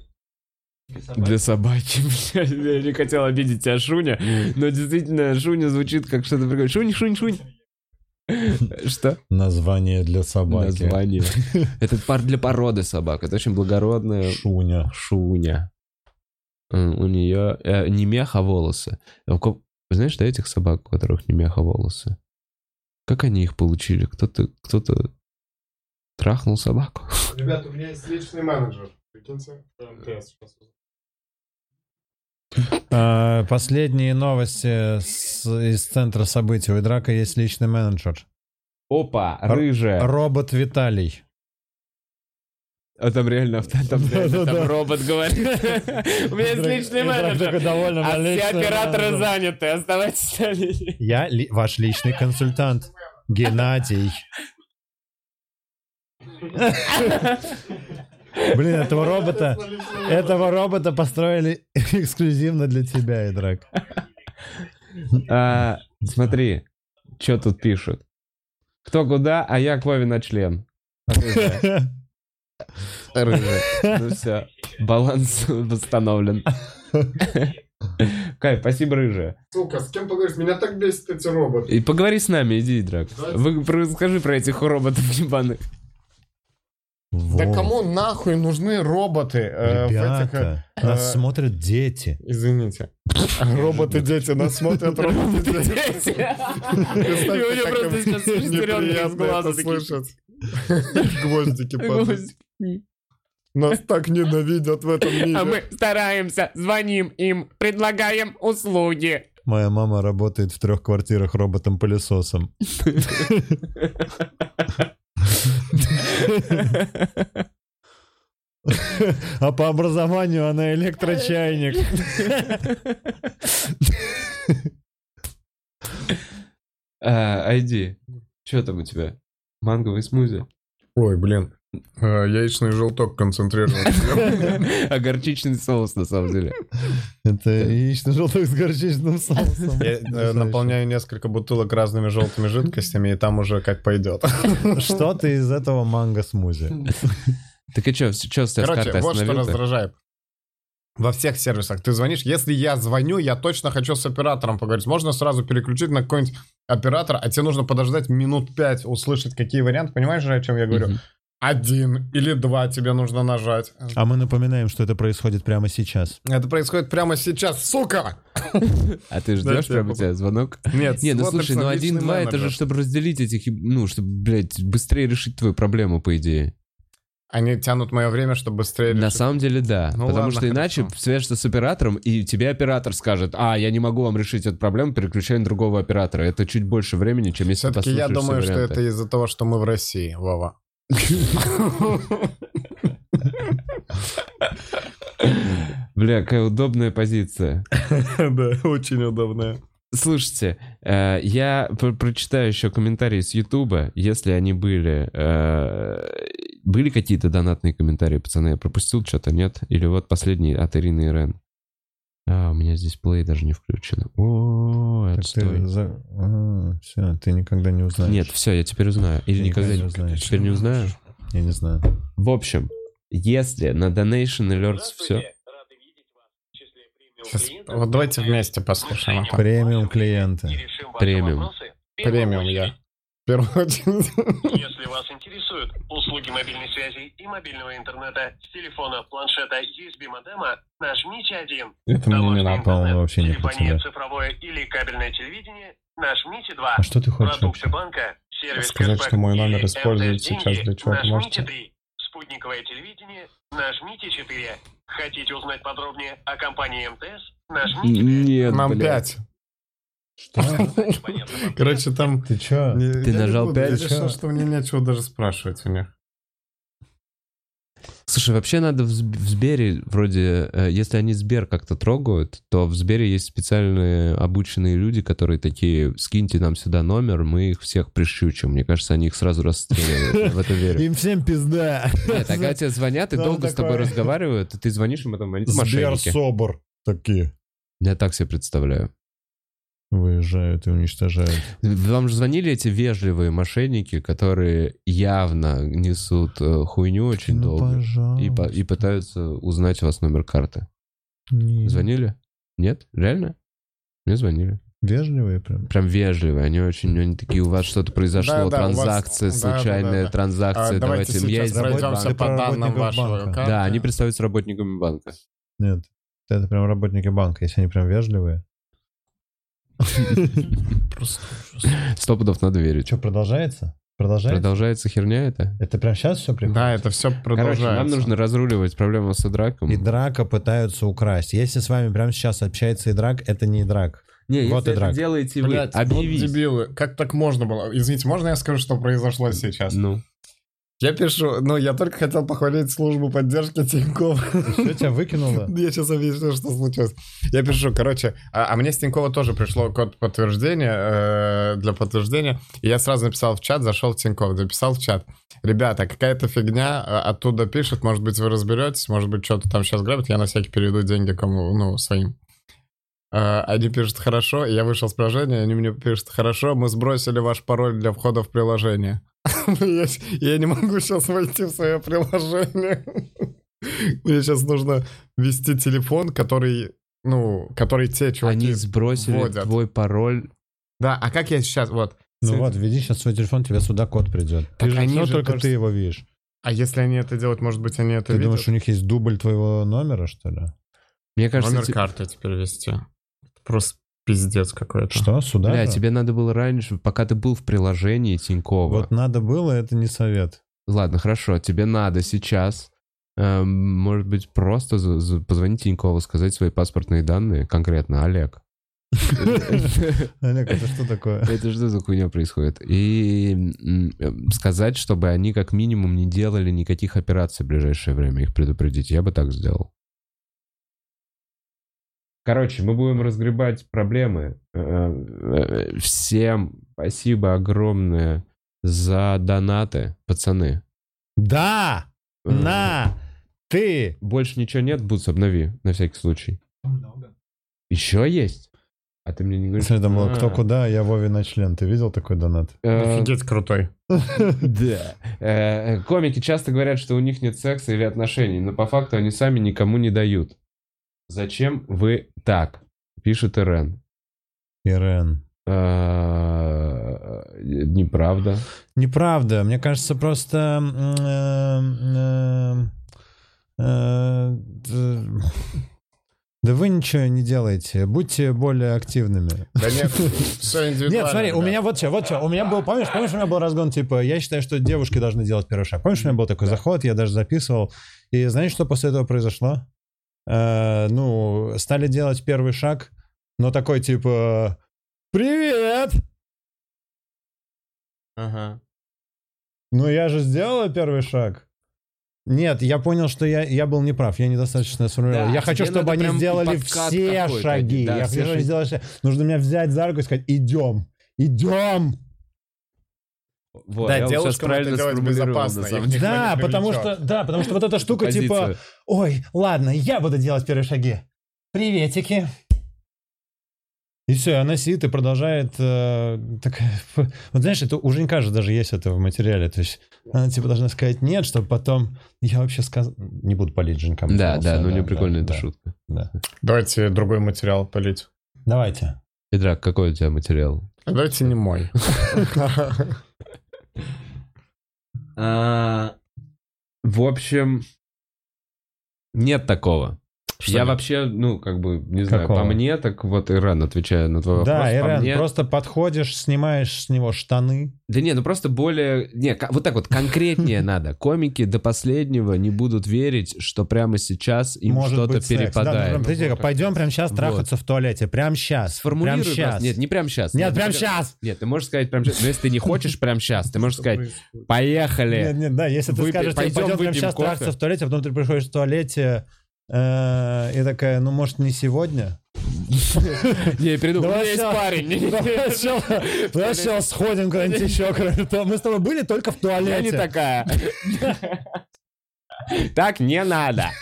Speaker 1: Для собаки. Блядь, Я не хотел обидеть тебя, Шуня. Но действительно, Шуня звучит как что-то прикольное. Шунь, Шунь, Шунь. Что?
Speaker 2: Название для собаки.
Speaker 1: Название.
Speaker 10: Это пар для породы собак. Это очень
Speaker 2: Э,
Speaker 10: благородная
Speaker 2: Шуня.
Speaker 10: шуня. М, У нее э, не меха волосы. А у ко- Знаешь, да, этих собак, у которых не меха волосы? Как они их получили? Кто-то кто-то трахнул собаку.
Speaker 11: Ребята, у меня есть личный менеджер. Прикиньте, МТС сейчас.
Speaker 2: А, Последние новости с- из центра событий. У Драка есть личный менеджер.
Speaker 1: Опа,
Speaker 2: Р-
Speaker 1: рыжая.
Speaker 2: Робот Виталий.
Speaker 1: А там реально, там, там реально, там робот говорит. У меня есть личный менеджер.
Speaker 2: довольно
Speaker 1: А все операторы заняты, оставайтесь на линии.
Speaker 2: Я ли- ваш личный консультант. Геннадий. Блин, этого робота, этого робота построили эксклюзивно для тебя, Идрак.
Speaker 1: А, Смотри, что тут пишут. Кто куда, а я к Вове на член. Рыжая. Рыжая. Ну все, баланс восстановлен. Кайф, спасибо, рыжая.
Speaker 11: Сука, с кем поговоришь? Меня так бесит эти роботы.
Speaker 1: И поговори с нами, иди, Драк. Вы про- расскажи про этих роботов ебаных.
Speaker 2: Вот,
Speaker 3: Да кому нахуй нужны роботы э, в этих... э,
Speaker 2: Ребята, нас
Speaker 3: э,
Speaker 2: смотрят дети.
Speaker 3: Извините. Роботы-дети нас смотрят, роботы-дети.
Speaker 1: И у него просто сейчас шестеренки из глаза такие.
Speaker 3: слышать. Гвоздики падают. Нас так ненавидят в этом мире.
Speaker 12: А мы стараемся, звоним им, предлагаем услуги.
Speaker 2: Моя мама работает в трех квартирах роботом-пылесосом. А по образованию она электрочайник.
Speaker 1: А, Айди, что там у тебя? Манговый смузи?
Speaker 3: Ой, блин. Э, Яичный желток концентрированный.
Speaker 1: А горчичный соус, на самом деле.
Speaker 2: Это яично-желток с горчичным соусом.
Speaker 3: Я э, наполняю несколько бутылок разными желтыми жидкостями, и там уже как пойдет.
Speaker 2: Что ты э, из этого манго-смузи?
Speaker 1: Так и что, что с тебя с
Speaker 3: Короче,
Speaker 1: карты
Speaker 3: вот что
Speaker 1: остановил-то?
Speaker 3: раздражает. Во всех сервисах ты звонишь. Если я звоню, я точно хочу с оператором поговорить. Можно сразу переключить на какой-нибудь оператор, а тебе нужно подождать минут пять, услышать, какие варианты. Понимаешь же, о чем я говорю?
Speaker 1: Мгм.
Speaker 3: Один или два тебе нужно нажать.
Speaker 2: А мы напоминаем, что это происходит прямо сейчас.
Speaker 3: Это происходит прямо сейчас, сука!
Speaker 1: А ты ждешь
Speaker 3: Дальше я
Speaker 1: прям у тебя звонок?
Speaker 3: Нет,
Speaker 10: Не, ну
Speaker 3: вот
Speaker 10: слушай,
Speaker 3: это
Speaker 10: ну
Speaker 3: личный
Speaker 10: 1-2 это же
Speaker 3: менеджер.
Speaker 10: чтобы разделить этих, еб- ну, чтобы, блядь, быстрее решить твою проблему, по идее.
Speaker 3: Они тянут мое время, чтобы быстрее
Speaker 10: На
Speaker 3: решить.
Speaker 10: самом деле, да.
Speaker 3: Ну
Speaker 10: Потому
Speaker 3: ладно,
Speaker 10: что иначе
Speaker 3: хорошо.
Speaker 10: свяжешься с оператором, и тебе оператор скажет, а, я не могу вам решить эту проблему, переключай на другого оператора. Это чуть больше времени, чем если ты
Speaker 3: Все-таки я
Speaker 10: послушаешь все
Speaker 3: думаю, что
Speaker 10: варианты.
Speaker 3: это из-за того, что мы в России, Вова.
Speaker 1: Бля, какая удобная позиция.
Speaker 3: Да, очень удобно.
Speaker 1: Слушайте, э, я пр- прочитаю еще комментарии с Ютуба, если они были. Э, Были какие-то донатные комментарии, пацаны? Я пропустил что-то, нет? Или вот последний от Ирины Ирен. А, у меня здесь плей даже не включен. О, отстой.
Speaker 2: Все, а, ты никогда не узнаешь.
Speaker 1: Нет, все, я теперь узнаю. Или
Speaker 2: Ты никогда
Speaker 1: никогда
Speaker 2: не
Speaker 1: не-
Speaker 2: узнаешь.
Speaker 1: теперь не узнаю.
Speaker 2: Я не знаю.
Speaker 1: В общем, если на Donation Alerts все...
Speaker 3: Сейчас, вот давайте вместе послушаем. а
Speaker 2: Премиум клиенты.
Speaker 1: Премиум.
Speaker 13: ну,
Speaker 3: Премиум я. В первую очередь.
Speaker 13: Если вас интересуют услуги мобильной связи и мобильного интернета с телефона, планшета, USB-модема, нажмите 1.
Speaker 3: Это мне не надо.
Speaker 2: по-моему, вообще не про
Speaker 13: Телефония,
Speaker 2: тебя.
Speaker 13: цифровое или кабельное телевидение, нажмите 2.
Speaker 2: А что ты хочешь вообще?
Speaker 13: Продукты банка, сервис
Speaker 3: Сказать,
Speaker 13: кэшбэк
Speaker 3: что мой номер
Speaker 13: или
Speaker 3: используют
Speaker 13: МТС
Speaker 3: сейчас для чего-то,
Speaker 13: нажмите
Speaker 3: можете?
Speaker 13: 3. Спутниковое телевидение, нажмите 4. Хотите узнать подробнее о компании МТС? Нажмите 5.
Speaker 10: Нет,
Speaker 3: Нам
Speaker 10: блядь.
Speaker 3: пять. Короче, там...
Speaker 2: Ты чё?
Speaker 3: не- я не
Speaker 10: нажал
Speaker 3: буду, я
Speaker 10: пять,
Speaker 2: чё?
Speaker 3: решил, что мне нечего даже спрашивать у них.
Speaker 1: Слушай, вообще надо в Сб- в Сбере, вроде, э, если они Сбер как-то трогают, то в Сбере есть специальные обученные люди, которые такие, скиньте нам сюда номер, мы их всех прищучим. Мне кажется, они их сразу расстреливают. В это верю.
Speaker 2: Им всем пизда.
Speaker 1: Нет, а когда тебе звонят и
Speaker 2: Да, он
Speaker 1: долго с тобой
Speaker 2: такой.
Speaker 1: разговаривают, и ты звонишь им, а потом они мошенники.
Speaker 2: Сберсобор. Такие.
Speaker 1: Я так себе представляю.
Speaker 2: Выезжают и уничтожают.
Speaker 1: Вам же звонили эти вежливые мошенники, которые явно несут э, хуйню очень
Speaker 2: ну,
Speaker 1: долго и, по-
Speaker 2: пожалуйста.
Speaker 1: и пытаются узнать у вас номер карты.
Speaker 2: Не.
Speaker 1: Звонили? Нет? Реально? Мне звонили.
Speaker 2: Вежливые прям.
Speaker 1: Прям вежливые. Они очень, они такие, у вас что-то произошло,
Speaker 3: Да-да, у вас-
Speaker 1: транзакция,
Speaker 3: да-да-да-да.
Speaker 1: случайная транзакция,
Speaker 3: А, давайте
Speaker 1: давайте, мне
Speaker 3: сейчас
Speaker 1: из Сбербанка».
Speaker 3: пройдемся
Speaker 2: Ты
Speaker 3: по
Speaker 2: про
Speaker 3: данным
Speaker 2: работников
Speaker 3: вашего
Speaker 2: банка.
Speaker 3: аккаунта.
Speaker 1: Да, они представляются работниками банка.
Speaker 2: Нет. Ну, Это прям работники банка, если они прям вежливые.
Speaker 1: Сто пудов надо верить.
Speaker 2: Что, продолжается? Продолжается?
Speaker 1: Продолжается херня это?
Speaker 2: Это прям сейчас все приходит?
Speaker 3: Да, это все
Speaker 1: Короче,
Speaker 3: продолжается.
Speaker 1: нам нужно разруливать проблему с драком.
Speaker 2: И драка пытаются украсть. Если с вами прямо сейчас общается и драк, это не драк.
Speaker 4: Не,
Speaker 2: Вот
Speaker 4: если
Speaker 2: и
Speaker 4: это
Speaker 2: драк.
Speaker 4: делаете вы,
Speaker 3: Блять,
Speaker 4: объявись.
Speaker 3: дебилы. Как так можно было? Извините, можно я скажу, что произошло сейчас?
Speaker 1: Ну.
Speaker 3: Я пишу, ну, я только хотел похвалить службу поддержки Тинькова.
Speaker 2: Что тебя выкинуло?
Speaker 3: Я сейчас объясню, что случилось. Я пишу, короче, а, а мне с Тинькова тоже пришло код подтверждения, э, для подтверждения. И я сразу написал в чат, зашел в Тинькофф, записал в чат. Ребята, какая-то фигня э, оттуда пишет, может быть, вы разберетесь, может быть, что-то там сейчас грабят, я на всякий переведу деньги кому, ну, своим. Э, Они пишут хорошо, и я вышел с приложения, они мне пишут хорошо, мы сбросили ваш пароль для входа в приложение. Я щ- Я не могу сейчас войти в свое приложение. Мне сейчас нужно ввести телефон, который, ну, который те чуваки...
Speaker 1: Они сбросили
Speaker 3: вводят.
Speaker 1: твой пароль.
Speaker 3: Да, а как я сейчас, вот.
Speaker 2: Ну вот, введи сейчас свой телефон, тебе сюда код придет.
Speaker 3: Так
Speaker 2: Ты же
Speaker 3: они
Speaker 2: всё
Speaker 3: же
Speaker 2: только
Speaker 3: тоже-
Speaker 2: ты его видишь.
Speaker 3: А если они это делают, может быть, они это
Speaker 2: Ты
Speaker 3: видят?
Speaker 2: думаешь, у них есть дубль твоего номера, что ли?
Speaker 1: Мне кажется,
Speaker 3: Номер
Speaker 1: те-
Speaker 3: карты теперь ввести. Просто пиздец какой-то.
Speaker 2: Что, сюда?
Speaker 1: бля,
Speaker 2: же?
Speaker 1: тебе надо было раньше, пока ты был в приложении Тинькова.
Speaker 2: Вот надо было, это не совет.
Speaker 1: Ладно, хорошо, тебе надо сейчас, эм, может быть, просто за- за- позвонить Тинькову, сказать свои паспортные данные, конкретно Олег.
Speaker 2: Олег, это что такое?
Speaker 1: Это что за хуйня происходит? И м, эм, сказать, чтобы они как минимум не делали никаких операций в ближайшее время, их предупредить. Я бы так сделал. Короче, мы будем разгребать проблемы. Э, э, Всем спасибо огромное за донаты, пацаны.
Speaker 2: Да!
Speaker 1: Э,
Speaker 2: На! Ты!
Speaker 1: Больше ничего нет, Бутс, обнови, на всякий случай.
Speaker 9: Много.
Speaker 1: Еще есть? А ты мне не говоришь?
Speaker 2: Смотри, там было кто
Speaker 1: А.
Speaker 2: куда, я Вове на член. Ты видел такой донат?
Speaker 1: Э,
Speaker 3: Офигеть крутой.
Speaker 1: Да. Э, Комики часто говорят, что у них нет секса или отношений, но по факту они сами никому не дают. Зачем вы так? Пишет Ирен.
Speaker 2: Ирен.
Speaker 1: Э, Неправда.
Speaker 2: Неправда. Мне кажется, просто... м, э, э, э, Да вы ничего не делаете. Будьте более активными.
Speaker 3: Да нет, все индивидуально.
Speaker 2: Нет, смотри, у
Speaker 3: ребят.
Speaker 2: меня вот что, вот что. У меня был, помнишь, помнишь, у меня был разгон, типа, я считаю, что девушки должны делать первый шаг. Помнишь, у меня был такой заход, я даже записывал. И знаешь, что после этого произошло? Э, ну, стали делать первый шаг, но такой, типа, привет!
Speaker 3: Ага.
Speaker 2: Ну, я же сделала первый шаг. Нет, я понял, что я, я был неправ, я недостаточно сформулировал.
Speaker 1: Да,
Speaker 2: я хочу,
Speaker 1: тебе
Speaker 2: чтобы
Speaker 1: надо
Speaker 2: они
Speaker 1: прям
Speaker 2: сделали
Speaker 1: подкат
Speaker 2: все
Speaker 1: какой-то,
Speaker 2: шаги.
Speaker 1: да,
Speaker 2: я
Speaker 1: все
Speaker 2: хочу, чтобы они
Speaker 1: шаги.
Speaker 2: сделали все. Нужно меня взять за руку и сказать, идем, идем.
Speaker 1: Вот,
Speaker 3: Да,
Speaker 1: я вот
Speaker 3: девушкам
Speaker 1: сейчас правильно
Speaker 3: это делать
Speaker 1: сформулировал,
Speaker 3: безопасно,
Speaker 1: на самом
Speaker 3: их
Speaker 1: деле,
Speaker 3: никто
Speaker 2: Да,
Speaker 3: не
Speaker 2: потому
Speaker 3: привлечет.
Speaker 2: что, да, потому что вот эта штука типа,
Speaker 1: позицию.
Speaker 2: ой, ладно, я буду делать первые шаги. Приветики. И все, она сидит и продолжает э, такая... ф- Вот знаешь, это у Женька же даже есть это в материале. То есть она типа должна сказать нет, чтобы потом... Я вообще сказал... Не буду палить Женька. мне
Speaker 1: Да,
Speaker 2: кажется,
Speaker 1: да, ну не прикольно,
Speaker 2: да,
Speaker 1: это
Speaker 2: да,
Speaker 1: шутка.
Speaker 2: да.
Speaker 3: Давайте другой материал полить.
Speaker 2: Давайте.
Speaker 1: Педрак, какой у тебя материал?
Speaker 3: А Давайте не мой.
Speaker 1: А, В общем, нет такого. Я вообще, ну, как бы, не знаю, по
Speaker 2: Какого?
Speaker 1: мне, так вот, Иран, отвечая на твой вопрос,
Speaker 2: Да,
Speaker 1: по
Speaker 2: Ирен,
Speaker 1: мне-
Speaker 2: просто подходишь, снимаешь с него штаны.
Speaker 1: Да не, ну просто более... Не, ко- вот так вот, конкретнее надо. Комики до последнего не будут верить, что прямо сейчас им
Speaker 2: может
Speaker 1: что-то
Speaker 2: быть, секс. Да, ну,
Speaker 1: перепадает.
Speaker 2: прям, подожди, пойдем прямо сейчас
Speaker 1: Вот.
Speaker 2: трахаться в туалете. Прям сейчас.
Speaker 1: Сформулируй
Speaker 2: Прям
Speaker 1: просто.
Speaker 2: сейчас.
Speaker 1: Нет, не прям сейчас.
Speaker 2: Нет, прям сейчас.
Speaker 1: Нет, ты можешь сказать прям сейчас. Но если ты не хочешь прям сейчас, ты можешь сказать, поехали.
Speaker 2: Нет, нет, да, если
Speaker 1: Выпи-
Speaker 2: ты скажешь,
Speaker 1: пойдем
Speaker 2: пойдем, пойдем
Speaker 1: Э, выпьем
Speaker 2: прямо сейчас
Speaker 1: кофе.
Speaker 2: трахаться в туалете, а потом ты приходишь в туалете э, и такая, ну, может, не сегодня?
Speaker 1: Не, приду.
Speaker 2: Давай
Speaker 1: У меня есть
Speaker 2: щас.
Speaker 1: парень. Не, не,
Speaker 2: Давай сейчас давай сейчас сходим куда-нибудь еще, кроме того. Мы с тобой были только в
Speaker 1: Я не
Speaker 2: туалете.
Speaker 1: такая. Так не надо.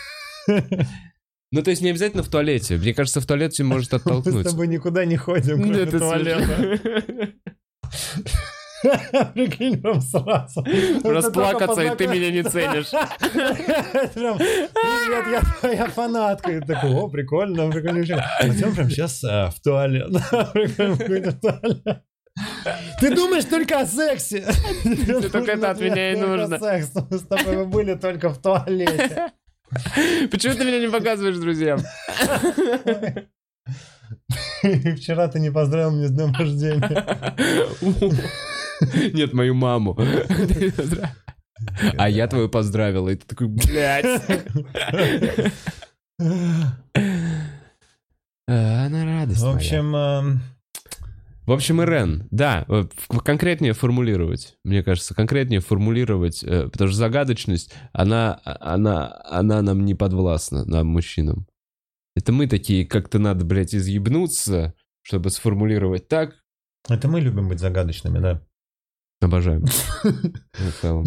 Speaker 1: Ну, то есть не обязательно в туалете. Мне кажется, в туалете может
Speaker 2: Мы
Speaker 1: оттолкнуть.
Speaker 2: с тобой никуда не ходим,
Speaker 1: Нет,
Speaker 2: кроме
Speaker 1: это
Speaker 2: туалета. Прикинь, прям сразу.
Speaker 14: Расплакаться, и ты
Speaker 2: меня
Speaker 14: меня не ценишь.
Speaker 2: Прям, привет, я твоя фанатка. И такой, о, прикольно, прикольно. прикольно. Пойдем прям сейчас э, в туалет. Прикольно, какой-то туалет. Ты думаешь только о сексе. Тебе
Speaker 14: только это
Speaker 2: нужен
Speaker 14: от меня и
Speaker 2: ответ, только
Speaker 14: нужно.
Speaker 2: секс. Мы с тобой мы были только в туалете.
Speaker 14: Почему ты меня не показываешь друзьям?
Speaker 2: И Вчера ты не поздравил меня с днем рождения.
Speaker 1: Нет, мою маму. А я твою поздравила. И ты такой, блядь. А, Она радость
Speaker 2: В
Speaker 1: моя.
Speaker 2: общем, эм,
Speaker 1: В общем, Ирен, да, э, в- конкретнее формулировать, мне кажется, конкретнее формулировать, э, потому что загадочность, она, а, она, она нам не подвластна, нам, мужчинам. Это мы такие, как-то надо, блядь, изъебнуться, чтобы сформулировать так.
Speaker 2: это мы любим быть загадочными, да.
Speaker 1: Обожаем. В целом.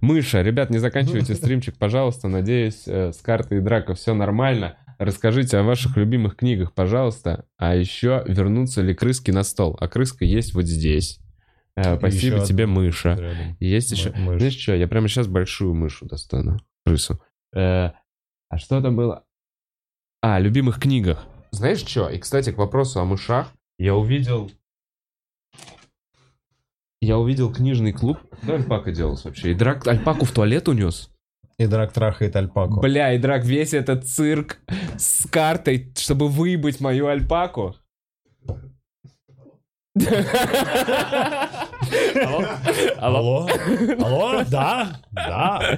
Speaker 1: Мыша, ребят, не заканчивайте стримчик, пожалуйста. Надеюсь, э, с картой и драка все нормально. Расскажите о ваших любимых книгах, пожалуйста. А еще вернутся ли крыски на стол? А крыска есть вот здесь. Э, Спасибо
Speaker 2: еще
Speaker 1: тебе, мыша.
Speaker 2: Рядом.
Speaker 1: Есть еще.
Speaker 2: Мышь.
Speaker 1: Знаешь что, я прямо сейчас большую мышу достану. Крысу. Э, а что там было? А, любимых книгах. Знаешь что? И, кстати, к вопросу о мышах. Я увидел... Я увидел книжный клуб. Что Альпака делался вообще? И Драк Альпаку в туалет унес?
Speaker 2: И драк трахает альпаку.
Speaker 1: Бля, и Драк весь этот цирк с картой, чтобы выбыть мою Альпаку.
Speaker 2: Алло? Алло? Да? Да.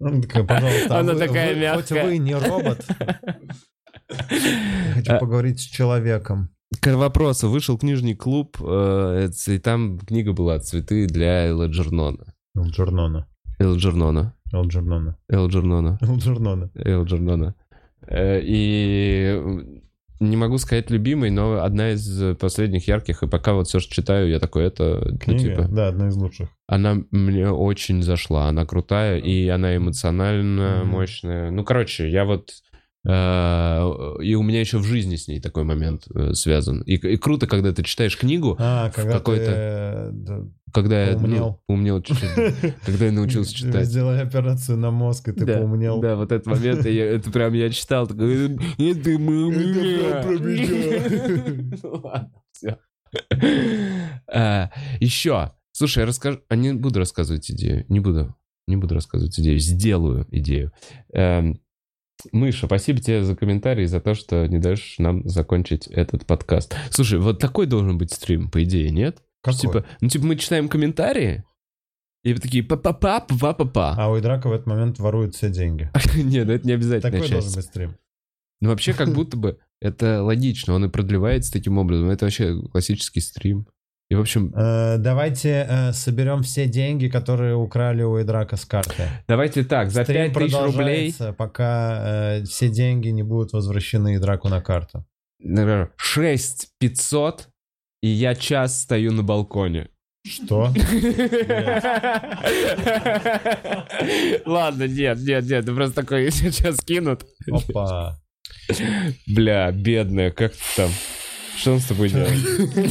Speaker 2: Она такая, пожалуйста, а
Speaker 14: Она
Speaker 2: вы-
Speaker 14: такая
Speaker 2: вы-
Speaker 14: мягкая.
Speaker 2: Хоть вы не робот. Хочу поговорить с человеком.
Speaker 1: К вопросу. Вышел книжный клуб, э, это- и там книга была «Цветы для Элла Джернона».
Speaker 2: Элджернона.
Speaker 1: Элла Джернона.
Speaker 2: Элджернона.
Speaker 1: Элла Джернона.
Speaker 2: Элджернона.
Speaker 1: Элла Джернона. Э, И м, не могу сказать любимый, но одна из последних ярких. И пока вот все, что читаю, я такой, это, ну,
Speaker 2: Книга,
Speaker 1: типа,
Speaker 2: да, одна из лучших.
Speaker 1: она мне очень зашла. Она крутая, и она эмоционально
Speaker 2: Мгм.
Speaker 1: мощная. Ну, короче, я вот... э, И у меня еще в жизни с ней такой момент э, связан. И, и круто, когда ты читаешь книгу,
Speaker 2: А, когда ты...
Speaker 1: какой-то-
Speaker 2: э, да,
Speaker 1: когда я ну,
Speaker 2: Поумнел.
Speaker 1: поумнел чуть-чуть, когда я научился читать.
Speaker 2: Сделали Э, операцию на мозг, и ты
Speaker 1: да,
Speaker 2: поумнел.
Speaker 1: Да, вот этот момент, я- это прям я читал, такой, «Э, это мы,
Speaker 2: Это прям про меня.
Speaker 1: Ну ладно, все. Еще, слушай, я расскажу, а не буду рассказывать идею, не буду, не буду рассказывать идею, сделаю идею. Эм, Мыша, спасибо тебе за комментарий, и за то, что не даешь нам закончить этот подкаст. Слушай, вот такой должен быть стрим, по идее, нет?
Speaker 2: Какой?
Speaker 1: Типа, ну типа мы читаем комментарии, и вы такие па па па па па па
Speaker 2: А у Идрака в этот момент воруют все деньги.
Speaker 1: Нет, это не обязательная
Speaker 2: Такой
Speaker 1: часть.
Speaker 2: должен быть стрим.
Speaker 1: Ну, вообще, как будто бы это логично. Он и продлевается таким образом. Это вообще классический стрим. И, в общем,
Speaker 2: Э, Давайте э, соберем все деньги, которые украли у Идрака с карты.
Speaker 1: давайте так, за
Speaker 2: Стрим
Speaker 1: 5000 рублей...
Speaker 2: продолжается, пока э, все деньги не будут возвращены Идраку на карту.
Speaker 1: например, 6500, и я час стою на балконе.
Speaker 2: Что?
Speaker 14: Ладно, нет, нет, нет, ты просто такой сейчас кинут.
Speaker 2: Опа.
Speaker 1: Бля, бедная, как ты там? Что он с тобой делает?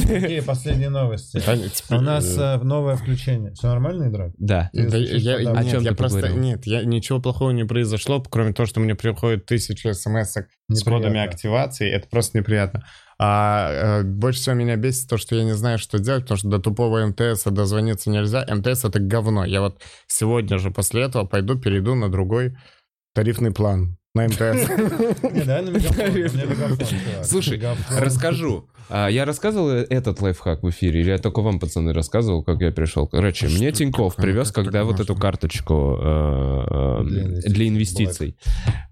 Speaker 2: Какие последние новости?
Speaker 1: типа,
Speaker 2: У нас э, новое включение. Все нормально, Идрак?
Speaker 1: Да.
Speaker 2: Ты
Speaker 3: Да,
Speaker 2: слушаешь
Speaker 3: я,
Speaker 2: подарок?
Speaker 1: О
Speaker 3: нет,
Speaker 1: чем
Speaker 3: я
Speaker 1: ты
Speaker 3: просто
Speaker 1: поговорил?
Speaker 3: нет, я ничего плохого не произошло, кроме того, что мне приходит тысяча смс с
Speaker 2: Неприятно.
Speaker 3: кодами активации, это просто неприятно. А э, больше всего меня бесит то, что я не знаю, что делать, потому что до тупого МТС дозвониться нельзя. МТС это говно. Я вот сегодня же после этого пойду, перейду на другой
Speaker 15: Тарифный план на МТС.
Speaker 2: Не, давай на мегафон. У меня мегафон, чувак.
Speaker 1: Слушай,
Speaker 2: Мегафон.
Speaker 1: Расскажу. А, я рассказывал этот лайфхак в эфире, или я только вам, пацаны, рассказывал, как я пришел. Короче,
Speaker 15: Что
Speaker 1: мне
Speaker 15: это
Speaker 1: Тиньков
Speaker 15: такое?
Speaker 1: привез,
Speaker 15: Как так
Speaker 1: когда вот
Speaker 15: можно?
Speaker 1: эту карточку э, э,
Speaker 2: Для инвестиций.
Speaker 1: для инвестиций.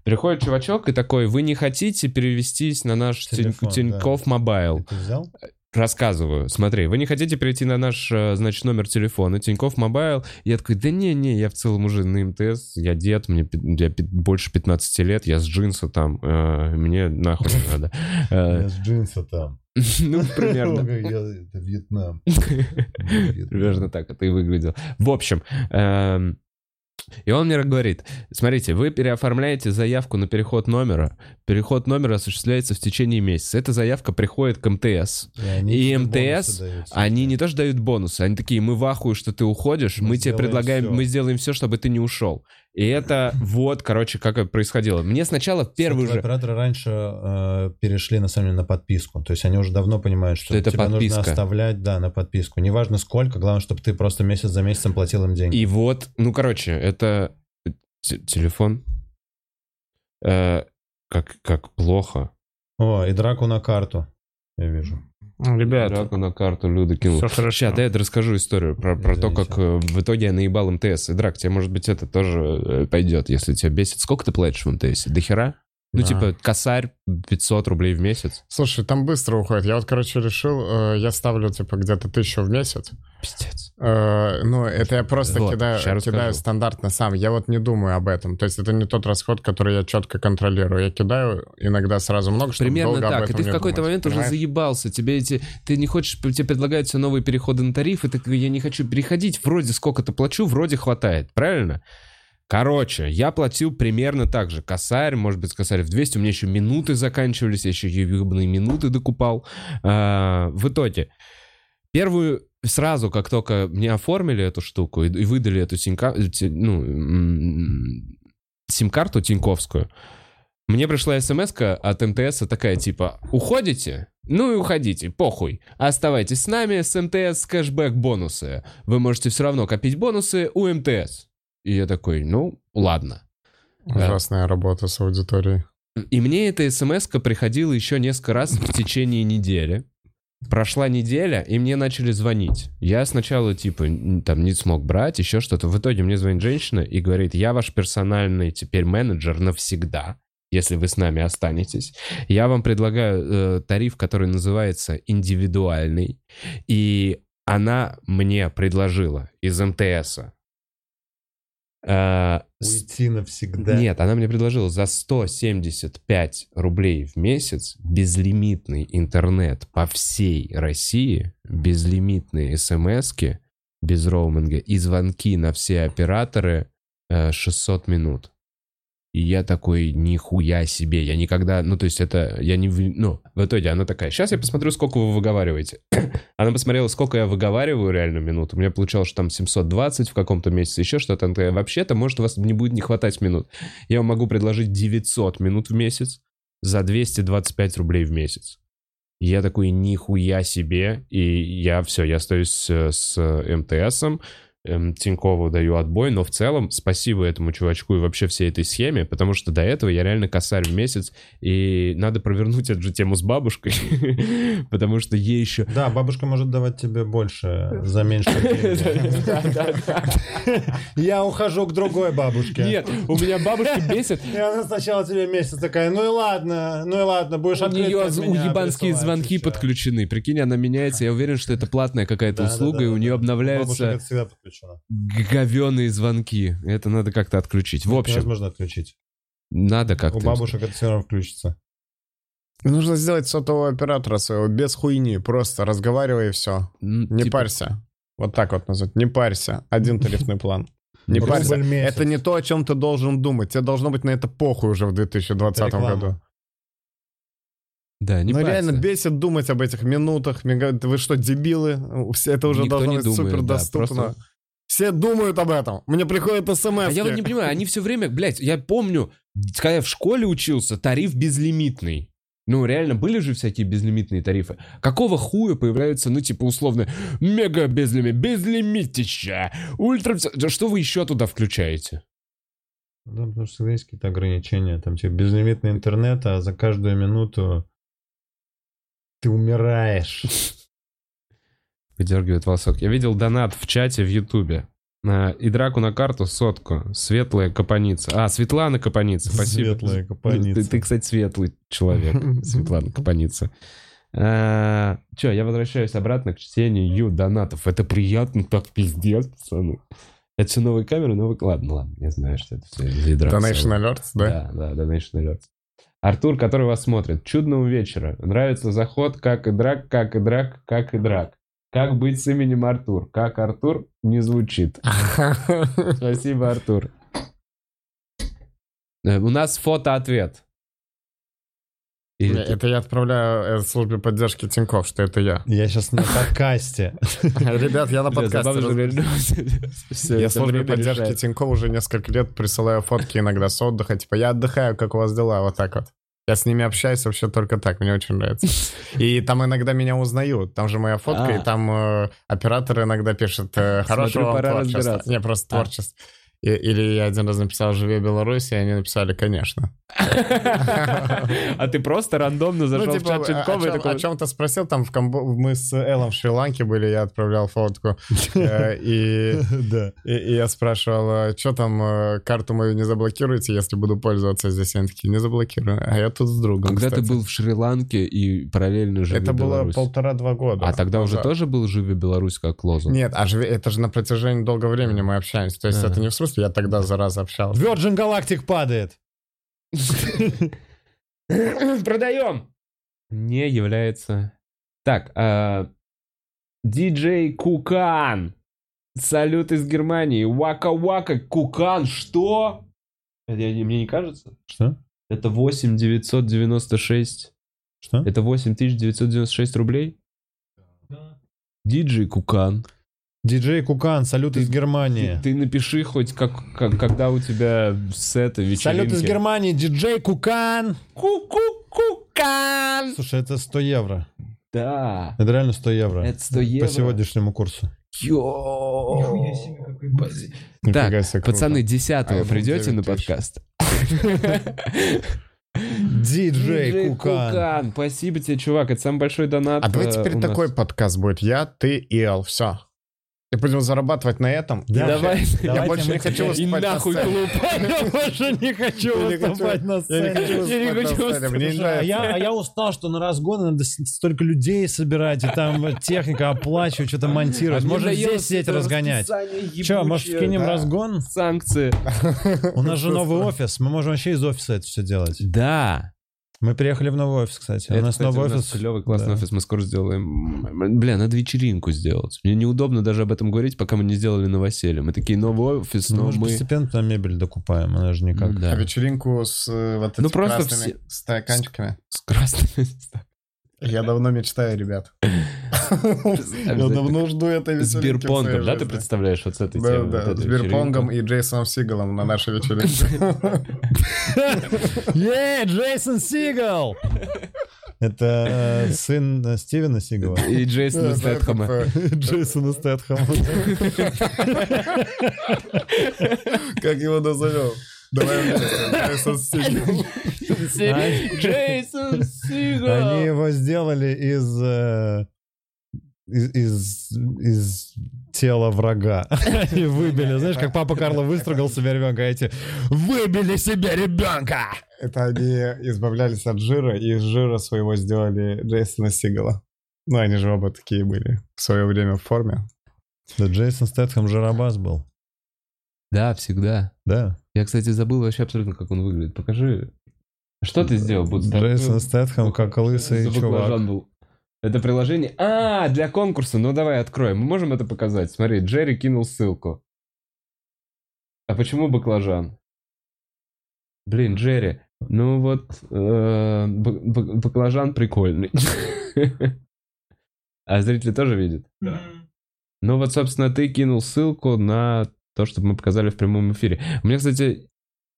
Speaker 1: Приходит чувачок и такой, вы не хотите перевестись на наш Тин-
Speaker 2: Телефон, да.
Speaker 1: Тиньков Мобайл?
Speaker 2: Ты взял?
Speaker 1: рассказываю. Смотри, вы не хотите перейти на наш, э, значит, номер телефона, Тинькофф Мобайл. Я такой, да не-не, я в целом уже на МТС, я дед, мне пи- я пи- больше 15 лет, я с джинса там, э, мне нахуй не надо. Э,
Speaker 2: Я с джинса там.
Speaker 1: Ну, примерно.
Speaker 2: Я- Это Вьетнам.
Speaker 1: Примерно так это и выглядело. В общем, эм, и он мне говорит, смотрите, вы переоформляете заявку на переход номера. Переход номера осуществляется в течение месяца. Эта заявка приходит к МТС.
Speaker 2: они
Speaker 1: И
Speaker 2: тебе
Speaker 1: МТС,
Speaker 2: бонусы дают.
Speaker 1: Они не то что дают бонусы, они такие, мы в ахуе, что ты уходишь, мы,
Speaker 2: Мы
Speaker 1: тебе
Speaker 2: сделаем
Speaker 1: предлагаем,
Speaker 2: всё».
Speaker 1: мы сделаем все, чтобы ты не ушел. И это вот, короче, как это происходило. Мне сначала в первый
Speaker 2: Кстати,
Speaker 1: же...
Speaker 2: Операторы раньше э, перешли на самом деле на подписку. То есть они уже давно понимают, что,
Speaker 1: Что это
Speaker 2: тебе
Speaker 1: подписка.
Speaker 2: нужно оставлять, да, на подписку. Неважно сколько, главное, чтобы ты просто месяц за месяцем платил им деньги.
Speaker 1: И вот, ну, короче, это... те- Телефон. Э, Как, как плохо.
Speaker 2: О, и драку на карту. Я вижу.
Speaker 1: Ребята. на карту Люда кинул. Сейчас, да, я расскажу историю про, про то, как э, в итоге я наебал МТС. И драк, тебе, может быть, это тоже э, пойдет, если тебя бесит. Сколько ты платишь в МТС? До хера? Ну,
Speaker 2: Да.
Speaker 1: типа, косарь 500 рублей в месяц.
Speaker 15: Слушай, там быстро уходит. Я вот, короче, решил, э, я ставлю, типа, где-то тысячу в месяц.
Speaker 1: Пиздец.
Speaker 15: Э, Ну, это я просто
Speaker 1: Вот,
Speaker 15: кидаю,
Speaker 1: ща расскажу.
Speaker 15: кидаю стандартно сам. Я вот не думаю об этом. То есть это не тот расход, который я четко контролирую. Я кидаю иногда сразу много, чтобы
Speaker 1: Примерно
Speaker 15: долго об
Speaker 1: так. И
Speaker 15: этом
Speaker 1: ты в
Speaker 15: не
Speaker 1: какой-то
Speaker 15: думать,
Speaker 1: момент уже
Speaker 15: понимаешь?
Speaker 1: заебался. Тебе эти, ты не хочешь, тебе предлагают все новые переходы на тарифы. Ты такой, я не хочу переходить. Вроде сколько-то плачу, вроде хватает. Правильно? Короче, я платил примерно так же. Косарь, может быть, косарь в 200. У меня еще минуты заканчивались. Я еще ебаные минуты докупал. А, в итоге, первую сразу, как только мне оформили эту штуку и, и выдали эту симка- э, те- ну, м, сим-карту Тиньковскую, мне пришла смс от МТС такая типа «Уходите?» Ну и уходите, похуй. Оставайтесь с нами, с МТС кэшбэк бонусы. Вы можете все равно копить бонусы у МТС. И я такой, ну, ладно. Да.
Speaker 15: Ужасная работа с аудиторией.
Speaker 1: И мне эта смс приходила еще несколько раз в течение недели. Прошла неделя, и мне начали звонить. Я сначала, типа, н- там, не смог брать, еще что-то. В итоге мне звонит женщина и говорит, я ваш персональный теперь менеджер навсегда, если вы с нами останетесь. Я вам предлагаю э, тариф, который называется индивидуальный. И она мне предложила из э, МТС.
Speaker 2: Уйти навсегда.
Speaker 1: Нет, она мне предложила за 175 рублей в месяц безлимитный интернет по всей России, безлимитные смски без роуминга и звонки на все операторы э, 600 минут. И я такой, нихуя себе, я никогда, ну, то есть это, я не, в- ну, в итоге она такая, сейчас я посмотрю, сколько вы выговариваете. Она посмотрела, сколько я выговариваю реально минут. У меня получалось, что там 720 в каком-то месяце, еще что-то. Она такая, вообще-то, может, у вас не будет не хватать минут. Я вам могу предложить 900 минут в месяц за 225 рублей в месяц. Я такой, нихуя себе, и я все, я остаюсь э, с МТСом, эм, Тинькову даю отбой, но в целом спасибо этому чувачку и вообще всей этой схеме, потому что до этого я реально косарь в месяц, и надо провернуть эту же тему с бабушкой, потому что ей еще
Speaker 2: Да, бабушка может давать тебе больше за меньше денег. Я ухожу к другой бабушке.
Speaker 1: Нет, у меня бабушка бесит.
Speaker 2: И она сначала тебе месяц такая, ну и ладно, ну и ладно, будешь
Speaker 1: У
Speaker 2: открытки
Speaker 1: нее
Speaker 2: от меня
Speaker 1: уебанские
Speaker 2: присылать
Speaker 1: звонки
Speaker 2: еще.
Speaker 1: подключены. Прикинь, она меняется. Я уверен, что это платная какая-то
Speaker 2: Да, да,
Speaker 1: услуга,
Speaker 2: да,
Speaker 1: и у
Speaker 2: да,
Speaker 1: нее
Speaker 2: да. Бабушка
Speaker 1: обновляются
Speaker 2: это всегда подключена.
Speaker 1: говеные звонки. Это надо как-то отключить. В общем,
Speaker 2: Невозможно отключить.
Speaker 1: надо
Speaker 2: У
Speaker 1: как-то.
Speaker 2: бабушек это все равно включится.
Speaker 15: Нужно сделать сотового оператора своего без хуйни. Просто разговаривай и все. Не
Speaker 1: Не
Speaker 15: парься. Вот так вот назвать. Не парься. Один тарифный план. Не
Speaker 2: Рубль
Speaker 15: парься.
Speaker 2: месяц.
Speaker 15: Это не то, о чем ты должен думать. Тебе должно быть на это похуй уже в 2020
Speaker 2: Это реклама.
Speaker 15: году.
Speaker 1: Да, не
Speaker 15: ну
Speaker 1: парься.
Speaker 15: реально бесит думать об этих минутах. мега- Да Вы что, дебилы? Все Это уже
Speaker 1: Никто
Speaker 15: должно
Speaker 1: не
Speaker 15: быть
Speaker 1: думает,
Speaker 15: супер
Speaker 1: да,
Speaker 15: доступно.
Speaker 1: просто-
Speaker 15: Все думают об этом. Мне приходят смс.
Speaker 1: А я вот не понимаю, они все время, блядь, я помню, когда я в школе учился, тариф безлимитный. Ну, реально, были же всякие безлимитные тарифы. Какого хуя появляются, ну, типа, условно, мега безлимит, безлимитища, ультра... всё- Да Что вы еще туда включаете?
Speaker 2: Да, потому что всегда есть какие-то ограничения. Там типа безлимитный интернет, а за каждую минуту ты умираешь.
Speaker 1: Выдергивает волосок. Я видел донат в чате в Ютубе. А, И драку на карту сотку. Светлая Капаница. А, Светлана Капаница, спасибо.
Speaker 2: Светлая
Speaker 1: Ты,
Speaker 2: капаница.
Speaker 1: ты, кстати, светлый человек, Светлана Капаница. А, чё, я возвращаюсь обратно к чтению донатов. Это приятно, так пиздец, пацаны. Это все новые камеры, новые... Ладно, ладно, я знаю, что это все из ядра.
Speaker 3: Donation Alerts, да?
Speaker 1: Да, да, Donation Alerts. Артур, который вас смотрит. Чудного вечера. Нравится заход, как и драк, как и драк, как и драк. Как быть с именем Артур? Как Артур? Не звучит. Спасибо, Артур. Э, У нас фото-ответ. Или ты-
Speaker 3: Это я отправляю э, службе поддержки Тинькофф, что это я.
Speaker 2: Я сейчас на подкасте.
Speaker 3: Ребят, я на
Speaker 1: Бля,
Speaker 3: подкасте.
Speaker 1: забавно, что
Speaker 3: раз-
Speaker 1: говорю, всё
Speaker 3: Я
Speaker 1: это
Speaker 3: службе
Speaker 1: время
Speaker 3: поддержки
Speaker 1: решает.
Speaker 3: Тинькофф уже несколько лет присылаю фотки иногда с отдыха. Типа, я отдыхаю, как у вас дела? Вот так вот. Я с ними общаюсь вообще только так, мне очень нравится. И там иногда меня узнают. Там же моя фотка,
Speaker 1: А.
Speaker 3: и там э, оператор иногда пишет э,
Speaker 1: Смотрю,
Speaker 3: «Хорошего вам
Speaker 1: пора
Speaker 3: творчества».
Speaker 1: разбираться.
Speaker 3: Не, просто
Speaker 1: А.
Speaker 3: творчество. И- Или я один раз написал «Живе Беларусь», и они написали «Конечно».
Speaker 1: А ты просто рандомно зашел
Speaker 3: Ну,
Speaker 1: в
Speaker 3: типа,
Speaker 1: чат Тинькова и
Speaker 3: о,
Speaker 1: такой,
Speaker 3: чем, то спросил, там в Камбо... мы с Элом в Шри-Ланке были, я отправлял фотку. Э, И
Speaker 2: Да.
Speaker 3: и, и я спрашивал, что там, э, карту мою не заблокируете, если буду пользоваться здесь? И Они такие, не заблокирую. А я тут с другом,
Speaker 16: Когда ты
Speaker 3: кстати.
Speaker 16: был в Шри-Ланке и параллельно жил
Speaker 3: Это
Speaker 16: в
Speaker 3: было
Speaker 16: Беларуси?
Speaker 3: полтора-два года.
Speaker 16: А тогда уже
Speaker 3: назад.
Speaker 16: тоже был «Живи Беларусь» как лозунг?
Speaker 3: Нет, а живе- это же на протяжении долгого времени мы общаемся. То есть
Speaker 16: Ага.
Speaker 3: это не в смысле, я тогда за раз общался.
Speaker 2: Virgin Galactic падает.
Speaker 1: продаем. Не является. Так, а, диджей Кукан. Салют из Германии. Вака-вака, Кукан, что? Это я не- мне не кажется.
Speaker 2: Что?
Speaker 1: Это 8996.
Speaker 2: Что?
Speaker 1: Это 8996 рублей? Диджей Кукан.
Speaker 2: Диджей Кукан, салют
Speaker 1: Ты-
Speaker 2: из
Speaker 1: Ты,
Speaker 2: Германии.
Speaker 1: ты напиши хоть, как, как- когда у тебя сеты, вечеринки.
Speaker 2: Салют из Германии, диджей Кукан.
Speaker 1: Ку-ку-кукан.
Speaker 2: Слушай, это 100 евро.
Speaker 1: Да.
Speaker 2: Это реально 100 евро.
Speaker 1: Это 100 евро.
Speaker 2: По сегодняшнему курсу.
Speaker 17: Нихуя себе, какой базик.
Speaker 1: Ну,
Speaker 3: Нифига
Speaker 16: Так,
Speaker 3: себе, круто.
Speaker 16: пацаны, 10
Speaker 3: iPhone
Speaker 16: придете на
Speaker 3: 9000.
Speaker 16: подкаст?
Speaker 2: Диджей Кукан.
Speaker 1: Кукан. Спасибо тебе, чувак. Это самый большой донат.
Speaker 3: А давай
Speaker 1: э,
Speaker 3: теперь
Speaker 1: у нас.
Speaker 3: такой подкаст будет. Я, ты и Эл. Все. И будем зарабатывать на этом.
Speaker 2: Да.
Speaker 3: И вообще-
Speaker 1: Давай.
Speaker 3: Я больше не хочу
Speaker 1: И
Speaker 3: выступать на
Speaker 1: нахуй
Speaker 3: сцене.
Speaker 1: клуб.
Speaker 2: Я больше не хочу
Speaker 3: Я не хочу-
Speaker 2: выступать на
Speaker 3: Я не
Speaker 2: сцене.
Speaker 3: хочу
Speaker 1: Я не
Speaker 3: выступать
Speaker 1: хочу
Speaker 3: на сцене. Мне не
Speaker 2: Слушай, а
Speaker 3: нравится.
Speaker 2: я, а я устал, что на разгоны надо с- столько людей собирать, и там э, техника оплачивать, что-то монтировать.
Speaker 1: А мне
Speaker 2: Можно
Speaker 1: надоело
Speaker 2: здесь сидеть
Speaker 1: это
Speaker 2: разгонять.
Speaker 1: расписание
Speaker 2: Че, может,
Speaker 1: ебучее,
Speaker 2: скинем
Speaker 1: да.
Speaker 2: разгон?
Speaker 1: Санкции.
Speaker 2: У нас же новый офис, мы можем вообще из офиса это все делать.
Speaker 1: Да.
Speaker 2: Мы приехали в новый офис, кстати. у
Speaker 1: Это,
Speaker 2: нас
Speaker 1: кстати,
Speaker 2: новый
Speaker 1: у нас
Speaker 2: офис.
Speaker 1: клёвый, классный
Speaker 2: Да.
Speaker 1: офис. Мы скоро сделаем... М, Бля, надо вечеринку сделать. Мне неудобно даже об этом говорить, пока мы не сделали новоселье. Мы такие, новый офис,
Speaker 2: Ну,
Speaker 1: но
Speaker 2: мы же
Speaker 1: мы...
Speaker 2: постепенно там мебель докупаем, она же никак.
Speaker 1: Да.
Speaker 3: А вечеринку с э, вот этими
Speaker 1: Ну, просто
Speaker 3: красными
Speaker 1: все-
Speaker 3: стаканчиками.
Speaker 1: С красными...
Speaker 3: Я давно мечтаю, ребят. Я давно жду
Speaker 1: С
Speaker 3: этой вечеринки в своей
Speaker 1: бирпонгом, да, ты
Speaker 3: жизни.
Speaker 1: представляешь вот с этой
Speaker 3: Да,
Speaker 1: темой? вот
Speaker 3: да,
Speaker 1: эту
Speaker 3: с бирпонгом
Speaker 1: вечеринку?
Speaker 3: и Джейсоном Сигалом на нашей вечеринке.
Speaker 2: Е, Джейсон Сигал! Это э, сын э, Стивена Сигала.
Speaker 1: И Джейсона
Speaker 3: Да,
Speaker 1: Стэтхэма.
Speaker 3: да, типа,
Speaker 2: Джейсона Стэтхэма.
Speaker 3: Как его назовем? Давай вместе. Джейсон Сигал.
Speaker 2: Они-
Speaker 1: Джейсон
Speaker 2: Они
Speaker 1: Сигал!
Speaker 2: его сделали из... э, Из, из, из тела врага. Они выбили. Знаешь, как папа Карло выстрогал себе ребенка, а эти «Выбили себе ребенка!»
Speaker 3: Это они избавлялись от жира, и из жира своего сделали Джейсона Сигала. Ну, они же оба такие были в свое время в форме.
Speaker 2: Да, Джейсон Стэтхэм жарабас был.
Speaker 1: Да, всегда.
Speaker 2: Да.
Speaker 1: Я, кстати, забыл вообще абсолютно, как он выглядит. Покажи. Что ты сделал, Будстар?
Speaker 2: Джейсон Стэтхэм как лысый
Speaker 1: Чтобы
Speaker 2: чувак.
Speaker 1: баклажан был. Это приложение... А, для конкурса. Ну, давай откроем. Мы можем это показать? Смотри, Джерри кинул ссылку. А почему баклажан? Блин, Джерри, ну вот, э, бак- бак- баклажан прикольный. А зрители тоже видят? Ну вот, собственно, ты кинул ссылку на то, чтобы мы показали в прямом эфире. У меня, кстати,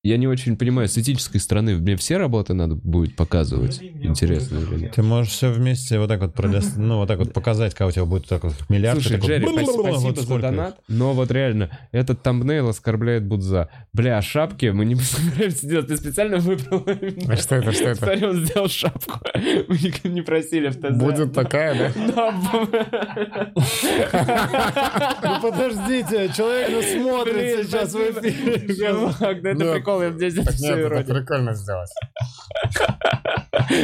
Speaker 1: я не очень понимаю, с этической стороны мне все работы надо будет показывать? Интересно или нет?
Speaker 2: Ты можешь все вместе вот так вот продес- ну вот так вот показать, когда у тебя будет так вот миллиард.
Speaker 1: Слушай,
Speaker 2: ты такой,
Speaker 1: Джерри,
Speaker 2: «Бла-бла-бла-бла»,
Speaker 1: спасибо,
Speaker 2: вот
Speaker 1: за
Speaker 2: сколько их.
Speaker 1: донат, но вот реально, этот тамбнейл оскорбляет Будза. Бля, шапки мы не собираемся делать, ты специально выбрал
Speaker 15: А что это, что это?
Speaker 1: Смотри, он сделал шапку. Мы никогда не просили в ТЗ.
Speaker 15: Будет такая, да?
Speaker 1: Да, б-
Speaker 2: Ну подождите, человек нас
Speaker 1: Блин,
Speaker 2: смотрит сейчас в
Speaker 1: спасибо.
Speaker 2: эфире.
Speaker 1: чувак, ну это
Speaker 15: Да.
Speaker 1: прикол, я здесь это
Speaker 15: Нет,
Speaker 1: все
Speaker 15: это
Speaker 1: ирония.
Speaker 15: прикольно сделать.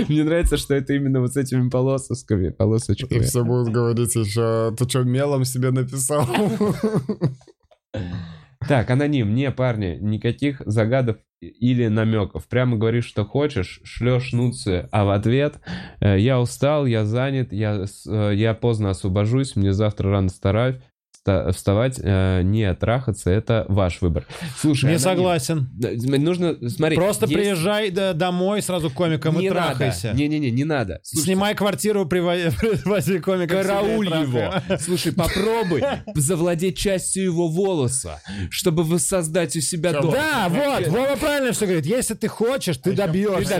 Speaker 1: Мне нравится, что это именно вот с этими полосочками.
Speaker 15: И
Speaker 1: полосочками.
Speaker 15: все будут говорить
Speaker 3: «А
Speaker 15: еще, ты что, мелом себе написал?
Speaker 1: Так, аноним. Не, парни, никаких загадов или намеков. Прямо говоришь, что хочешь, шлешь нуцы, а в ответ э, я устал, я занят, я, с- э, я поздно освобожусь, мне завтра рано стараюсь вставать, э, не трахаться, это ваш выбор. Слушай,
Speaker 2: Не
Speaker 1: аноним.
Speaker 2: согласен.
Speaker 1: Да, Нужно, смотри.
Speaker 2: Просто
Speaker 1: есть-
Speaker 2: приезжай да, домой сразу к комикам и
Speaker 1: не надо.
Speaker 2: трахайся.
Speaker 1: Не-не-не, не надо. Слушай,
Speaker 2: Снимай квартиру, привози привози комика. к себе и
Speaker 1: Карауль
Speaker 2: трахай.
Speaker 1: его. Слушай, попробуй завладеть частью его волоса, чтобы воссоздать у себя дом.
Speaker 2: Да, вот, Вова правильно все говорит. Если ты хочешь, ты добьешься.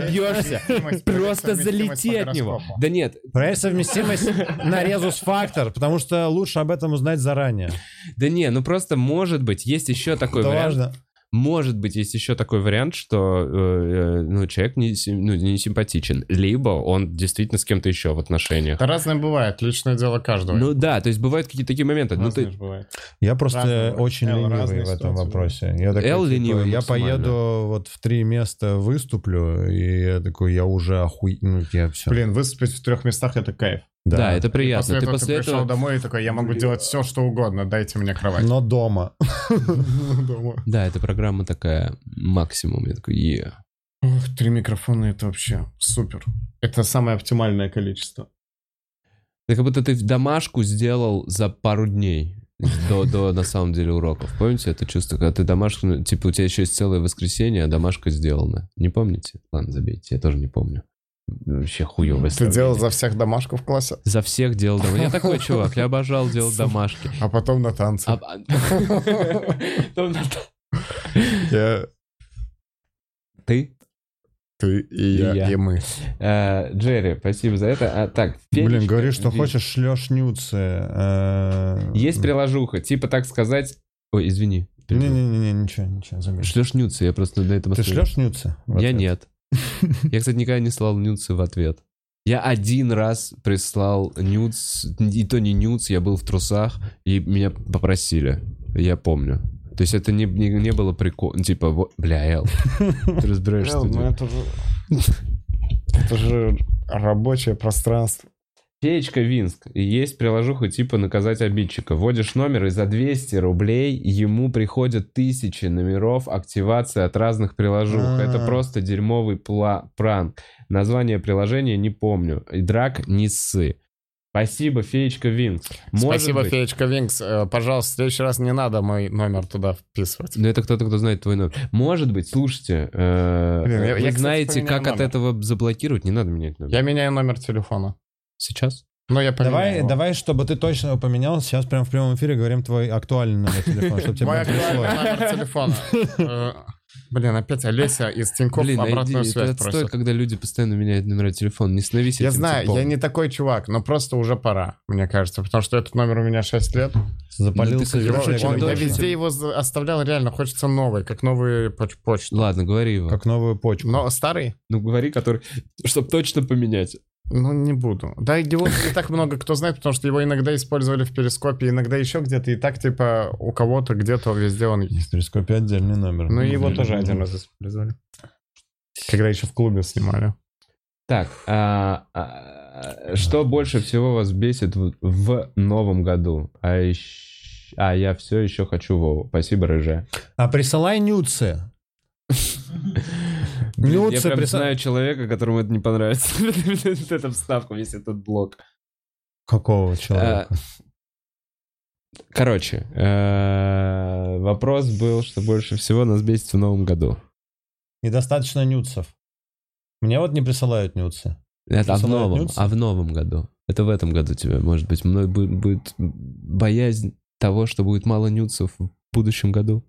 Speaker 1: Ты добьешься. Просто залети от него. Да нет,
Speaker 2: Проверь совместимость на резус-фактор, потому что лучше об этом узнать заранее.
Speaker 1: да не, ну просто может быть, есть еще такой
Speaker 2: Это
Speaker 1: вариант.
Speaker 2: важно.
Speaker 1: Может быть, есть еще такой вариант, что э, э, ну, человек не, сим- ну, не симпатичен, либо он действительно с кем-то еще в отношениях.
Speaker 15: Да разное бывает, личное дело каждого.
Speaker 1: Ну да, то есть бывают какие-то такие моменты. Ну,
Speaker 3: Разные
Speaker 1: ты,
Speaker 3: же бывает.
Speaker 2: Я просто
Speaker 3: Разные,
Speaker 2: очень
Speaker 15: э,
Speaker 3: Эл,
Speaker 2: ленивый
Speaker 3: разные
Speaker 2: в этом
Speaker 3: ситуации
Speaker 2: вопросе. Я такой,
Speaker 1: Эл
Speaker 2: типа,
Speaker 1: ленивый
Speaker 2: я
Speaker 1: максимально.
Speaker 2: поеду вот в три места выступлю, и я такой, я уже охуй... Ну, я все.
Speaker 3: Блин, выступить в трех местах это кайф.
Speaker 1: да. это приятно.
Speaker 15: После
Speaker 1: Ты
Speaker 15: этого
Speaker 1: после
Speaker 15: ты пришел
Speaker 1: этого...
Speaker 15: домой и такой, я могу делать все, что угодно, дайте мне кровать.
Speaker 2: Но дома.
Speaker 15: Дома.
Speaker 1: Ну, Да, эта программа такая максимум. Я такой, е.
Speaker 15: Ух, Три микрофона, это вообще супер.
Speaker 3: Это самое оптимальное количество.
Speaker 1: Это как будто ты в домашку сделал за пару дней до, до на самом деле уроков. Помните это чувство, когда ты домашку, ну, типа у тебя еще есть целое воскресенье, а домашка сделана. Не помните? Ладно, забейте, я тоже не помню. Вообще хуевое
Speaker 15: Ты делал
Speaker 1: сравнение.
Speaker 15: за всех домашку в классе,
Speaker 1: За всех делал домашки. Я такой чувак, я обожал делать домашки.
Speaker 15: а потом на танцы.
Speaker 1: А- а- Там на-
Speaker 15: Я-
Speaker 1: Ты?
Speaker 15: Ты и
Speaker 1: И я.
Speaker 15: я, и мы.
Speaker 1: Э, Джерри, спасибо за это. А, так,
Speaker 2: Блин,
Speaker 1: Фенечка,
Speaker 2: говори, что
Speaker 1: ви-
Speaker 2: хочешь, шлешь нюцы. э,
Speaker 1: Есть приложуха, типа так сказать... Ой, извини.
Speaker 2: Не-не-не, ничего, ничего, забей.
Speaker 1: Шлешь нюцы, я просто до этого...
Speaker 2: Ты
Speaker 1: смотрел.
Speaker 2: шлешь нюцы? в
Speaker 1: Я
Speaker 2: ответ?
Speaker 1: нет. Я, кстати, никогда не слал нюцы в ответ. Я один раз прислал нюц, и то не нюц, я был в трусах, и меня попросили. Я помню. То есть это не, не, не было прикол... Типа, во- бля, Эл, ты разбираешься, что
Speaker 3: Эл, ну
Speaker 1: делать.
Speaker 3: это же... Это же рабочее пространство.
Speaker 1: Феечка Винск. И Есть приложуха типа наказать обидчика. Вводишь номер, и за 200 рублей ему приходят тысячи номеров активации от разных приложух.
Speaker 2: А.
Speaker 1: Это просто дерьмовый пла- пранк. Название приложения не помню. И драк не ссы. Спасибо, Феечка Винкс. Может
Speaker 15: Спасибо,
Speaker 1: быть-
Speaker 15: Феечка Винкс. Э, Пожалуйста, в следующий раз не надо мой номер туда вписывать.
Speaker 1: Ну, это кто-то, кто знает твой номер. Может быть, слушайте, э,
Speaker 15: Блин, я-
Speaker 1: вы
Speaker 15: я, кстати,
Speaker 1: знаете,
Speaker 15: вспоминаю
Speaker 1: как от
Speaker 15: номер.
Speaker 1: этого заблокировать? Не надо менять номер.
Speaker 15: Я меняю номер телефона.
Speaker 1: Сейчас?
Speaker 15: Ну, я поменяю
Speaker 2: Давай,
Speaker 15: его.
Speaker 2: давай, чтобы ты точно его поменял, сейчас прям в прямом эфире говорим твой актуальный номер телефона, чтобы тебе
Speaker 15: Мой
Speaker 2: прям пришло.
Speaker 15: актуальный номер телефона. Э, Блин, опять Олеся из Тинькофф
Speaker 1: Блин,
Speaker 15: обратную
Speaker 1: найди-
Speaker 15: связь
Speaker 1: это отстой,
Speaker 15: просит.
Speaker 1: когда люди постоянно меняют номера телефона. Не становись
Speaker 15: Я
Speaker 1: этим
Speaker 15: знаю,
Speaker 1: типом.
Speaker 15: я не такой чувак, но просто уже пора, мне кажется, потому что этот номер у меня 6 лет.
Speaker 1: Ну, ты,
Speaker 2: Запалился.
Speaker 1: кстати,
Speaker 2: его,
Speaker 1: очень
Speaker 2: я
Speaker 15: Он-
Speaker 2: говорю,
Speaker 15: я
Speaker 1: точно.
Speaker 15: везде его за- оставлял, реально, хочется новый, как новый поч- почту.
Speaker 1: Ладно, говори его.
Speaker 2: Как новую почку.
Speaker 15: Но старый?
Speaker 1: Ну, говори, который... Чтобы точно поменять.
Speaker 15: Ну, не буду. Да, его не так много кто знает, потому что его иногда использовали в перископе, иногда еще где-то, и так, типа, у кого-то где-то везде он есть.
Speaker 2: В перископе отдельный номер.
Speaker 15: Ну, и его тоже один раз использовали. Когда еще в клубе снимали.
Speaker 1: Так, а, а, что больше всего вас бесит в, в новом году? А, ещё- а я все еще хочу Вову. Спасибо, Рыжая.
Speaker 2: А присылай нюцы.
Speaker 1: Блин, я
Speaker 2: Нюцы
Speaker 1: прям
Speaker 2: присылай.
Speaker 1: знаю человека, которому это не понравится. Вот эта вставка, весь этот блок.
Speaker 3: Э,
Speaker 2: Какого
Speaker 1: А,
Speaker 2: человека?
Speaker 1: Короче, э, вопрос был, что больше всего нас бесит в новом году.
Speaker 2: Недостаточно нюцев. Мне вот не присылают нюцы.
Speaker 1: Это а в
Speaker 2: Присылают
Speaker 1: новом,
Speaker 2: нюцы?
Speaker 1: а в новом году. Это в этом году тебе, может быть, мной будет, будет боязнь того, что будет мало нюцев в будущем году.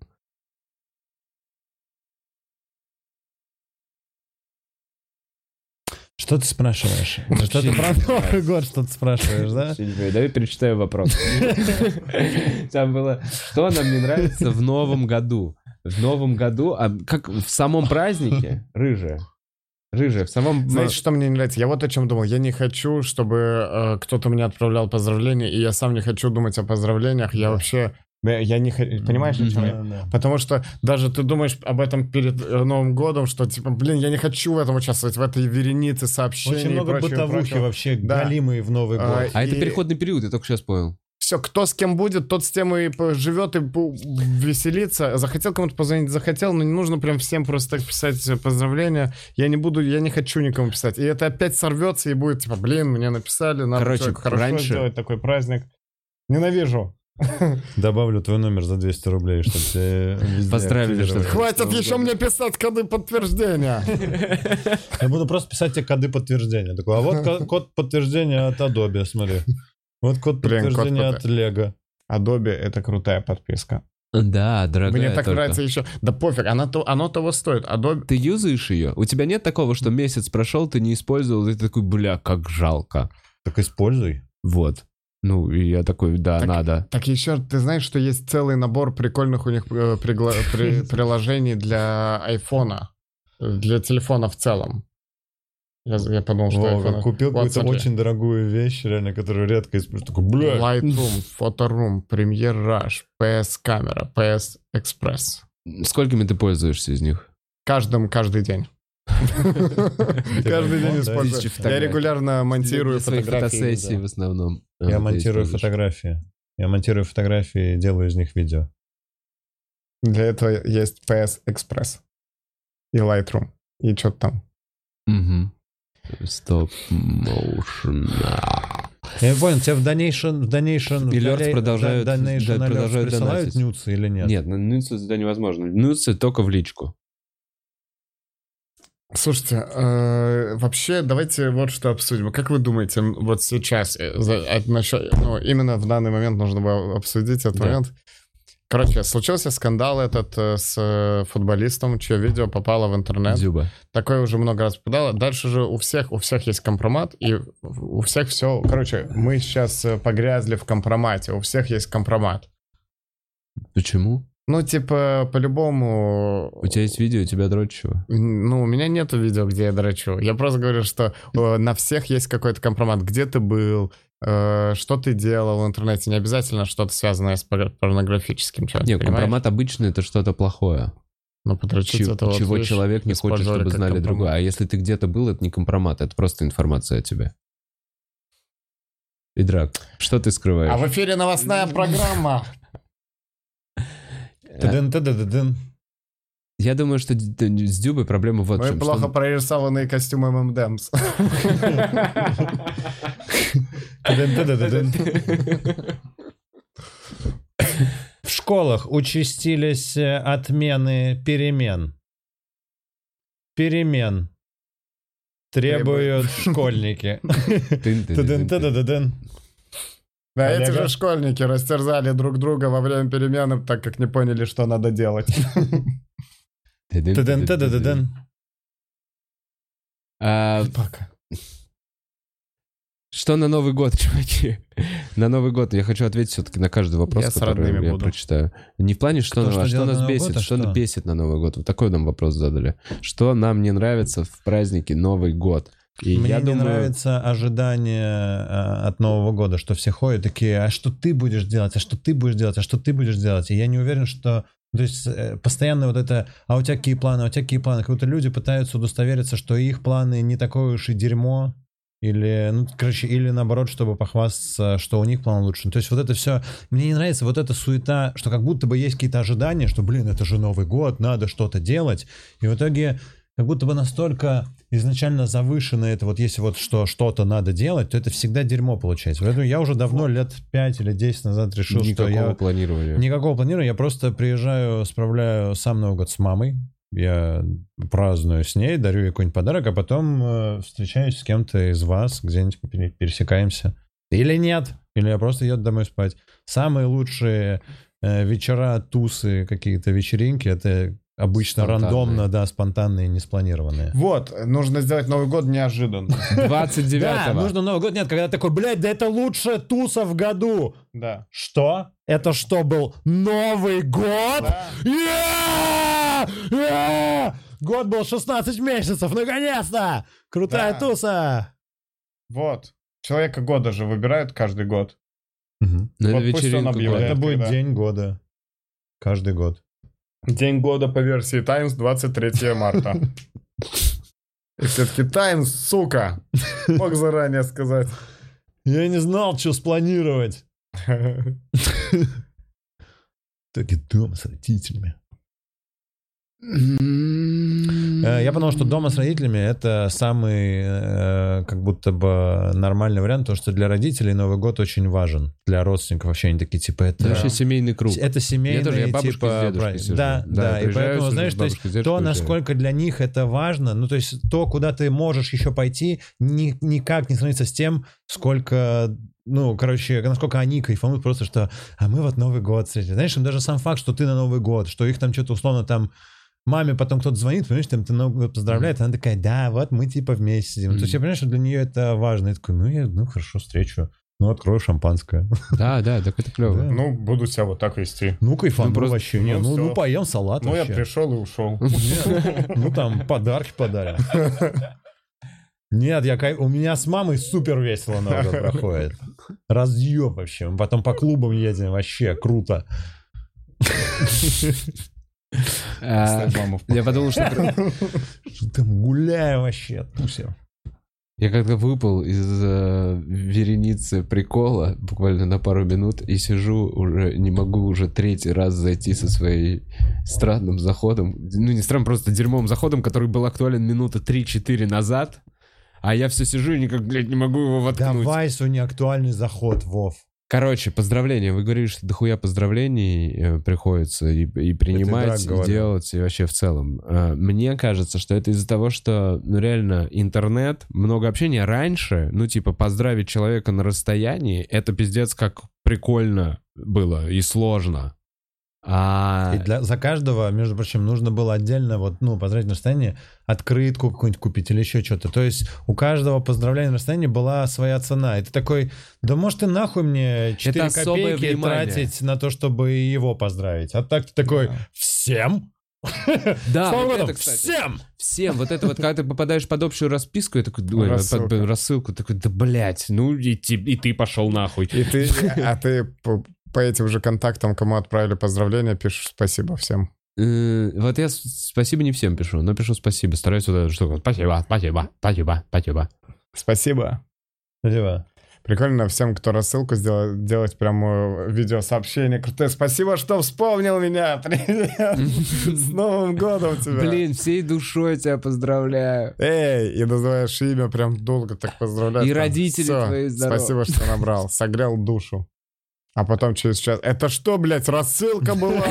Speaker 2: Что ты спрашиваешь? Что ты про Новый год что-то спрашиваешь, да?
Speaker 18: Вообще не понимаю. Давай перечитаю вопрос. Там было, что нам не нравится в новом году? В новом году, а как в самом празднике? Рыжая. Рыжая, в самом...
Speaker 3: Знаете, что мне не нравится? Я вот о чем думал. Я не хочу, чтобы э, кто-то мне отправлял поздравления, и я сам не хочу думать о поздравлениях. Я вообще... Да, Я не хочу... Понимаешь, о чем я? Потому что даже ты думаешь об этом перед э, Новым годом, что типа, блин, я не хочу в этом участвовать, в этой веренице сообщений.
Speaker 2: Очень много бытовухи вообще,
Speaker 3: Да.
Speaker 2: галимые в Новый
Speaker 3: А,
Speaker 2: год.
Speaker 1: А это переходный период, я только сейчас понял.
Speaker 3: Все, кто с кем будет, тот с тем и живет и пу- веселится. Захотел кому-то позвонить, захотел, но не нужно прям всем просто так писать э, поздравления. Я не буду, я не хочу никому писать. И это опять сорвется и будет типа, блин, мне написали, надо
Speaker 1: Короче,
Speaker 3: всё хорошо
Speaker 1: раньше-
Speaker 3: сделать такой праздник. Ненавижу.
Speaker 2: Добавлю твой номер за 200 рублей, чтобы тебя везде
Speaker 1: Поздравили, что
Speaker 2: активировали.
Speaker 1: ли?
Speaker 3: Хватит еще мне писать коды подтверждения.
Speaker 2: Я буду просто писать тебе коды подтверждения. Такой, а вот ко- код подтверждения от Adobe, смотри. Вот код
Speaker 3: Блин, код
Speaker 2: подтверждения
Speaker 3: под-
Speaker 2: от Лего.
Speaker 3: Adobe — это крутая подписка.
Speaker 1: Да, дорогая
Speaker 3: Мне так
Speaker 1: только.
Speaker 3: нравится еще. Да пофиг, она то- оно того стоит. А Adobe...
Speaker 1: Ты юзаешь ее? У тебя нет такого, что месяц прошел, ты не использовал, и ты такой, бля, как жалко.
Speaker 2: Так используй.
Speaker 1: Вот. Ну, и я такой, да,
Speaker 3: Так-
Speaker 1: надо.
Speaker 3: Так еще, ты знаешь, что есть целый набор прикольных у них э, пригла- при- приложений для айфона, э, для телефона в целом. Я, я подумал, что
Speaker 2: Вова,
Speaker 3: айфона.
Speaker 2: купил
Speaker 3: Вот,
Speaker 2: какую-то
Speaker 3: смотри.
Speaker 2: очень дорогую вещь, реально, которую редко используют. Такой, бля,
Speaker 3: Lightroom, Photoroom, Premiere Rush, PS Camera, PS Express.
Speaker 1: Сколькими ты пользуешься из них?
Speaker 3: Каждым, каждый день. Каждый день
Speaker 2: да?
Speaker 3: использую.
Speaker 1: Тысячи
Speaker 3: Я
Speaker 1: фотографий. Типа
Speaker 3: регулярно монтирую
Speaker 1: Для своих
Speaker 3: фотографии.
Speaker 1: фотосессий в основном.
Speaker 2: я
Speaker 1: Вот
Speaker 2: монтирую
Speaker 1: используешь.
Speaker 2: фотографии. Я монтирую фотографии и делаю из них видео.
Speaker 3: Для этого есть PS Express и Lightroom. И что-то там.
Speaker 1: Мгм. Стоп моушен.
Speaker 2: Я не понял, тебе в дальнейшем... В дальнейшем
Speaker 1: И
Speaker 2: в
Speaker 1: Лёрц
Speaker 2: далей-
Speaker 1: продолжают-
Speaker 2: да-
Speaker 1: да,
Speaker 2: дальнейшем на Лёрц
Speaker 1: продолжают
Speaker 2: присылают
Speaker 1: донатить.
Speaker 2: нюцы или нет?
Speaker 1: Нет, ну, нюцы сюда невозможно. Нюцы только в личку.
Speaker 3: Слушайте, э, вообще давайте вот что обсудим. Как вы думаете, м, вот сейчас, э, за- от нач- ну, именно в данный момент нужно было обсудить этот
Speaker 1: Да.
Speaker 3: момент. Короче, случился скандал этот э, с э, футболистом, чье видео попало в интернет.
Speaker 1: Дзюба.
Speaker 3: Такое уже много раз попадало. Дальше же у всех, у всех есть компромат, и у всех все... Короче, мы сейчас э, погрязли в компромате, у всех есть компромат.
Speaker 1: Почему?
Speaker 3: Ну, типа, по-любому...
Speaker 1: У тебя есть видео, тебя дрочево.
Speaker 3: Ну, у меня нету видео, где я дрочу. Я просто говорю, что э, на всех есть какой-то компромат. Где ты был? э, что ты делал в интернете? Не обязательно что-то связанное с пор- порнографическим человеком.
Speaker 1: Нет,
Speaker 3: понимаешь?
Speaker 1: компромат обычно это что-то плохое.
Speaker 3: Но подрочиться
Speaker 1: Чё-
Speaker 3: это вот,
Speaker 1: чего
Speaker 3: видишь,
Speaker 1: человек не хочет,
Speaker 3: использовали
Speaker 1: чтобы
Speaker 3: как
Speaker 1: знали
Speaker 3: компромат.
Speaker 1: другое. А если ты где-то был, это не компромат, это просто информация о тебе. И драк, что ты скрываешь?
Speaker 3: А в эфире новостная программа.
Speaker 2: Тыдын, тыдын, тыдын.
Speaker 1: Я думаю, что д- д- с Дюбой проблема вот в
Speaker 3: Ну и
Speaker 1: чем. что
Speaker 3: плохо
Speaker 1: он-
Speaker 3: прорисованные костюмы ММДМС.
Speaker 2: Тыдын, тыдын, тыдын. В школах участились э, отмены перемен. Перемен. Требуют школьники.
Speaker 1: Тын, тын, тын,
Speaker 2: Тыдын,
Speaker 1: тын.
Speaker 2: тыдын, тыдын.
Speaker 3: Да, эти
Speaker 2: Коллега?
Speaker 3: же школьники растерзали друг друга во время перемены, так как не поняли, что надо делать.
Speaker 1: Тыдын,
Speaker 2: Тыдын,
Speaker 1: тыдын,
Speaker 2: тыдын,
Speaker 1: тыдын.
Speaker 2: тыдын.
Speaker 1: А, Что на Новый год, чуваки? На Новый год я хочу ответить все-таки на каждый вопрос,
Speaker 3: Я с
Speaker 1: который
Speaker 3: родными
Speaker 1: я
Speaker 3: буду.
Speaker 1: прочитаю. Не в плане, что,
Speaker 2: Кто
Speaker 1: на-
Speaker 2: что
Speaker 1: что
Speaker 2: делает
Speaker 1: нас
Speaker 2: на Новый
Speaker 1: бесит,
Speaker 2: год, а
Speaker 1: что,
Speaker 2: что?
Speaker 1: бесит на Новый год. Вот такой нам вопрос задали. Что нам не нравится в празднике Новый год? И
Speaker 2: Мне
Speaker 1: я
Speaker 2: не
Speaker 1: думаю,
Speaker 2: нравится ожидание э, от Нового года, что все ходят такие, а что ты будешь делать, а что ты будешь делать, а что ты будешь делать. И я не уверен, что... То есть э, постоянно вот это, а у тебя какие планы, а у тебя какие планы. Как будто люди пытаются удостовериться, что их планы не такое уж и дерьмо. Или, ну, короче, или наоборот, чтобы похвастаться, что у них план лучше. То есть вот это все... Мне не нравится вот эта суета, что как будто бы есть какие-то ожидания, что, блин, это же Новый год, надо что-то делать. И в итоге как будто бы настолько изначально завышено это вот если вот что что-то надо делать, то это всегда дерьмо получается. Поэтому я уже давно лет 5 или 10 назад решил,
Speaker 1: никакого
Speaker 2: что я
Speaker 1: планирования.
Speaker 2: никакого планирую, я просто приезжаю, справляю сам Новый год с мамой, я праздную с ней, дарю ей какой-нибудь подарок, а потом э, встречаюсь с кем-то из вас, где-нибудь пере- пересекаемся. Или нет, или я просто еду домой спать. Самые лучшие э, вечера, тусы, какие-то вечеринки, это Обычно
Speaker 1: Спонтанные.
Speaker 2: рандомно, да, спонтанные, не спланированные.
Speaker 3: Вот, нужно сделать Новый год неожиданно.
Speaker 1: 29
Speaker 2: Да, нужно Новый год. Нет, когда такой, блядь, да это лучшая туса в году.
Speaker 3: Да.
Speaker 2: Что? Это что был Новый год? Е-е-е! Е-е-е! Э, Год был 16 месяцев, наконец-то! Крутая
Speaker 3: Да.
Speaker 2: туса!
Speaker 3: Вот. Человека года же выбирают каждый год.
Speaker 1: Но это
Speaker 3: Вот пусть он
Speaker 1: вечеринка
Speaker 3: объявляет.
Speaker 1: года.
Speaker 2: Это будет
Speaker 3: когда?
Speaker 2: день года. Каждый год.
Speaker 3: День года по версии Times 23 марта. И все-таки Times, сука! Мог заранее сказать.
Speaker 2: Я не знал, что спланировать. Так и дома с родителями. Э, Я подумал, что дома с родителями это самый э, как будто бы нормальный вариант, потому что для родителей Новый год очень важен. Для родственников вообще они такие типа это...
Speaker 1: Вообще семейный круг.
Speaker 2: Это семейные,
Speaker 1: Я тоже, я бабушка
Speaker 2: типа,
Speaker 1: с дедушкой
Speaker 2: праздник.
Speaker 1: сижу.
Speaker 2: Да,
Speaker 1: Да,
Speaker 2: да, и
Speaker 1: приезжаю,
Speaker 2: поэтому,
Speaker 1: сижу с
Speaker 2: знаешь, то, есть
Speaker 1: бабушкой, с дедушкой
Speaker 2: то,
Speaker 1: уезжаю.
Speaker 2: насколько для них это важно, ну, то есть то, куда ты можешь еще пойти, ни- никак не сравнится с тем, сколько, ну, короче, насколько они кайфанут просто, что, а мы вот Новый год встретили. Знаешь, им даже сам факт, что ты на Новый год, что их там что-то условно там Маме потом кто-то звонит, понимаешь, там ты Новый год поздравляет, она такая, да, вот мы типа вместе сидим. То есть я понимаю, что для нее это важно. Я такой, ну, я, ну, хорошо, встречу. Ну, открою шампанское.
Speaker 1: Да, да, так это клево.
Speaker 2: Да.
Speaker 3: Ну, буду себя вот так вести.
Speaker 2: Ну, кайфану
Speaker 1: Ну, просто-
Speaker 2: вообще. Не,
Speaker 3: ну,
Speaker 2: ну,
Speaker 3: всё.
Speaker 2: ну, поем салат
Speaker 3: Ну, я
Speaker 2: вообще.
Speaker 3: пришел и ушел.
Speaker 2: Ну, там подарки подарят. Нет, я кай- у меня с мамой супер весело Новый год проходит. Разъеб вообще. Мы потом по клубам едем, вообще круто.
Speaker 1: А, Я подумал, что
Speaker 2: Там гуляем вообще, тусим.
Speaker 1: Я как-то выпал из э, вереницы прикола буквально на пару минут и сижу уже, не могу уже третий раз зайти со своей странным заходом. Ну, не странным, просто дерьмовым заходом, который был актуален минуты 3-4 назад. А я все сижу и никак, блядь, не могу его воткнуть.
Speaker 2: Давай сегодня актуальный заход, Вов.
Speaker 1: Короче, поздравления. Вы говорили, что дохуя поздравлений э, приходится и, и
Speaker 2: Драк
Speaker 1: принимать, и
Speaker 2: говорил.
Speaker 1: делать, и вообще в целом. Э, Мне кажется, что это из-за того, что, ну, реально, интернет, много общения. Раньше, ну, типа, поздравить человека на расстоянии, это пиздец как прикольно было и сложно. А...
Speaker 2: И для, за каждого, между прочим, нужно было отдельно, вот, ну, поздравить на расстоянии, открытку какую-нибудь купить или еще что-то. То есть у каждого поздравления на расстоянии была своя цена. И ты такой, да может ты нахуй мне 4
Speaker 1: Это особое
Speaker 2: копейки
Speaker 1: внимание.
Speaker 2: тратить на то что-бы его поздравить. А так ты такой, всем?
Speaker 1: Да,
Speaker 2: С Новым
Speaker 1: А, вот
Speaker 2: годом!
Speaker 1: это, кстати.
Speaker 2: всем!
Speaker 1: Всем вот это вот, когда ты попадаешь под общую расписку, я такой, ой,
Speaker 3: Рассылка.
Speaker 1: под рассылку, такой, да, блядь, ну, и, ти- и ты пошел нахуй.
Speaker 3: И ты, а ты по, по этим же контактам, кому отправили поздравления, пишешь спасибо всем.
Speaker 1: Э, Вот я с- спасибо не всем пишу, но пишу спасибо. Стараюсь вот эту штуку. Спасибо, спасибо, спасибо, спасибо.
Speaker 3: Спасибо.
Speaker 2: Спасибо.
Speaker 3: Прикольно всем, кто рассылку сделал, делать прям э, видеосообщение. Крутое. Спасибо, что вспомнил меня. Привет. С Новым годом тебя.
Speaker 1: Блин, всей душой тебя поздравляю.
Speaker 3: Эй, и называешь имя, прям долго так поздравляешь.
Speaker 1: И
Speaker 3: Прям,
Speaker 1: родители
Speaker 3: «Всё,
Speaker 1: твои здоровы».
Speaker 3: Спасибо, что набрал, согрел душу. А потом через час, это что, блядь, рассылка была?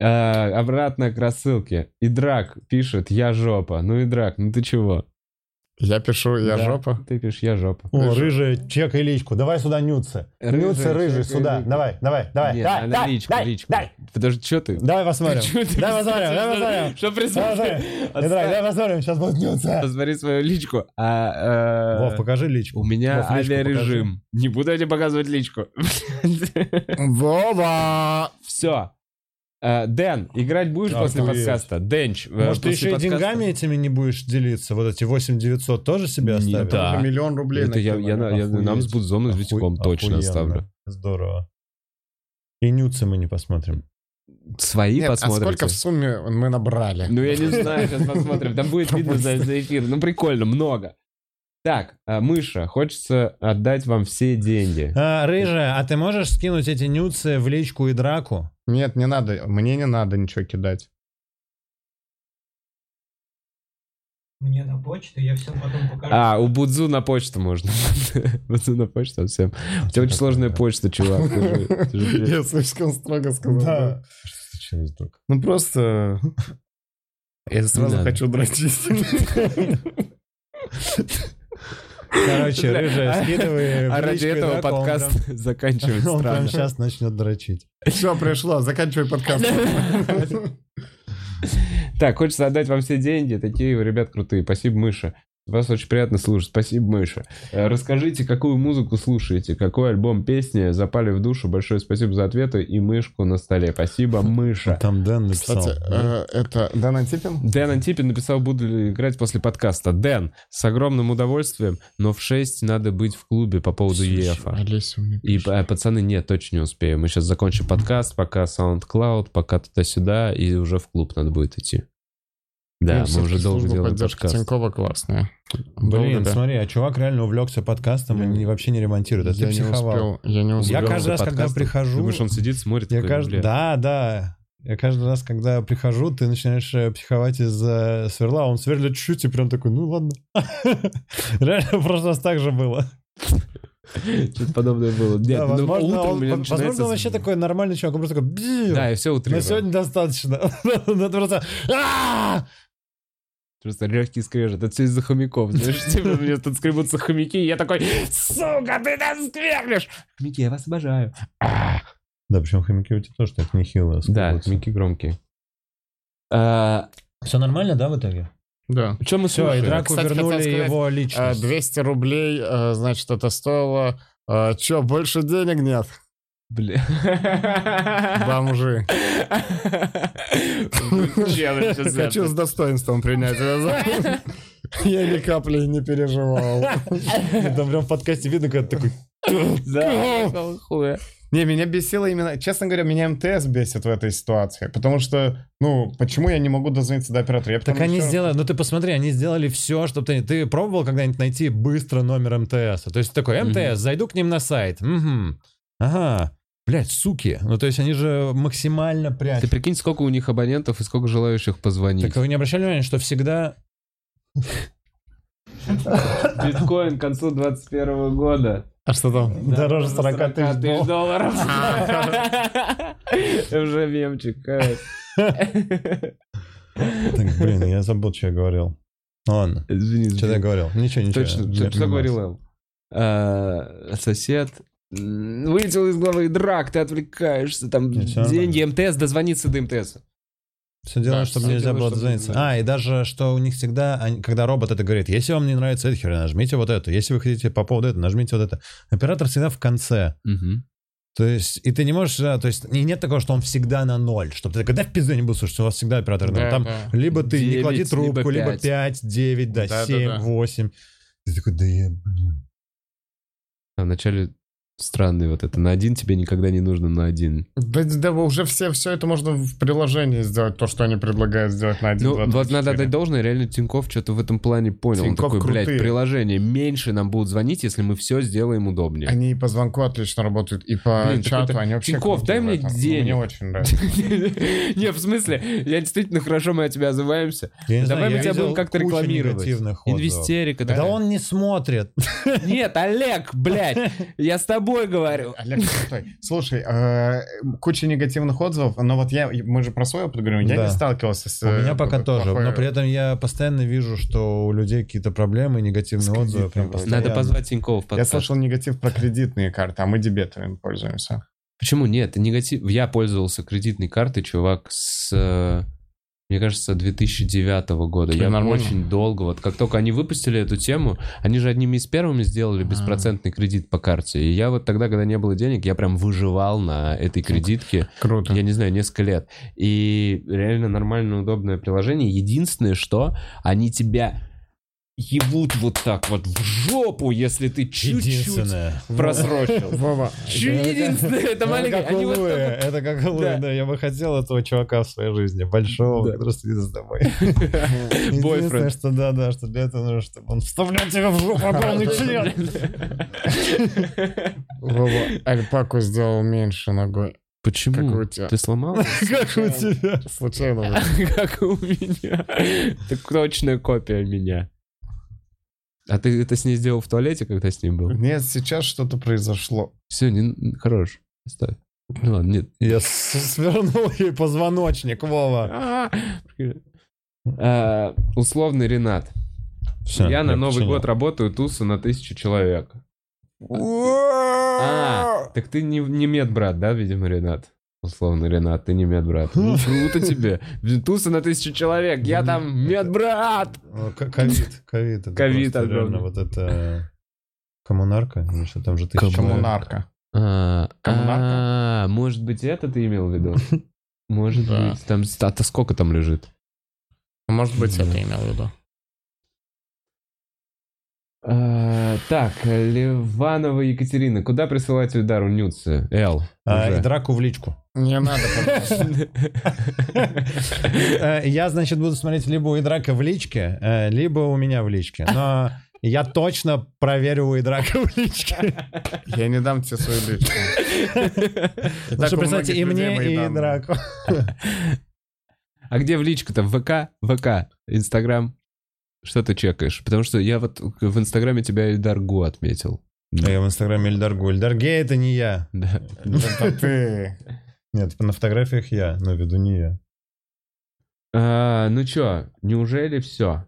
Speaker 1: Э, Обратно к рассылке. И драк пишет, я жопа. Ну и драк, ну ты чего?
Speaker 3: Я пишу, я
Speaker 2: Да.
Speaker 3: жопа.
Speaker 1: Ты пишешь, я жопа.
Speaker 2: О, рыжая, чекай личку. Давай сюда нюцы.
Speaker 1: Рыжая,
Speaker 2: нюцы, рыжий,
Speaker 1: чекай
Speaker 2: сюда.
Speaker 1: личку.
Speaker 2: Давай, давай, давай.
Speaker 1: Нет,
Speaker 2: дай,
Speaker 1: она
Speaker 2: дай,
Speaker 1: личку,
Speaker 2: дай,
Speaker 1: личку.
Speaker 2: дай.
Speaker 1: Подожди, что ты?
Speaker 2: Давай посмотрим.
Speaker 1: Чё ты
Speaker 2: Давай посмотрим, давай посмотрим.
Speaker 1: Что
Speaker 2: Давай
Speaker 1: представляешь?
Speaker 2: посмотрим. Не драй, Давай посмотрим, сейчас будет нюцы.
Speaker 1: Посмотри свою личку. А, э,
Speaker 2: Вов, покажи личку.
Speaker 1: У меня
Speaker 2: Вов, личку
Speaker 1: авиарежим. Не буду я тебе показывать личку.
Speaker 3: Вова!
Speaker 1: Все. Э, Дэн, играть будешь после
Speaker 2: Охуеть.
Speaker 1: подкаста? Денч. э,
Speaker 2: Может, ты
Speaker 1: после
Speaker 2: еще и
Speaker 1: подкаста?
Speaker 2: деньгами этими не будешь делиться? Вот эти 8900 тоже себе
Speaker 1: Не,
Speaker 2: оставил?
Speaker 1: да.
Speaker 3: Миллион рублей
Speaker 1: Это я, я,
Speaker 3: накинули.
Speaker 1: на- я
Speaker 2: Охуеть.
Speaker 1: нам с Будзоном и с
Speaker 2: Оху-
Speaker 1: Витьком точно
Speaker 2: охуенно.
Speaker 1: оставлю.
Speaker 2: Здорово. И нюцы мы не посмотрим.
Speaker 1: Свои
Speaker 3: Нет, а
Speaker 1: посмотрите.
Speaker 3: сколько в сумме мы набрали?
Speaker 1: Ну, я не знаю, сейчас посмотрим. Там будет видно за, за эфир. Ну, прикольно, много. Так, э, Мыша, хочется отдать вам все деньги.
Speaker 2: А, рыжая, а ты можешь скинуть эти нюцы в личку и драку?
Speaker 3: Нет, не надо, мне не надо ничего кидать.
Speaker 9: Мне на почту, я всем потом покажу.
Speaker 1: А, у Будзу на почту можно. Будзу на почту а всем. У тебя очень сложная почта, чувак. ты же- ты же-
Speaker 3: Я слишком строго сказал. да.
Speaker 2: Что случилось вдруг?
Speaker 3: Ну просто... Я сразу
Speaker 1: надо.
Speaker 3: хочу дрочить.
Speaker 2: Короче, рыжая, скидывай.
Speaker 19: А
Speaker 2: в
Speaker 19: ради
Speaker 2: личку,
Speaker 19: этого
Speaker 2: да, он
Speaker 19: подкаст заканчивается
Speaker 2: прям- Он прям
Speaker 19: странно.
Speaker 2: сейчас начнет дрочить.
Speaker 3: Все, пришло, заканчивай подкаст.
Speaker 1: Так, хочется отдать вам все деньги. Такие вы, ребят, крутые. Спасибо, Мыша. Вас очень приятно слушать. Спасибо, Мыша. Э, Расскажите, какую музыку слушаете, какой альбом, песни запали в душу. Большое спасибо за ответы и мышку на столе. Спасибо, Мыша.
Speaker 2: Там Дэн написал.
Speaker 3: Кстати, э, это Дан Антипин?
Speaker 1: Дэн Антипин написал, буду ли играть после подкаста. Дэн, с огромным удовольствием, но в 6 надо быть в клубе по поводу ЕФа.
Speaker 3: Олеся мне
Speaker 1: И, э, пацаны, нет, точно не успею. Мы сейчас закончим подкаст, пока SoundCloud, пока туда-сюда, и уже в клуб надо будет идти. Да, мы уже долго делаем
Speaker 3: поддержка
Speaker 1: подкаст.
Speaker 3: Тинькова классная.
Speaker 2: Блин,
Speaker 3: Долго, да.
Speaker 2: смотри, а чувак реально увлекся подкастом и
Speaker 3: Я-
Speaker 2: не- вообще не ремонтирует. А ты
Speaker 3: Я не
Speaker 2: психовал.
Speaker 3: успел. Я не успел.
Speaker 2: Я каждый раз, когда
Speaker 1: подкастом.
Speaker 2: прихожу...
Speaker 1: Думаешь, он сидит, смотрит.
Speaker 2: Я
Speaker 1: такой,
Speaker 2: каждый...
Speaker 1: «Бля,
Speaker 2: Да, да. Я каждый раз, когда прихожу, ты начинаешь э, психовать из-за сверла, он сверлит чуть-чуть и прям такой, ну ладно. Реально, в прошлый раз так же было.
Speaker 1: Что-то подобное было. Нет,
Speaker 2: Да,
Speaker 1: ну,
Speaker 2: возможно,
Speaker 1: утром у
Speaker 2: он,
Speaker 1: меня
Speaker 2: возможно,
Speaker 1: начинается
Speaker 2: он
Speaker 1: с-
Speaker 2: вообще такой нормальный чувак, он просто такой, «Бзю».
Speaker 1: Да, и все
Speaker 2: на
Speaker 1: утрирую.
Speaker 2: сегодня достаточно. Это просто... «А-а-а!»
Speaker 1: Просто легкий скрежет. Это все из-за хомяков. Знаешь, типа, у меня тут скребутся хомяки, и я такой, сука, ты нас скрежешь! Хомяки, я вас обожаю.
Speaker 2: Да, причем хомяки у тебя тоже так нехило.
Speaker 1: Да, хомяки громкие. А,
Speaker 2: Все нормально, да, в итоге?
Speaker 3: Да.
Speaker 1: Чё мы
Speaker 2: Все, и
Speaker 1: слушаем?
Speaker 2: драку
Speaker 3: Кстати, хотел
Speaker 2: вернули
Speaker 3: сказать,
Speaker 2: его
Speaker 3: Э,
Speaker 2: личность.
Speaker 3: 200 рублей, э, значит, это стоило... э, Чё, больше денег нет,
Speaker 1: Бля.
Speaker 3: бомжи?
Speaker 20: Челлендж из
Speaker 3: Хочу
Speaker 20: этого.
Speaker 3: с достоинством принять это за- Я ни капли не переживал.
Speaker 2: Там прям в подкасте видно, когда ты такой...
Speaker 1: Да, какого хуя.
Speaker 3: Не, меня бесило именно... Честно говоря, меня МТС бесит в этой ситуации. Потому что, ну, почему я не могу дозвониться до оператора? Я
Speaker 2: Так
Speaker 3: потом
Speaker 2: они
Speaker 3: ещё-
Speaker 2: сделали, ну ты посмотри, они сделали все, чтобы ты... Ты пробовал когда-нибудь найти быстро номер МТС? То есть такой, МТС,
Speaker 1: Мгм.
Speaker 2: зайду к ним на сайт. Мгм. Ага. Блять, суки. Ну то есть они же максимально
Speaker 1: Ты
Speaker 2: прячут.
Speaker 1: прикинь, сколько у них абонентов и сколько желающих позвонить.
Speaker 2: Так вы не обращали внимания, что всегда...
Speaker 1: Биткоин к концу 2021 года.
Speaker 3: А что там?
Speaker 2: Дороже 40 тысяч долларов.
Speaker 1: долларов. Уже мемчик. кайф.
Speaker 2: Так, блин, я забыл, что я говорил. Ну ладно.
Speaker 1: Извини,
Speaker 2: Что я
Speaker 1: сбил.
Speaker 2: говорил? Ничего, ничего.
Speaker 1: Точно,
Speaker 2: Я
Speaker 1: что- что
Speaker 2: понимаю.
Speaker 1: говорил Эл? А, Сосед м, вылетел из головы драк, ты отвлекаешься, там
Speaker 2: Не, всё
Speaker 1: деньги, МТС, дозвониться до МТС.
Speaker 2: Все дело,
Speaker 1: Да,
Speaker 2: чтобы
Speaker 1: всё
Speaker 2: нельзя
Speaker 1: дело,
Speaker 2: было
Speaker 1: чтобы
Speaker 2: дозвониться.
Speaker 1: нельзя.
Speaker 2: А, и даже, что у них всегда, они- когда робот это говорит, если вам не нравится эта херня, нажмите вот это. Если вы хотите по поводу этого, нажмите вот это. Оператор всегда в конце. То есть, и ты не можешь, да, то есть, и нет такого, что он всегда на ноль, чтобы ты такой, да в пизду не буду слушать, у вас всегда оператор на ноль».
Speaker 3: Да,
Speaker 2: Там
Speaker 3: да.
Speaker 2: либо ты не
Speaker 1: Девять,
Speaker 2: клади
Speaker 1: либо
Speaker 2: трубку, либо
Speaker 1: пять.
Speaker 2: 5, 9, да,
Speaker 3: Да, да,
Speaker 2: 7,
Speaker 3: да.
Speaker 2: 8. Ты такой, да я, блин.
Speaker 1: А вначале странный вот это. На один тебе никогда не нужно, на один.
Speaker 3: Да, да вы уже все, все это можно в приложении сделать, то, что они предлагают сделать на один.
Speaker 1: Ну,
Speaker 3: два,
Speaker 1: вот
Speaker 3: три,
Speaker 1: надо
Speaker 3: четыре.
Speaker 1: отдать должное, реально Тиньков что-то в этом плане понял.
Speaker 3: Тинькофф
Speaker 1: Он такой, блядь,
Speaker 3: крутые».
Speaker 1: приложение меньше нам будут звонить, если мы все сделаем удобнее.
Speaker 3: Они и по звонку отлично работают, и по
Speaker 1: Блин,
Speaker 3: чату
Speaker 1: такой-то,
Speaker 3: они вообще...
Speaker 1: «Тинькофф,
Speaker 3: крутые
Speaker 1: дай мне
Speaker 3: в этом. Ну,
Speaker 1: денег».
Speaker 3: Мне очень нравится.
Speaker 1: Не, в смысле, я действительно хорошо, мы от тебя отзываемся.
Speaker 2: Я не
Speaker 1: Давай
Speaker 2: знаю, я
Speaker 1: мы тебя
Speaker 2: видел
Speaker 1: будем как-то
Speaker 2: кучу
Speaker 1: рекламировать.
Speaker 2: негативных отзывов.
Speaker 1: Инвестерика.
Speaker 2: Да он не смотрит.
Speaker 1: Нет, Олег, блядь, я с тобой говорю.
Speaker 3: Олег крутой. Слушай, э, куча негативных отзывов, но вот я, мы же про свой опыт говорим, я
Speaker 2: Да.
Speaker 3: не сталкивался с...
Speaker 2: У
Speaker 3: э,
Speaker 2: меня пока
Speaker 3: п-
Speaker 2: тоже,
Speaker 3: плохой-
Speaker 2: но при этом я постоянно вижу, что у людей какие-то проблемы, негативные отзывы. прям
Speaker 1: Надо
Speaker 2: постоянно.
Speaker 1: позвать Тинькова в
Speaker 3: Я
Speaker 1: подкаст.
Speaker 3: слышал негатив про кредитные карты, а мы дебетовыми пользуемся.
Speaker 1: Почему нет? Негатив. Я пользовался кредитной картой, чувак, с... э, Мне кажется, 2009 года.
Speaker 3: Блин,
Speaker 1: я
Speaker 3: нормально.
Speaker 1: очень долго, вот как только они выпустили эту тему, они же одними из первыми сделали беспроцентный кредит по карте. И я вот тогда, когда не было денег, я прям выживал на этой кредитке.
Speaker 3: Круто.
Speaker 1: я не знаю, несколько лет. И реально нормально удобное приложение. Единственное, что они тебя ебут вот так вот в жопу, если ты чуть-чуть
Speaker 2: Единственное.
Speaker 1: просрочил.
Speaker 3: Вова,
Speaker 1: Чуть- Единственное, это маленькое.
Speaker 2: как
Speaker 1: Они
Speaker 2: у
Speaker 1: вот
Speaker 2: Луи,
Speaker 1: так
Speaker 2: это как у Луи,
Speaker 1: Да.
Speaker 2: да, я бы хотел этого чувака в своей жизни, большого,
Speaker 1: Да.
Speaker 2: который следит за тобой.
Speaker 1: вот-
Speaker 2: Единственное,
Speaker 1: бойфренд.
Speaker 2: что да, да, что для этого нужно, чтобы он вставлял тебя в жопу а огромный член.
Speaker 3: Вова, альпаку сделал меньше ногой. Как
Speaker 1: Почему?
Speaker 3: у тебя?
Speaker 1: Ты сломал?
Speaker 2: Как у тебя?
Speaker 3: Случайно. Вова.
Speaker 1: Как у меня. Это точная копия меня. А ты это с ней сделал в туалете, когда с ним был?
Speaker 3: Нет, сейчас что-то произошло.
Speaker 1: Все, не, хорош. Оставь. Ну ладно, нет,
Speaker 2: Я с- свернул ей позвоночник, Вова.
Speaker 1: А, Условный Ренат.
Speaker 2: Всё,
Speaker 1: я на Новый
Speaker 2: починил.
Speaker 1: год работаю тусы на тысячу человек. А, так ты не, не медбрат, да, видимо, Ренат? Условно, Ренат, ты не медбрат. Ну, круто тебе. Тусы на тысячу человек, я там медбрат!
Speaker 2: Ну, к- Ковид, ковид. это
Speaker 1: Ковид
Speaker 2: просто
Speaker 1: огромный.
Speaker 2: реально Вот это э, коммунарка, или что там же тысяча человек.
Speaker 3: Коммунарка.
Speaker 1: А,
Speaker 3: Коммунарка?
Speaker 1: а, может быть, это ты имел в виду? Может
Speaker 3: Да.
Speaker 1: быть. Там, а то сколько там лежит?
Speaker 3: Может быть, это имел в виду.
Speaker 1: А, так, Ливанова Екатерина, куда присылать Эльдару Нюцы? Эл.
Speaker 2: А,
Speaker 1: уже.
Speaker 2: и драку в личку.
Speaker 3: Не надо, пожалуйста.
Speaker 2: Э, Я, значит, буду смотреть либо у Идрака в личке, э, либо у меня в личке. Но я точно проверю у Идрака в личке.
Speaker 3: Я не дам тебе свою личку.
Speaker 2: Потому что, представьте, и мне, и Идраку.
Speaker 1: А где в личку-то? В ВК? ВК, Инстаграм? Что ты чекаешь? Потому что я вот в Инстаграме тебя Эльдар Гу отметил.
Speaker 2: А Я в инстаграме Эльдаргу. Эльдарге это не я.
Speaker 1: Да.
Speaker 3: Это ты.
Speaker 2: Нет, типа, на фотографиях я, но веду не я.
Speaker 1: А, ну чё, неужели все?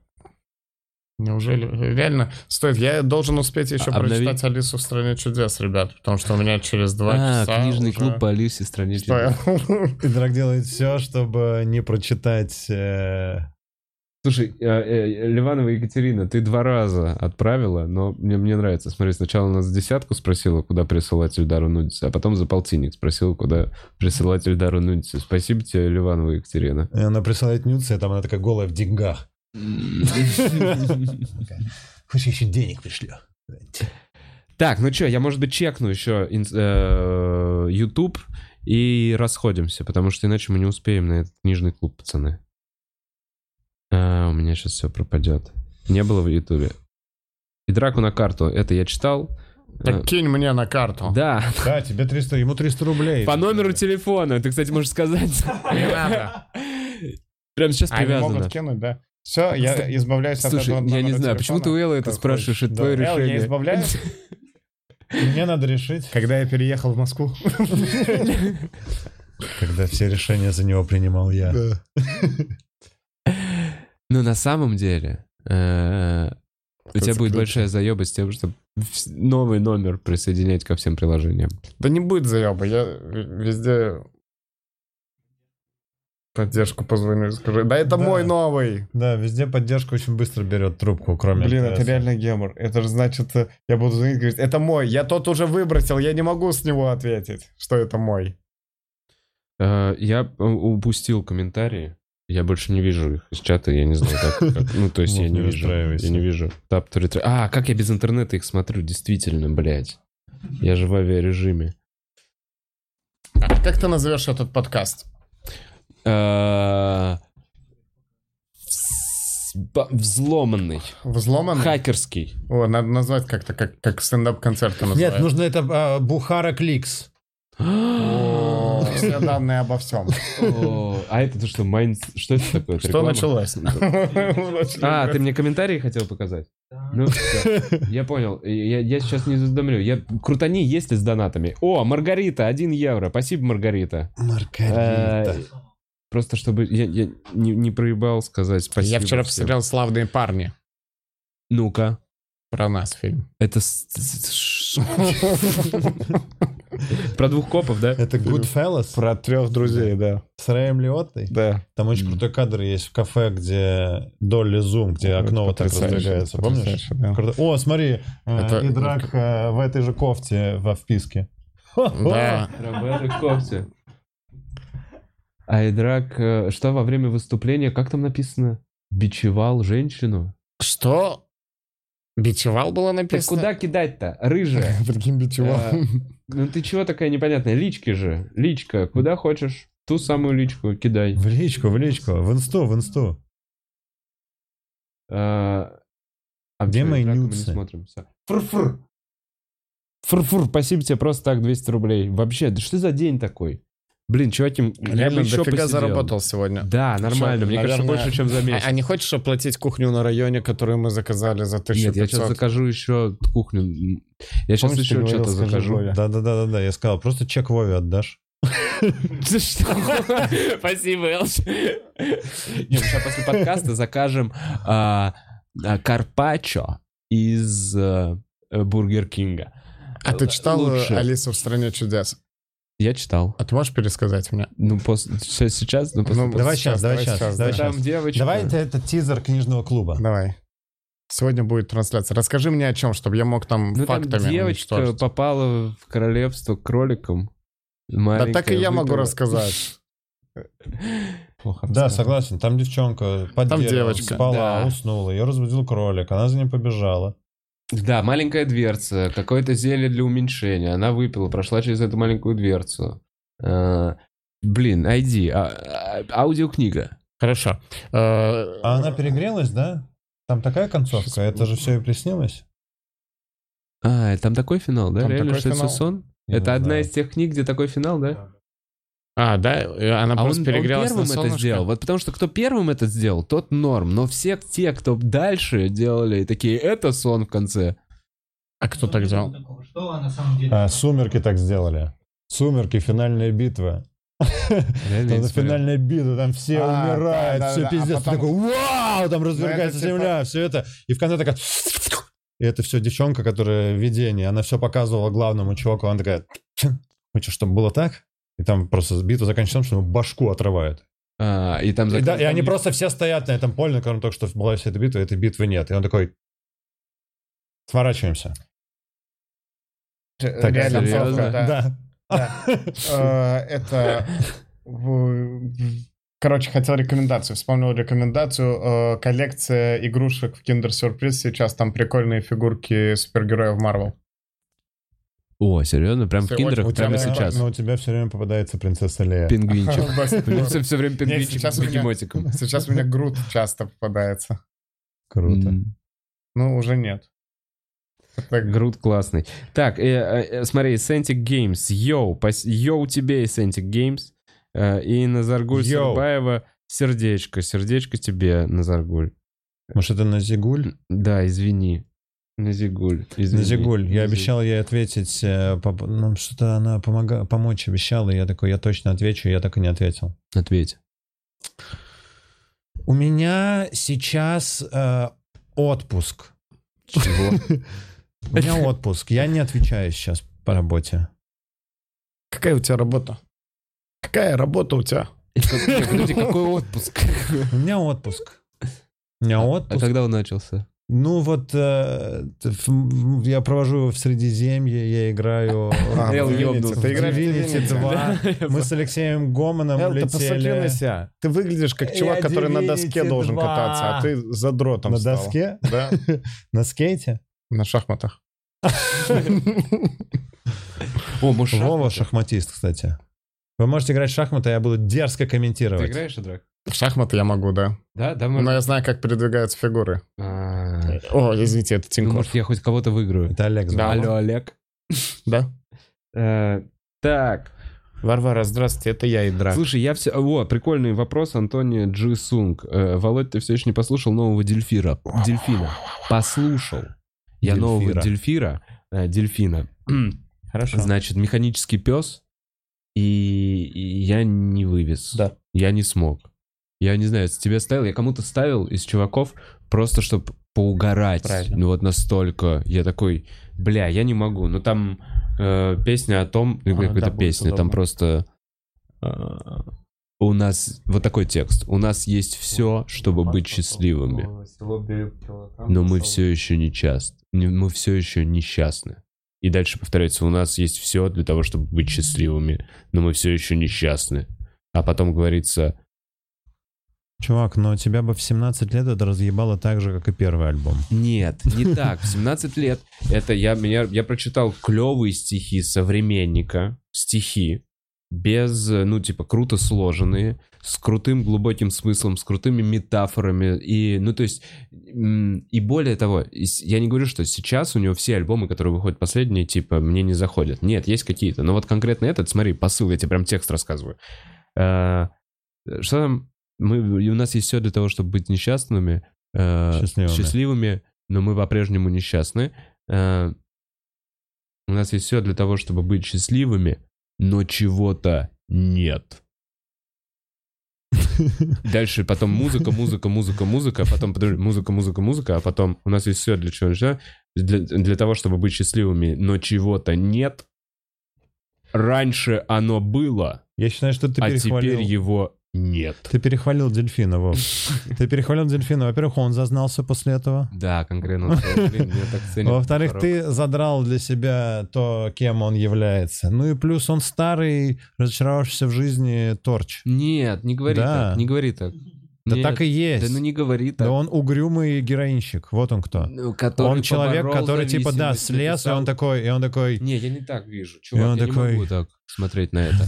Speaker 3: Неужели? Реально, стоит. Я должен успеть еще
Speaker 1: Обновить.
Speaker 3: прочитать «Алису в стране чудес», ребят, потому что у меня через два
Speaker 1: А,
Speaker 3: часа
Speaker 1: книжный
Speaker 3: уже-
Speaker 1: клуб по Алисе стране
Speaker 3: Что я-
Speaker 1: чудес.
Speaker 2: Идрак делает все, чтобы не прочитать... э,
Speaker 1: Слушай, э, э, Ливанова Екатерина, ты два раза отправила, но мне, мне нравится. Смотри, сначала нас десятку спросила, куда присылать Эльдару Нудиса, а потом за полтинник спросила, куда присылать Эльдару Нудиса. Спасибо тебе, Ливанова Екатерина.
Speaker 2: И Она присылает нюцы, а там она такая голая в деньгах. Такая, Хочешь, я еще денег пришлю?
Speaker 1: Так, ну что, я, может быть, чекну еще инс- э, YouTube и расходимся, потому что иначе мы не успеем на этот книжный клуб, пацаны. А, у меня сейчас все пропадет. Не было в Ютубе. И драку на карту, это я читал. Э,
Speaker 3: Так кинь мне на карту.
Speaker 1: Да,
Speaker 2: Да, тебе 300, ему 300 рублей.
Speaker 1: по номеру телефона. Ты, кстати, можешь сказать.
Speaker 3: Не надо.
Speaker 1: Прямо сейчас
Speaker 3: Они
Speaker 1: привязано.
Speaker 3: могут кинуть, да. Все, я избавляюсь от
Speaker 1: Слушай,
Speaker 3: этого
Speaker 1: я не
Speaker 3: номера
Speaker 1: знаю, почему ты у
Speaker 3: телефона.
Speaker 1: Элла это
Speaker 2: Как
Speaker 1: спрашиваешь? Это
Speaker 2: хочешь,
Speaker 1: твое
Speaker 2: да.
Speaker 3: Эл, я
Speaker 1: решение.
Speaker 3: избавляюсь,
Speaker 2: Мне надо решить,
Speaker 3: когда я переехал в Москву.
Speaker 2: когда все решения за него принимал я.
Speaker 1: Ну, на самом деле, э, у тебя будет большая заеба с тем, чтобы вс- новый номер присоединять ко всем приложениям.
Speaker 3: Да не будет заеба, я везде поддержку позвоню и скажу. Да это
Speaker 2: Да.
Speaker 3: мой новый.
Speaker 2: Да, везде поддержка очень быстро берет трубку, кроме...
Speaker 3: Блин, это
Speaker 2: МТС.
Speaker 3: реально гемор. Это же значит, э, я буду звонить и говорить, это мой, я тот уже выбросил, я не могу с него ответить, что это мой.
Speaker 1: Э, Я у- упустил комментарии. Я больше не вижу их из чата, я не знаю, как. как. Ну, то есть я
Speaker 2: Вот,
Speaker 1: не
Speaker 2: не
Speaker 1: вижу.
Speaker 2: расстраивайся.
Speaker 1: Я не вижу. Тап, тури, три. А, как я без интернета их смотрю, действительно, блядь. Я же в авиарежиме.
Speaker 3: А как ты назовешь этот подкаст?
Speaker 1: Э, вс- ба- Взломанный.
Speaker 3: Взломанный?
Speaker 1: Хакерский.
Speaker 3: О, надо назвать как-то, как, как стендап-концерт
Speaker 2: Нет,
Speaker 3: называют.
Speaker 2: нужно это а, Бухара Кликс.
Speaker 3: О, Все данные обо всем.
Speaker 1: О, А это что, Майнс? Что это такое? Это
Speaker 3: Что
Speaker 1: реклама?
Speaker 3: началось?
Speaker 1: А, ты мне комментарии хотел показать?
Speaker 9: Да.
Speaker 1: Ну, всё. я понял. Я, я сейчас не задумлю. Я... Крутани есть ли с донатами? О, Маргарита, 1 евро. Спасибо, Маргарита.
Speaker 2: Маргарита.
Speaker 1: Э, Просто чтобы я, я не, не проебал сказать спасибо.
Speaker 3: Я вчера
Speaker 1: всем.
Speaker 3: посмотрел «Славные парни»
Speaker 1: Ну-ка.
Speaker 3: про нас фильм.
Speaker 1: Это... с- с- с- ш- Про двух копов, да?
Speaker 2: Это Goodfellas
Speaker 3: Про трех друзей, да.
Speaker 2: с Рэем Лиоттой.
Speaker 3: Да.
Speaker 2: Там очень крутой кадр есть в кафе, где Долли Зум, где окно вот так
Speaker 3: Потрясающе,
Speaker 2: раздвигается. Помнишь?
Speaker 3: потрясающе, да.
Speaker 2: Круто. О, смотри,
Speaker 3: Это-
Speaker 2: это... Идрак э, в этой же кофте во вписке.
Speaker 3: Да.
Speaker 1: Роберто Копти. Айдрак, э, что во время выступления, как там написано? Бичевал женщину?
Speaker 3: Что? Бичевал было
Speaker 1: Так
Speaker 3: написано?
Speaker 1: куда кидать-то? Рыжая.
Speaker 3: Прикинь, бичевал.
Speaker 1: Э, Ну ты чего такая непонятная? Лички же. Личка. Куда хочешь, ту самую личку кидай.
Speaker 2: В личку, в личку, в инсту, в инсту.
Speaker 1: А а
Speaker 2: Где
Speaker 1: чё,
Speaker 2: мои
Speaker 1: Айдрака мы не
Speaker 2: нюцы?
Speaker 1: смотрим. всё. Фур-фур. Фур-фур, спасибо тебе просто так 200 рублей. Вообще, да что за день такой? Блин, чуваки, я бы
Speaker 3: Реально
Speaker 1: еще
Speaker 3: дофига
Speaker 1: посидел.
Speaker 3: заработал сегодня.
Speaker 1: Да, нормально.
Speaker 3: Чё,
Speaker 1: Мне кажется,
Speaker 3: наверное,
Speaker 1: больше, чем за
Speaker 3: А,
Speaker 1: месяц.
Speaker 3: а не хочешь оплатить кухню на районе, которую мы заказали за
Speaker 1: Нет,
Speaker 3: 1500?
Speaker 1: я сейчас закажу еще кухню. Я сейчас
Speaker 3: Помнишь, ты
Speaker 1: еще
Speaker 3: говорил,
Speaker 1: что-то
Speaker 3: скажи,
Speaker 1: закажу.
Speaker 3: Вове?
Speaker 2: Да-да-да-да, я сказал, просто чек Вове отдашь.
Speaker 1: За что? Спасибо, Элш. Нет, сейчас после подкаста закажем а, а, карпаччо из э, э, Бургер Кинга.
Speaker 3: А ты читал э,
Speaker 1: Лучше.
Speaker 3: «Алису в стране чудес»?
Speaker 1: Я читал.
Speaker 3: А ты можешь пересказать мне?
Speaker 1: Ну, после, щас- сейчас, ну, после-
Speaker 3: Ну,
Speaker 1: после-
Speaker 2: Давай
Speaker 3: сейчас,
Speaker 2: сейчас, давай
Speaker 3: давай
Speaker 2: сейчас.
Speaker 3: сейчас,
Speaker 2: Давай
Speaker 3: да.
Speaker 1: Там
Speaker 2: сейчас.
Speaker 1: девочка.
Speaker 2: Давайте это тизер книжного клуба.
Speaker 3: Давай. Сегодня будет трансляция. Расскажи мне о чем, чтобы я мог там
Speaker 1: Ну, там
Speaker 3: фактами
Speaker 1: девочка
Speaker 3: уничтожить.
Speaker 1: попала в королевство кроликом.
Speaker 3: Да так и я могу рассказать.
Speaker 2: Да, согласен. Там девчонка под
Speaker 3: Там
Speaker 2: деревом
Speaker 3: девочка.
Speaker 2: спала,
Speaker 1: Да.
Speaker 2: уснула, ее разбудил кролик, она за ним побежала.
Speaker 1: Да, маленькая дверца, какое-то зелье для уменьшения. Она выпила, прошла через эту маленькую дверцу. Э, Блин, ID, а- а- аудиокнига.
Speaker 3: Хорошо. Э,
Speaker 2: А она перегрелась, да? Там такая концовка,
Speaker 3: Щас-
Speaker 2: это же все и приснилось.
Speaker 1: А, там такой финал, да?
Speaker 3: Там
Speaker 1: Реально,
Speaker 3: такой
Speaker 1: что это
Speaker 3: финал.
Speaker 1: сон?
Speaker 2: Я
Speaker 1: Это
Speaker 2: не
Speaker 1: одна
Speaker 2: знаю.
Speaker 1: из тех книг, где такой финал, да?
Speaker 3: А, да? э, Она
Speaker 1: А
Speaker 3: просто
Speaker 1: он, он
Speaker 3: перегрелась
Speaker 1: первым
Speaker 3: на
Speaker 1: это
Speaker 3: солнышко?
Speaker 1: сделал. Вот потому что кто первым это сделал, тот норм. Но все те, кто дальше делали, такие, это сон в конце.
Speaker 3: А кто
Speaker 9: Ну,
Speaker 3: так
Speaker 9: не
Speaker 3: сделал?
Speaker 9: было такого. Что она на самом деле?
Speaker 2: А, сумерки так сделали. Сумерки, финальная битва.
Speaker 1: Реально, я
Speaker 2: Там
Speaker 1: не
Speaker 2: за
Speaker 1: смотрел.
Speaker 2: финальная битва, там все
Speaker 3: А,
Speaker 2: умирают,
Speaker 3: да, да,
Speaker 2: все
Speaker 3: да, а
Speaker 2: пиздец. Ты
Speaker 3: потом-
Speaker 2: такой, вау, там развергается
Speaker 3: типа-
Speaker 2: земля, все это. И в конце такая... И это все девчонка, которая видение, она все показывала главному чуваку, она такая... Хочешь, чтобы было так? И там просто битва заканчивается тем, что ему башку отрывают.
Speaker 1: А, и там
Speaker 2: И, да,
Speaker 1: закрыто-
Speaker 2: и они просто все стоят на этом поле, на котором только что была вся эта битва, и этой битвы нет. И он такой... Сворачиваемся.
Speaker 3: Т-
Speaker 2: Так,
Speaker 3: Э, реально
Speaker 1: серьезно?
Speaker 3: концовка, да. Э, Это... в- Короче, хотел рекомендацию. Вспомнил рекомендацию. Э, Коллекция игрушек в Kinder Сюрприз. Сейчас там прикольные фигурки супергероев Марвел.
Speaker 1: О, серьезно? Прям в
Speaker 3: Сегодня-
Speaker 1: киндерах
Speaker 2: У
Speaker 1: прямо
Speaker 2: тебя-
Speaker 1: сейчас.
Speaker 2: Но
Speaker 3: Ну,
Speaker 2: у тебя все время попадается принцесса Лея.
Speaker 1: Пингвинчик.
Speaker 3: До сих пор.
Speaker 1: Все, время пингвинчик
Speaker 3: Ну, сейчас
Speaker 1: с
Speaker 3: у меня-
Speaker 1: бегемотиком.
Speaker 3: Сейчас у меня Грут часто попадается.
Speaker 2: Круто.
Speaker 1: М,
Speaker 3: Ну, уже нет. Это
Speaker 1: Грут классный. Так, э, э, э, смотри, Scentic Games. Йоу, пос- йоу тебе, Scentic Games. Э, И Назаргуль
Speaker 2: Йоу.
Speaker 1: Сарбаева сердечко. Сердечко тебе, Назаргуль.
Speaker 2: Может, это Назигуль?
Speaker 1: Да, извини. Назигуль. извини.
Speaker 2: Назигуль. Я
Speaker 1: Нази-
Speaker 2: обещал ей ответить. э, по- Ну, что-то она помога... помочь обещала, и я такой, я точно отвечу, и я так и не ответил.
Speaker 1: Ответь.
Speaker 2: У меня сейчас э, отпуск.
Speaker 1: Чего?
Speaker 2: У меня отпуск. Я не отвечаю сейчас по работе.
Speaker 3: Какая у тебя работа? Какая работа у тебя?
Speaker 1: Подожди, ну, какой отпуск?
Speaker 2: У меня отпуск. У меня
Speaker 1: А
Speaker 2: отпуск.
Speaker 1: когда он начался?
Speaker 2: Ну вот э, ф- м, я провожу его в Средиземье, я играю
Speaker 3: А,
Speaker 2: в
Speaker 1: Эл
Speaker 2: Divinity-
Speaker 1: ёбнулся.
Speaker 2: в
Speaker 3: Ты играешь в
Speaker 2: Divinity
Speaker 3: Divinity,
Speaker 2: 2.
Speaker 1: А, Я
Speaker 2: Мы с Алексеем Гомоном
Speaker 3: Эл, ты посмотри
Speaker 2: летели.
Speaker 3: на себя. Ты выглядишь как чувак,
Speaker 2: Я
Speaker 3: который на доске
Speaker 2: Divinity
Speaker 3: должен
Speaker 2: 2.
Speaker 3: кататься, а ты задротом
Speaker 2: На
Speaker 3: стал.
Speaker 2: доске?
Speaker 3: Да,
Speaker 2: На скейте?
Speaker 3: на шахматах.
Speaker 1: О, мы
Speaker 2: Вова шахматист, кстати. Вы можете играть в шахматы, а я буду дерзко
Speaker 1: Ты
Speaker 2: комментировать.
Speaker 1: играешь, Драк?
Speaker 3: В шахматы я могу, да.
Speaker 1: Да, да,
Speaker 3: Но
Speaker 1: мы...
Speaker 3: я знаю, как передвигаются фигуры.
Speaker 1: А,
Speaker 3: О, извините, это
Speaker 1: ну,
Speaker 3: Тинькофф.
Speaker 1: Может, я хоть кого-то выиграю.
Speaker 2: Это Олег. зовут.
Speaker 3: Да.
Speaker 1: Алло, Олег.
Speaker 3: Да?
Speaker 1: Э, Так,
Speaker 3: Варвара, здравствуйте, это я, Идра.
Speaker 1: слушай, я все... О, прикольный вопрос Антония Джи Сунг. Э, Володь, ты все еще не послушал нового дельфира. Дельфина. Послушал. Я
Speaker 2: Дельфира.
Speaker 1: нового дельфира. э, Дельфина.
Speaker 3: Хорошо.
Speaker 1: Значит, механический пес. И, и я не вывез.
Speaker 3: Да.
Speaker 1: Я не смог. Я не знаю, тебе ставил, я кому-то ставил из чуваков, просто чтобы поугарать.
Speaker 3: Правильно.
Speaker 1: Ну вот настолько. Я такой, бля, я не могу. Но там э, песня о том,
Speaker 3: А,
Speaker 1: какая-то
Speaker 3: да, будет
Speaker 1: песня, там
Speaker 3: удобно.
Speaker 1: просто... э, у нас вот такой текст. У нас есть все, чтобы быть счастливыми. Но мы все еще не часто. не- Мы все еще несчастны. И дальше повторяется, у нас есть все для того, чтобы быть счастливыми, но мы все еще несчастны. А потом говорится,
Speaker 2: Чувак, но тебя бы в 17 лет это разъебало так же, как и первый альбом.
Speaker 1: нет, не так, в 17 лет. Это я, меня, я прочитал клевые стихи современника, стихи, без, э, ну, типа, круто сложенные, с крутым глубоким смыслом, с крутыми метафорами. И, ну, то есть, м, и более того, и с- я не говорю, что сейчас у него все альбомы, которые выходят последние, типа, мне не заходят. Нет, есть какие-то. Но вот конкретно этот, смотри, посыл, я тебе прям текст рассказываю. Э, Что там? Мы, и у нас есть все для того, чтобы быть несчастными, э,
Speaker 2: Счастливыми.
Speaker 1: счастливыми, но мы по-прежнему несчастны. Э, У нас есть все для того, чтобы быть счастливыми, но чего-то нет. Дальше потом музыка, музыка, музыка, музыка, а потом подожди, музыка, музыка, музыка, а потом у нас есть все для чего нужно. Для, для того, чтобы быть счастливыми, но чего-то нет. Раньше оно было,
Speaker 2: Я считаю, что ты
Speaker 1: а
Speaker 2: перехвалил.
Speaker 1: теперь его нет.
Speaker 2: Ты перехвалил дельфина, Вов. Ты перехвалил дельфина. Во-первых, он зазнался после этого.
Speaker 1: Да, конкретно. он сказал, «Блин, я так ценю
Speaker 2: Во-вторых,
Speaker 1: порог».
Speaker 2: ты задрал для себя то, кем он является. Ну и плюс он старый, разочаровавшийся в жизни торч.
Speaker 1: Нет, не говори
Speaker 2: Да.
Speaker 1: так, не говори так.
Speaker 2: Да
Speaker 1: Нет,
Speaker 2: так и
Speaker 1: Да
Speaker 2: есть.
Speaker 1: ну не говори так.
Speaker 2: Да он угрюмый героинщик. Вот он кто.
Speaker 1: Ну, который
Speaker 2: Он человек,
Speaker 1: поборол
Speaker 2: который типа да,
Speaker 1: зависимость,
Speaker 2: слез, и
Speaker 1: написал-
Speaker 2: он такой, и он такой,
Speaker 1: Не, я не так вижу, чувак,
Speaker 2: он
Speaker 1: я
Speaker 2: такой-
Speaker 1: не могу так смотреть на это.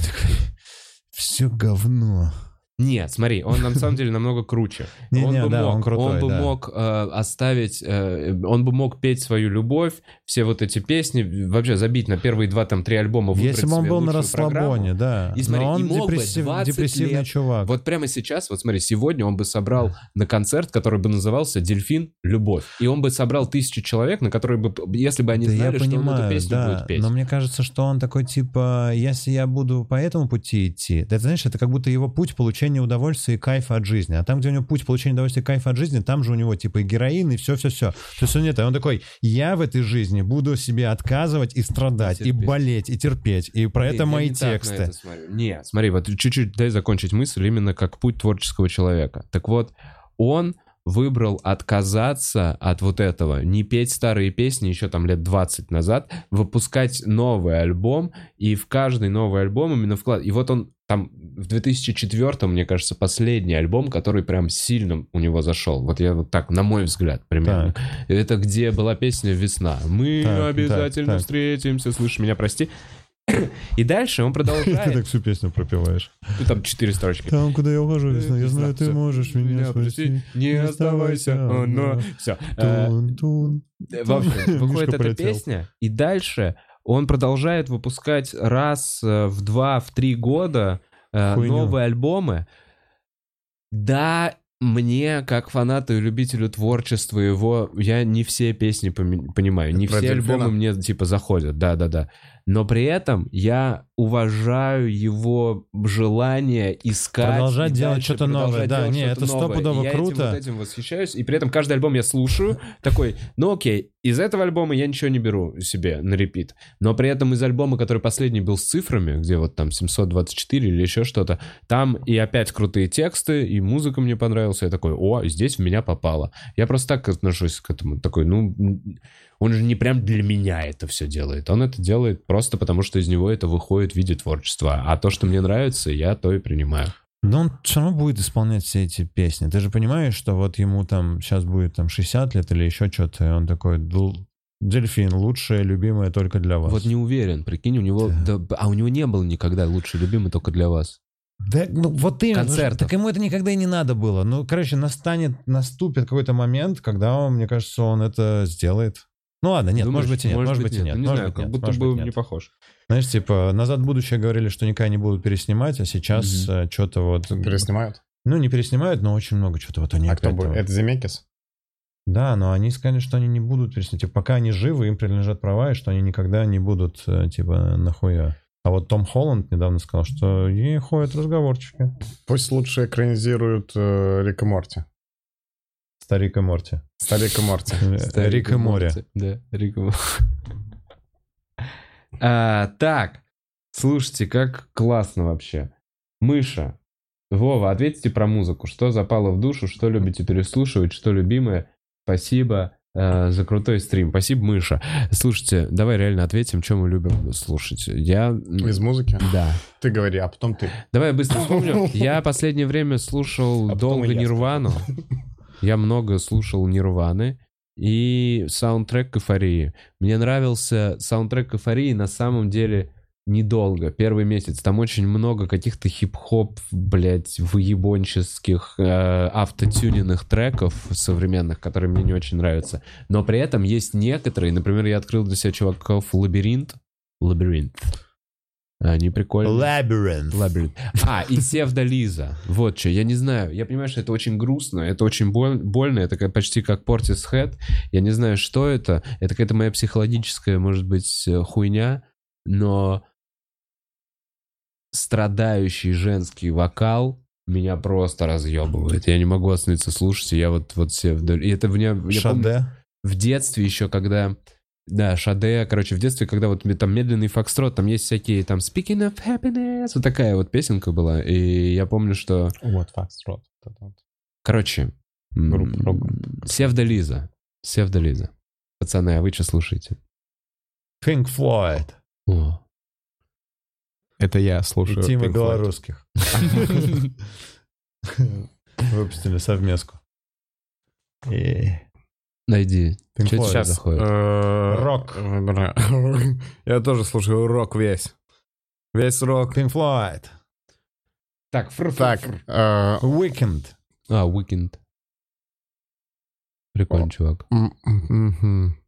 Speaker 2: все говно.
Speaker 1: Нет, смотри, он на самом деле намного круче.
Speaker 2: Не,
Speaker 1: он
Speaker 2: не,
Speaker 1: бы
Speaker 2: да,
Speaker 1: мог,
Speaker 2: он крутой,
Speaker 1: бы
Speaker 2: да.
Speaker 1: мог э, оставить, э, он бы мог петь свою любовь, все вот эти песни, вообще забить на первые два там три альбома. выбрать
Speaker 2: Если бы он
Speaker 1: себе
Speaker 2: был на
Speaker 1: лучшую
Speaker 2: расслабоне,
Speaker 1: программу.
Speaker 2: да.
Speaker 1: И смотри,
Speaker 2: Но
Speaker 1: и
Speaker 2: он
Speaker 1: мог бы
Speaker 2: депрессив-
Speaker 1: 20
Speaker 2: депрессивный
Speaker 1: лет.
Speaker 2: чувак.
Speaker 1: Вот прямо сейчас, вот смотри, сегодня он бы собрал на концерт, который бы назывался «Дельфин. Любовь». И он бы собрал тысячу человек, на которые бы, если бы они
Speaker 2: Да
Speaker 1: знали,
Speaker 2: я
Speaker 1: что он эту
Speaker 2: понимаю,
Speaker 1: песню
Speaker 2: да.
Speaker 1: будет петь.
Speaker 2: Но мне кажется, что он такой типа, если я буду по этому пути идти, да, это знаешь, это как будто его путь получения удовольствия и кайфа от жизни. А там, где у него путь получения удовольствия и кайфа от жизни, там же у него типа и героин, и все-все-все. То есть он нет, и он такой, я в этой жизни буду себе отказывать и страдать, и,
Speaker 1: терпеть.
Speaker 2: болеть, и терпеть. И про
Speaker 1: Блин,
Speaker 2: это
Speaker 1: я
Speaker 2: мои
Speaker 1: не так на
Speaker 2: тексты.
Speaker 1: это смотрю. Нет, смотри, вот чуть-чуть дай закончить мысль именно как путь творческого человека. Так вот, он выбрал отказаться от вот этого, не петь старые песни еще там лет 20 назад, выпускать новый альбом, и в каждый новый альбом именно вклад... И вот он там в 2004, мне кажется, последний альбом, который прям сильно у него зашел. Вот я вот так, на мой взгляд, примерно. Это где была песня «Весна». Мы
Speaker 2: Так, так,
Speaker 1: обязательно
Speaker 2: так.
Speaker 1: встретимся, слышь меня, прости. И дальше он
Speaker 2: Ты
Speaker 1: продолжает.
Speaker 2: так всю песню пропиваешь.
Speaker 1: Ну, Там четыре строчки.
Speaker 2: Там, куда я ухожу, весна, я знаю, ты
Speaker 1: Всё.
Speaker 2: можешь меня
Speaker 1: Э, прости,
Speaker 2: спасти.
Speaker 1: не оставайся,
Speaker 2: оставайся а,
Speaker 1: но... э,
Speaker 2: одна.
Speaker 1: Все.
Speaker 2: Тун-тун.
Speaker 1: В общем, выходит
Speaker 2: Мишка
Speaker 1: эта
Speaker 2: полетел.
Speaker 1: песня, и дальше он продолжает выпускать раз э, в два, в три года э,
Speaker 2: Хуйню.
Speaker 1: новые альбомы. Да, мне, как фанату и любителю творчества его, я не все песни поми- понимаю, не
Speaker 15: Про
Speaker 1: все
Speaker 15: дельфина?
Speaker 1: альбомы мне, типа, заходят, да-да-да. Но при этом я уважаю его желание искать.
Speaker 2: Продолжать
Speaker 1: и
Speaker 2: делать
Speaker 1: дальше
Speaker 2: что-то новое,
Speaker 1: продолжать
Speaker 2: да,
Speaker 1: делать
Speaker 2: не,
Speaker 1: что-то
Speaker 2: это
Speaker 1: новое. И
Speaker 2: стопудово
Speaker 1: я этим
Speaker 2: круто.
Speaker 1: вот этим восхищаюсь, и при этом каждый альбом я слушаю, такой, ну окей, из этого альбома я ничего не беру себе на репит, но при этом из альбома, который последний был с цифрами, где вот там 724 или еще что-то, там и опять крутые тексты, и музыка мне понравилась, я такой, о, здесь в меня попало. Я просто так отношусь к этому, такой, ну, м, он же не прям для меня это все делает, он это делает просто потому, что из него это выходит в виде творчества, а то, что мне нравится, я то и принимаю.
Speaker 2: Но он все равно будет исполнять все эти песни. Ты же понимаешь, что вот ему там сейчас будет там 60 лет или еще что-то, и он такой, «Дл- дельфин, лучшее, любимое только для вас.
Speaker 1: Вот не уверен, прикинь, у него, да, а у него не было никогда лучший любимый только для вас.
Speaker 2: Да, ну, вот именно.
Speaker 1: Концертов.
Speaker 2: Так ему это никогда и не надо было. Ну, короче, настанет, наступит какой-то момент, когда, он, мне кажется, он это сделает. Ну ладно, нет,
Speaker 1: Думаешь,
Speaker 2: может быть и нет, может быть и нет,
Speaker 1: Ну, Не
Speaker 2: может
Speaker 1: знаю,
Speaker 2: быть,
Speaker 1: как
Speaker 2: нет,
Speaker 1: будто
Speaker 2: может
Speaker 1: бы
Speaker 2: быть, нет.
Speaker 1: не похож.
Speaker 2: Знаешь, типа, «Назад в будущее» говорили, что никогда не будут переснимать, а сейчас
Speaker 1: Мгм.
Speaker 2: что-то вот...
Speaker 15: Переснимают.
Speaker 2: Ну, не переснимают, но очень много что-то вот они
Speaker 15: А кто
Speaker 2: опять
Speaker 15: будет?
Speaker 2: там-
Speaker 15: Это Земекис?
Speaker 2: Да, но они сказали, что они не будут переснимать. Типа, пока они живы, им принадлежат права, и что они никогда не будут, э, типа, нахуя. А вот Том Холланд недавно сказал, что ей ходят разговорчики.
Speaker 15: Пусть лучше экранизируют э, Рик и Морти.
Speaker 2: Старик и Морти.
Speaker 15: Старик и Морти.
Speaker 2: Э, Рик и море.
Speaker 1: Да, Рик и море. А, Так, слушайте, как классно вообще. Мыша, Вова, ответьте про музыку. Что запало в душу, что любите переслушивать, что любимое. Спасибо э, за крутой стрим. Спасибо, Мыша. Слушайте, давай реально ответим, что мы любим слушать. Я...
Speaker 15: Из музыки?
Speaker 1: Да.
Speaker 15: Ты говори, а потом ты.
Speaker 1: Давай я быстро вспомню. Я последнее время слушал
Speaker 15: А потом
Speaker 1: долго
Speaker 15: и я
Speaker 1: Нирвану. Я много слушал Нирваны. И саундтрек к эйфории. Мне нравился саундтрек к эйфории на самом деле недолго, первый месяц. Там очень много каких-то хип-хоп, блядь, выебонческих э, автотюненных треков современных, которые мне не очень нравятся. Но при этом есть некоторые, например, я открыл для себя чуваков Лабиринт. Лабиринт. Они прикольные.
Speaker 2: Лабиринт.
Speaker 1: Лабиринт. А, и Севда Лиза. Вот что, я не знаю. Я понимаю, что это очень грустно, это очень боль- больно, это как- почти как Портис Хэт. Я не знаю, что это. Это какая-то моя психологическая, может быть, э, хуйня, но страдающий женский вокал меня просто разъебывает. Я не могу остановиться слушать, и я вот, вот все вдоль... И это мне... Я помню,
Speaker 2: Шаде.
Speaker 1: в детстве еще, когда... Да, Шаде, короче, в детстве, когда вот там медленный фокстрот, там есть всякие там Speaking of Happiness, вот такая вот песенка была. И я помню, что...
Speaker 3: Вот, фокстрот. Вот это вот.
Speaker 1: Короче,
Speaker 3: Группа рок.
Speaker 1: Севдолиза. Севдолиза. Пацаны, а вы что слушаете?
Speaker 2: Pink Floyd.
Speaker 1: О,
Speaker 15: Это я слушаю.
Speaker 2: Тима
Speaker 15: Pink Floyd.
Speaker 2: белорусских. Выпустили совместку. И
Speaker 1: найди.
Speaker 2: Pink
Speaker 1: Что
Speaker 2: Floyd.
Speaker 1: сейчас заходит?
Speaker 15: Э,
Speaker 2: Рок.
Speaker 15: бля. Я тоже слушаю рок весь. Весь рок.
Speaker 2: Pink Floyd.
Speaker 1: Так, фр
Speaker 15: Так, э,
Speaker 2: Weekend.
Speaker 1: А, Weekend. Прикольный чувак.
Speaker 15: м, м, мгм.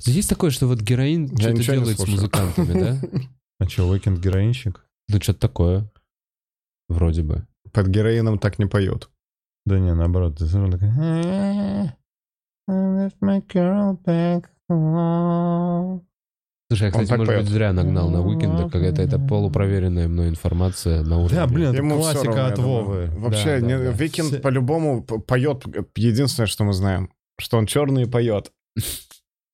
Speaker 1: Есть такое, что вот героин что-то
Speaker 15: ничего не
Speaker 1: делает с
Speaker 15: слушаю.
Speaker 1: музыкантами, да?
Speaker 2: А что, Weekend героинщик?
Speaker 1: Ну, что-то такое. Вроде бы.
Speaker 15: под героином так не поют.
Speaker 2: Да не, наоборот, ты смотришь такой... I left my girl back home.
Speaker 1: Слушай, я,
Speaker 15: Он
Speaker 1: кстати,
Speaker 15: так
Speaker 1: может
Speaker 15: поет.
Speaker 1: быть, зря нагнал на Уикенда. Какая-то это полупроверенная мной информация на уровне.
Speaker 2: Да, блин, это
Speaker 15: Ему всё равно, я
Speaker 2: классика от
Speaker 15: думаю.
Speaker 2: Вовы.
Speaker 15: Вообще,
Speaker 2: Да,
Speaker 15: не-
Speaker 2: да, да.
Speaker 15: Викинг
Speaker 2: Все-
Speaker 15: по-любому п- поет. Единственное, что мы знаем, что он черный и поет.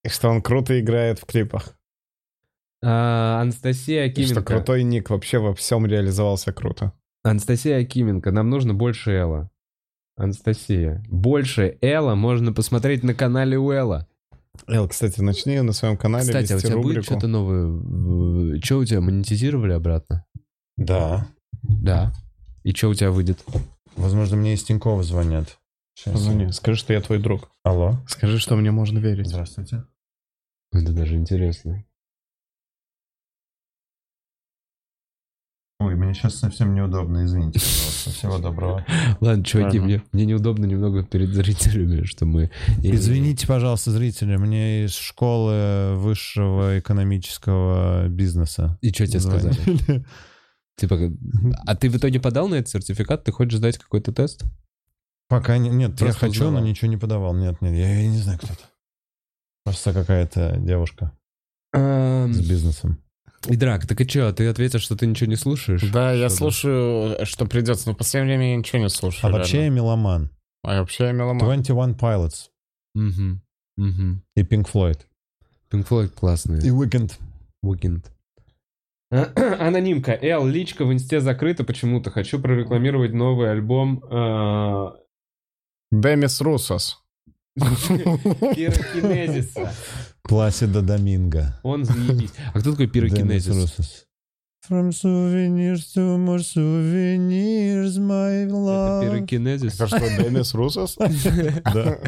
Speaker 15: И что он круто играет в клипах.
Speaker 1: А, Анастасия
Speaker 15: И что
Speaker 1: Акименко.
Speaker 15: крутой ник вообще во всем реализовался круто.
Speaker 1: Анастасия Акименко. Нам нужно больше Элла. Анастасия. Больше Элла можно посмотреть на канале у Элла.
Speaker 15: Эл, кстати, начни на своем канале
Speaker 1: Кстати, а у
Speaker 15: вести
Speaker 1: тебя будет
Speaker 15: рубрику.
Speaker 1: что-то новое? Что у тебя, монетизировали обратно?
Speaker 2: Да.
Speaker 1: Да. И что у тебя выйдет?
Speaker 2: Возможно, мне из Тинькова звонят. Сейчас.
Speaker 15: Позвони, скажи, что я твой друг.
Speaker 2: Алло.
Speaker 15: Скажи, что мне можно верить.
Speaker 2: Здравствуйте.
Speaker 1: Это даже интересно.
Speaker 2: Ой, мне сейчас совсем неудобно, извините, пожалуйста. Всего доброго.
Speaker 1: Ладно, чуваки, мне, мне неудобно немного перед зрителями, что мы... и-
Speaker 2: Извините, пожалуйста, зрители, мне из школы высшего экономического бизнеса.
Speaker 1: И что тебе
Speaker 2: звонили.
Speaker 1: сказали? Типа, а ты в итоге подал на этот сертификат? Ты хочешь сдать какой-то тест?
Speaker 2: Пока не- нет, я
Speaker 1: Просто
Speaker 2: хочу,
Speaker 1: узнавал.
Speaker 2: но ничего не подавал. Нет, нет, я, я не знаю, кто это. Просто какая-то девушка с бизнесом.
Speaker 1: И драк, так и что, ты ответишь, что ты ничего не слушаешь?
Speaker 15: Да, я
Speaker 1: Что-то.
Speaker 15: слушаю, э, что придется, но в последнее время я ничего не
Speaker 2: А
Speaker 15: слушаю.
Speaker 2: вообще я
Speaker 15: реально.
Speaker 2: меломан.
Speaker 15: А я вообще я меломан.
Speaker 2: 21 Pilots
Speaker 1: Угу. Угу.
Speaker 2: и Pink Floyd.
Speaker 1: Pink Floyd классный.
Speaker 2: И Weekend.
Speaker 1: Уикенд. А, Анонимка. Эл, личка в инсте закрыта почему-то. Хочу прорекламировать новый альбом э,
Speaker 15: Демис Русос.
Speaker 1: Пирокинезиса.
Speaker 2: Пласида Доминго.
Speaker 1: Он заебись. А кто такой
Speaker 2: Денис
Speaker 1: пирокинезис?
Speaker 2: Руссос. From souvenirs to more souvenirs, my
Speaker 1: Это
Speaker 2: love.
Speaker 1: пирокинезис.
Speaker 15: Это что, Демис Русос?
Speaker 2: Да.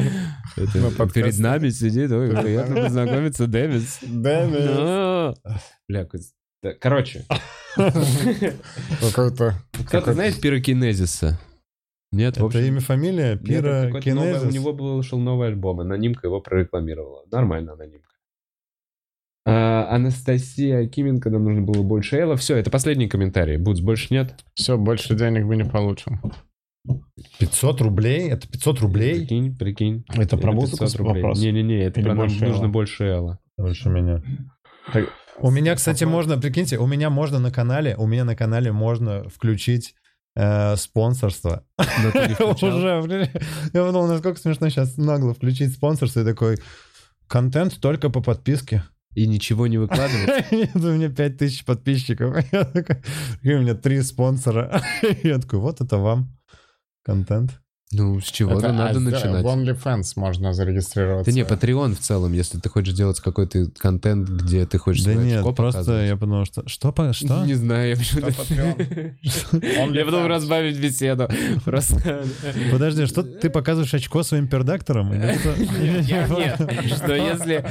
Speaker 15: На
Speaker 1: Это
Speaker 15: подкаст.
Speaker 1: Перед нами сидит. Ой, приятно познакомиться, Дэвис.
Speaker 15: Демис.
Speaker 1: А. Бля, какой- да, Короче,
Speaker 15: Какой-то
Speaker 1: кто-то знает пирокинезиса? Нет, в
Speaker 2: Это
Speaker 1: общем.
Speaker 2: имя, фамилия,
Speaker 1: Нет, это
Speaker 2: Пира,
Speaker 1: какой-то новый- У
Speaker 2: Кинезис.
Speaker 1: него был- вышел новый альбом, анонимка его прорекламировала. Нормально анонимка. А, Анастасия Кименко, нам нужно было больше Элла. Все, это последний комментарий. Бутс, больше нет?
Speaker 15: Все, больше денег мы не получим.
Speaker 2: 500 рублей? Это 500 рублей?
Speaker 1: Прикинь, прикинь.
Speaker 15: Это А про
Speaker 1: Или
Speaker 15: музыку
Speaker 1: 500 рублей.
Speaker 15: вопрос?
Speaker 1: Не-не-не, это
Speaker 15: Или
Speaker 1: про нам
Speaker 15: больше
Speaker 1: нужно
Speaker 15: Элла?
Speaker 1: больше Элла.
Speaker 2: Больше меня. У меня, кстати, можно, прикиньте, у меня можно на канале, у меня на канале можно включить э, спонсорство.
Speaker 1: Но ты не включал.
Speaker 2: Уже, блин. Я подумал, насколько смешно сейчас нагло включить спонсорство и такой... Контент только по подписке.
Speaker 1: И ничего не выкладывал.
Speaker 2: Нет, у меня 5000 подписчиков. Я такой, «Прикинь, у меня три спонсора. Я такой, вот это вам контент.
Speaker 1: Ну, с чего-то
Speaker 15: Это,
Speaker 1: надо
Speaker 15: а,
Speaker 1: начинать.
Speaker 15: В OnlyFans можно зарегистрироваться.
Speaker 1: Да не, Patreon в целом, если ты хочешь делать какой-то контент, где ты хочешь...
Speaker 2: Да
Speaker 1: свои
Speaker 2: нет,
Speaker 1: очко
Speaker 2: просто
Speaker 1: показывать.
Speaker 2: я подумал, что... Что? по- Что?
Speaker 1: Не знаю, я почему-то... Я буду разбавить беседу. Просто...
Speaker 2: Подожди, что ты показываешь очко своим пердактором? Или что?
Speaker 1: Я нет, что если...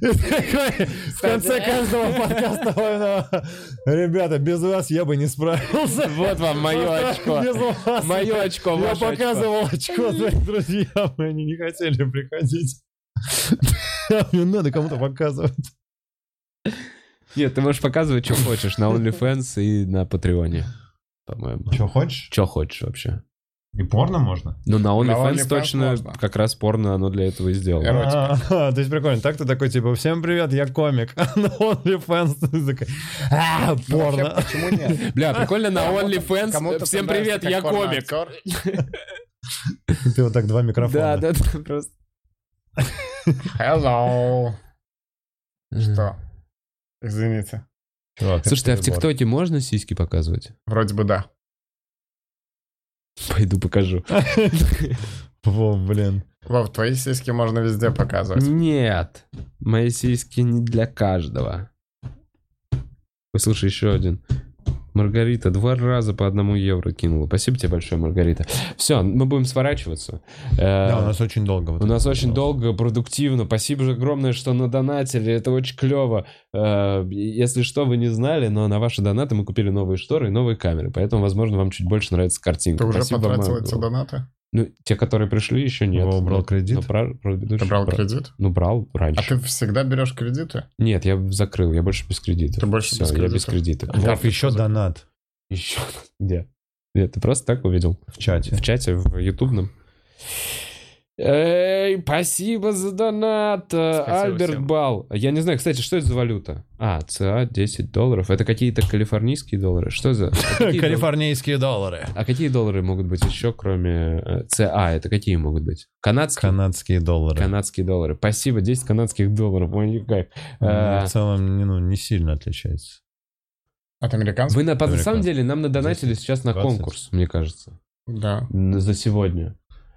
Speaker 2: В конце каждого подкаста война. Ребята, без вас я бы не справился.
Speaker 1: Вот вам мое очко.
Speaker 2: Без вас.
Speaker 1: Мое очко,
Speaker 2: Я
Speaker 1: ваше очко.
Speaker 2: показывал очко своим друзьям, и они не хотели приходить. Мне надо кому-то показывать.
Speaker 1: Нет, ты можешь показывать, что хочешь на OnlyFans и на Патреоне, по-моему.
Speaker 2: Что хочешь?
Speaker 1: Что хочешь вообще.
Speaker 2: И порно можно?
Speaker 1: Ну, на OnlyFans
Speaker 15: OnlyFans
Speaker 1: точно
Speaker 15: можно.
Speaker 1: как раз порно оно для этого и сделано.
Speaker 15: Эротика.
Speaker 2: А, то есть прикольно. Так ты такой, типа, всем привет, я комик. А на OnlyFans ты такой, а,
Speaker 15: Ну, вообще,
Speaker 2: порно.
Speaker 15: Почему нет?
Speaker 1: Бля, прикольно, на
Speaker 15: Кому-то-
Speaker 1: OnlyFans.
Speaker 15: кому-то
Speaker 1: Всем
Speaker 15: понравится,
Speaker 1: привет,
Speaker 15: как
Speaker 1: я комик.
Speaker 15: порноактер.
Speaker 2: Ты вот так два
Speaker 1: Да,
Speaker 2: микрофона.
Speaker 1: да, да, просто.
Speaker 15: Hello. Что? Извините.
Speaker 2: Чувак, это
Speaker 1: Слушай, а в
Speaker 2: перебор.
Speaker 1: ТикТоке можно сиськи показывать?
Speaker 15: Вроде бы да.
Speaker 1: Пойду покажу.
Speaker 2: Во, блин.
Speaker 15: Вов, твои сиськи можно везде показывать.
Speaker 1: Нет, мои сиськи не для каждого. Ой, слушай, еще один. Маргарита два раза по одному евро кинула. Спасибо тебе большое, Маргарита. Все, мы будем сворачиваться. Э,
Speaker 2: Да, у нас очень долго. вот
Speaker 1: у
Speaker 2: это
Speaker 1: нас очень
Speaker 2: продолжалось.
Speaker 1: долго, продуктивно. Спасибо же огромное, что надонатили. Это очень клево. Э, Если что, вы не знали, но на ваши донаты мы купили новые шторы и новые камеры. Поэтому, возможно, вам чуть больше нравится картинка.
Speaker 15: Ты уже
Speaker 1: Спасибо,
Speaker 15: потратил
Speaker 1: Марго.
Speaker 15: эти донаты?
Speaker 1: Ну, те, которые пришли, еще нет.
Speaker 2: Вова брал
Speaker 1: Но-
Speaker 2: кредит?
Speaker 1: но про- про
Speaker 15: Ты
Speaker 1: предыдущие
Speaker 15: брал
Speaker 1: брал.
Speaker 15: кредит?
Speaker 1: Ну, брал
Speaker 15: А
Speaker 1: раньше.
Speaker 15: ты всегда берешь кредиты?
Speaker 1: Нет, я закрыл, я больше без кредита.
Speaker 15: Ты больше
Speaker 1: Всё,
Speaker 15: без А
Speaker 1: я без кредита.
Speaker 2: Вов, еще донат
Speaker 1: Еще где? Нет, ты просто так увидел.
Speaker 2: в чате.
Speaker 1: В чате, в ютубном. Эй, спасибо за донат, э, Альберт
Speaker 15: всем.
Speaker 1: Бал. Я не знаю, кстати, что это за валюта? А, ЦА 10 долларов. Это какие-то калифорнийские доллары? Что за... а какие дол-
Speaker 2: Калифорнийские доллары.
Speaker 1: А какие доллары могут быть еще, кроме э, ЦА? Это какие могут быть? Канадские?
Speaker 2: Канадские доллары.
Speaker 1: Канадские доллары. Спасибо, 10 канадских долларов. Ой, никак. Э,
Speaker 2: Ну, В целом, не, ну, не сильно отличается.
Speaker 15: От американцев?
Speaker 1: Вы на, на
Speaker 2: Американцы.
Speaker 1: самом деле нам надонатили сейчас на
Speaker 2: 20.
Speaker 1: конкурс, мне кажется.
Speaker 15: Да.
Speaker 1: Н- За сегодня.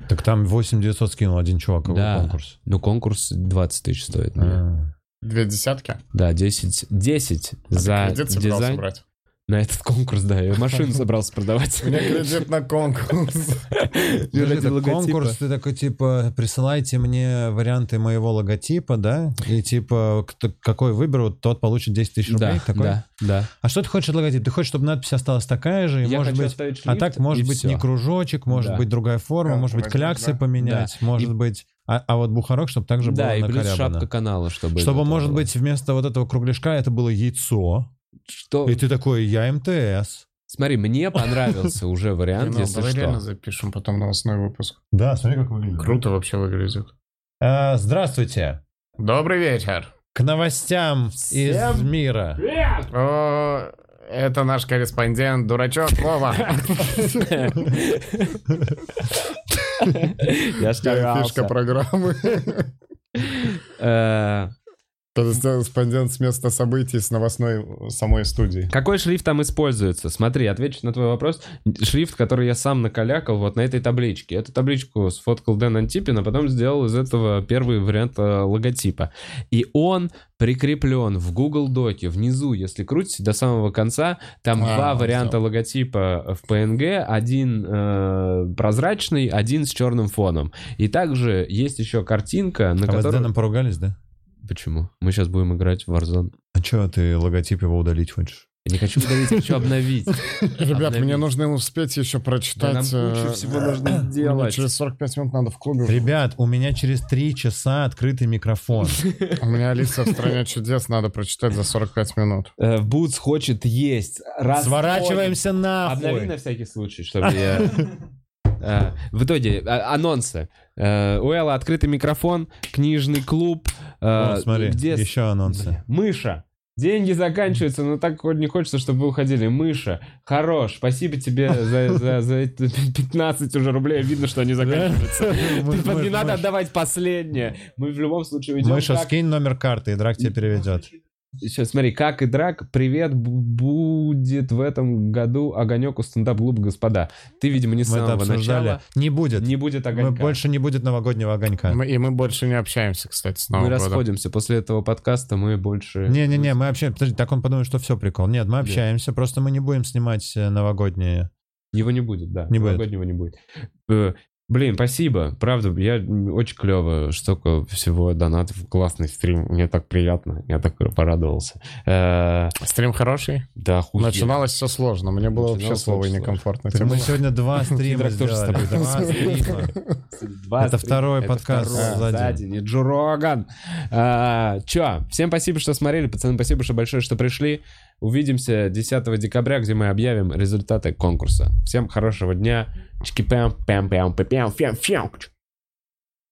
Speaker 2: Так там 8900 скинул один чувак, какой
Speaker 1: Да.
Speaker 2: конкурс.
Speaker 1: Ну, конкурс 20 тысяч стоит. мне.
Speaker 2: А.
Speaker 15: Две десятки?
Speaker 1: Да, 10, 10 за
Speaker 15: Кредит собрался
Speaker 1: дизайн.
Speaker 15: брать.
Speaker 1: На этот конкурс, да, я машину собрался продавать.
Speaker 15: У меня кредит на конкурс.
Speaker 2: Подожди,
Speaker 1: Ради
Speaker 2: так
Speaker 1: логотипа.
Speaker 2: конкурс, ты такой, типа, присылайте мне варианты моего логотипа, да? И, типа, кто- какой выберут, тот получит 10 тысяч рублей.
Speaker 1: Да,
Speaker 2: такой.
Speaker 1: да, да.
Speaker 2: А что ты хочешь от логотипа? Ты хочешь, чтобы надпись осталась такая же? И,
Speaker 1: Я
Speaker 2: может
Speaker 1: хочу
Speaker 2: быть,
Speaker 1: оставить
Speaker 2: а
Speaker 1: шрифт,
Speaker 2: так, может
Speaker 1: и
Speaker 2: быть,
Speaker 1: всё.
Speaker 2: не кружочек, может
Speaker 1: Да.
Speaker 2: быть, другая форма,
Speaker 15: Да,
Speaker 2: может быть,
Speaker 15: возьмем,
Speaker 2: кляксы
Speaker 15: да.
Speaker 2: поменять, может
Speaker 1: И-
Speaker 2: быть... А, а вот бухарок, чтобы также
Speaker 1: Да,
Speaker 2: было
Speaker 1: и плюс
Speaker 2: накорябано.
Speaker 1: шапка канала, чтобы...
Speaker 2: Чтобы,
Speaker 1: это
Speaker 2: может
Speaker 1: было.
Speaker 2: быть, вместо вот этого кругляшка это было яйцо.
Speaker 1: Что?
Speaker 2: И ты такой, я МТС.
Speaker 1: Смотри, мне понравился уже вариант,
Speaker 15: Ну,
Speaker 1: если
Speaker 15: Давай реально
Speaker 1: что.
Speaker 15: запишем потом новостной выпуск.
Speaker 2: Да, смотри, как выглядит.
Speaker 15: Круто вообще выглядит.
Speaker 2: А, здравствуйте.
Speaker 15: Добрый вечер.
Speaker 2: К новостям из мира.
Speaker 15: О, это наш корреспондент, дурачок Вова.
Speaker 1: Я
Speaker 15: Фишка
Speaker 1: старался.
Speaker 15: программы.
Speaker 1: Э,
Speaker 15: Корреспондент с места событий с новостной самой студии.
Speaker 1: Какой шрифт там используется? Смотри, отвечу на твой вопрос. Шрифт, который я сам накалякал вот на этой табличке. Эту табличку сфоткал Дэн Антипин, а потом сделал из этого первый вариант э, логотипа. И он прикреплен в Google Доке внизу, если крутите до самого конца, там
Speaker 15: А,
Speaker 1: два
Speaker 15: всё.
Speaker 1: варианта логотипа в PNG, один э, прозрачный, один с черным фоном. И также есть еще картинка, на
Speaker 2: А вы с
Speaker 1: которой...
Speaker 2: Дэном поругались, да?
Speaker 1: Почему? Мы сейчас будем играть в Warzone.
Speaker 2: А что ты логотип его удалить хочешь?
Speaker 1: Я не хочу удалить, хочу обновить.
Speaker 15: Ребят,
Speaker 1: Обновить.
Speaker 15: мне нужно успеть еще
Speaker 1: Да нам
Speaker 15: прочитать.
Speaker 1: кучу
Speaker 15: э,
Speaker 1: всего нужно
Speaker 15: Мне
Speaker 1: делать.
Speaker 15: через 45 минут надо в клубе.
Speaker 2: Ребят, у меня через три часа открытый микрофон.
Speaker 15: У меня Алиса в стране чудес надо прочитать за 45 минут.
Speaker 1: Э, Бутс хочет есть. Раз
Speaker 2: Сворачиваемся
Speaker 1: Обнови на
Speaker 2: нахуй.
Speaker 1: всякий случай, чтобы я... Э, В итоге, э, анонсы. Э, У Элла открытый микрофон, книжный клуб. э,
Speaker 2: Вот, Смотри,
Speaker 1: где с-
Speaker 2: еще анонсы.
Speaker 1: Мыша. Деньги заканчиваются, но так хоть не хочется, чтобы вы уходили. Мыша, хорош, спасибо тебе за, за, за эти 15 уже рублей. Видно, что они заканчиваются. Типа,
Speaker 2: Мыш-
Speaker 1: Не
Speaker 2: мыш-
Speaker 1: надо
Speaker 2: мыш.
Speaker 1: отдавать последнее. Мы в любом случае уйдем.
Speaker 2: Мыша,
Speaker 1: как-
Speaker 2: скинь номер карты, и Драк тебе переведет.
Speaker 1: Сейчас смотри, как и драк, привет, б- будет в этом году огонек у стендап-клуба, господа. Ты, видимо, не с
Speaker 2: Мы это
Speaker 1: самого
Speaker 2: обсуждали.
Speaker 1: начала.
Speaker 2: Не будет.
Speaker 1: Не будет
Speaker 2: Мы-
Speaker 1: огонька.
Speaker 2: Больше не будет новогоднего огонька.
Speaker 15: Мы- И мы больше не общаемся, кстати,
Speaker 3: А,
Speaker 15: с
Speaker 1: мы
Speaker 15: Новым годом.
Speaker 1: расходимся. После этого подкаста мы больше...
Speaker 2: Не-не-не, мы общаемся. Подожди, так он подумает, что все прикол. Нет, мы общаемся, просто мы не будем снимать э, новогодние.
Speaker 1: Его не будет, да.
Speaker 2: Не будет.
Speaker 1: Новогоднего не будет. Э, Блин, спасибо. Правда, я м, очень клево. Столько всего донатов. Классный стрим. Мне так приятно. Я так порадовался. Э,
Speaker 15: Стрим хороший?
Speaker 1: Да, хуй.
Speaker 15: Начиналось все сложно. Мне было вообще
Speaker 1: Начиналось
Speaker 15: слово
Speaker 1: очень
Speaker 15: некомфортно.
Speaker 2: Так
Speaker 15: Тем
Speaker 2: мы
Speaker 15: более-
Speaker 2: сегодня два стрима
Speaker 1: Драк тоже с
Speaker 2: сделали.
Speaker 1: тобой.
Speaker 2: Два стрима.
Speaker 1: Два
Speaker 2: Это
Speaker 1: стрима.
Speaker 2: второй
Speaker 1: Это
Speaker 2: подкаст
Speaker 1: второй
Speaker 2: за день.
Speaker 1: не Джо Роган. А, чё, всем спасибо, что смотрели, пацаны, спасибо что большое, что пришли. Увидимся 10 декабря, где мы объявим результаты конкурса. Всем хорошего дня. Чики-пям, пям-пям, пям-пям, фям-фям.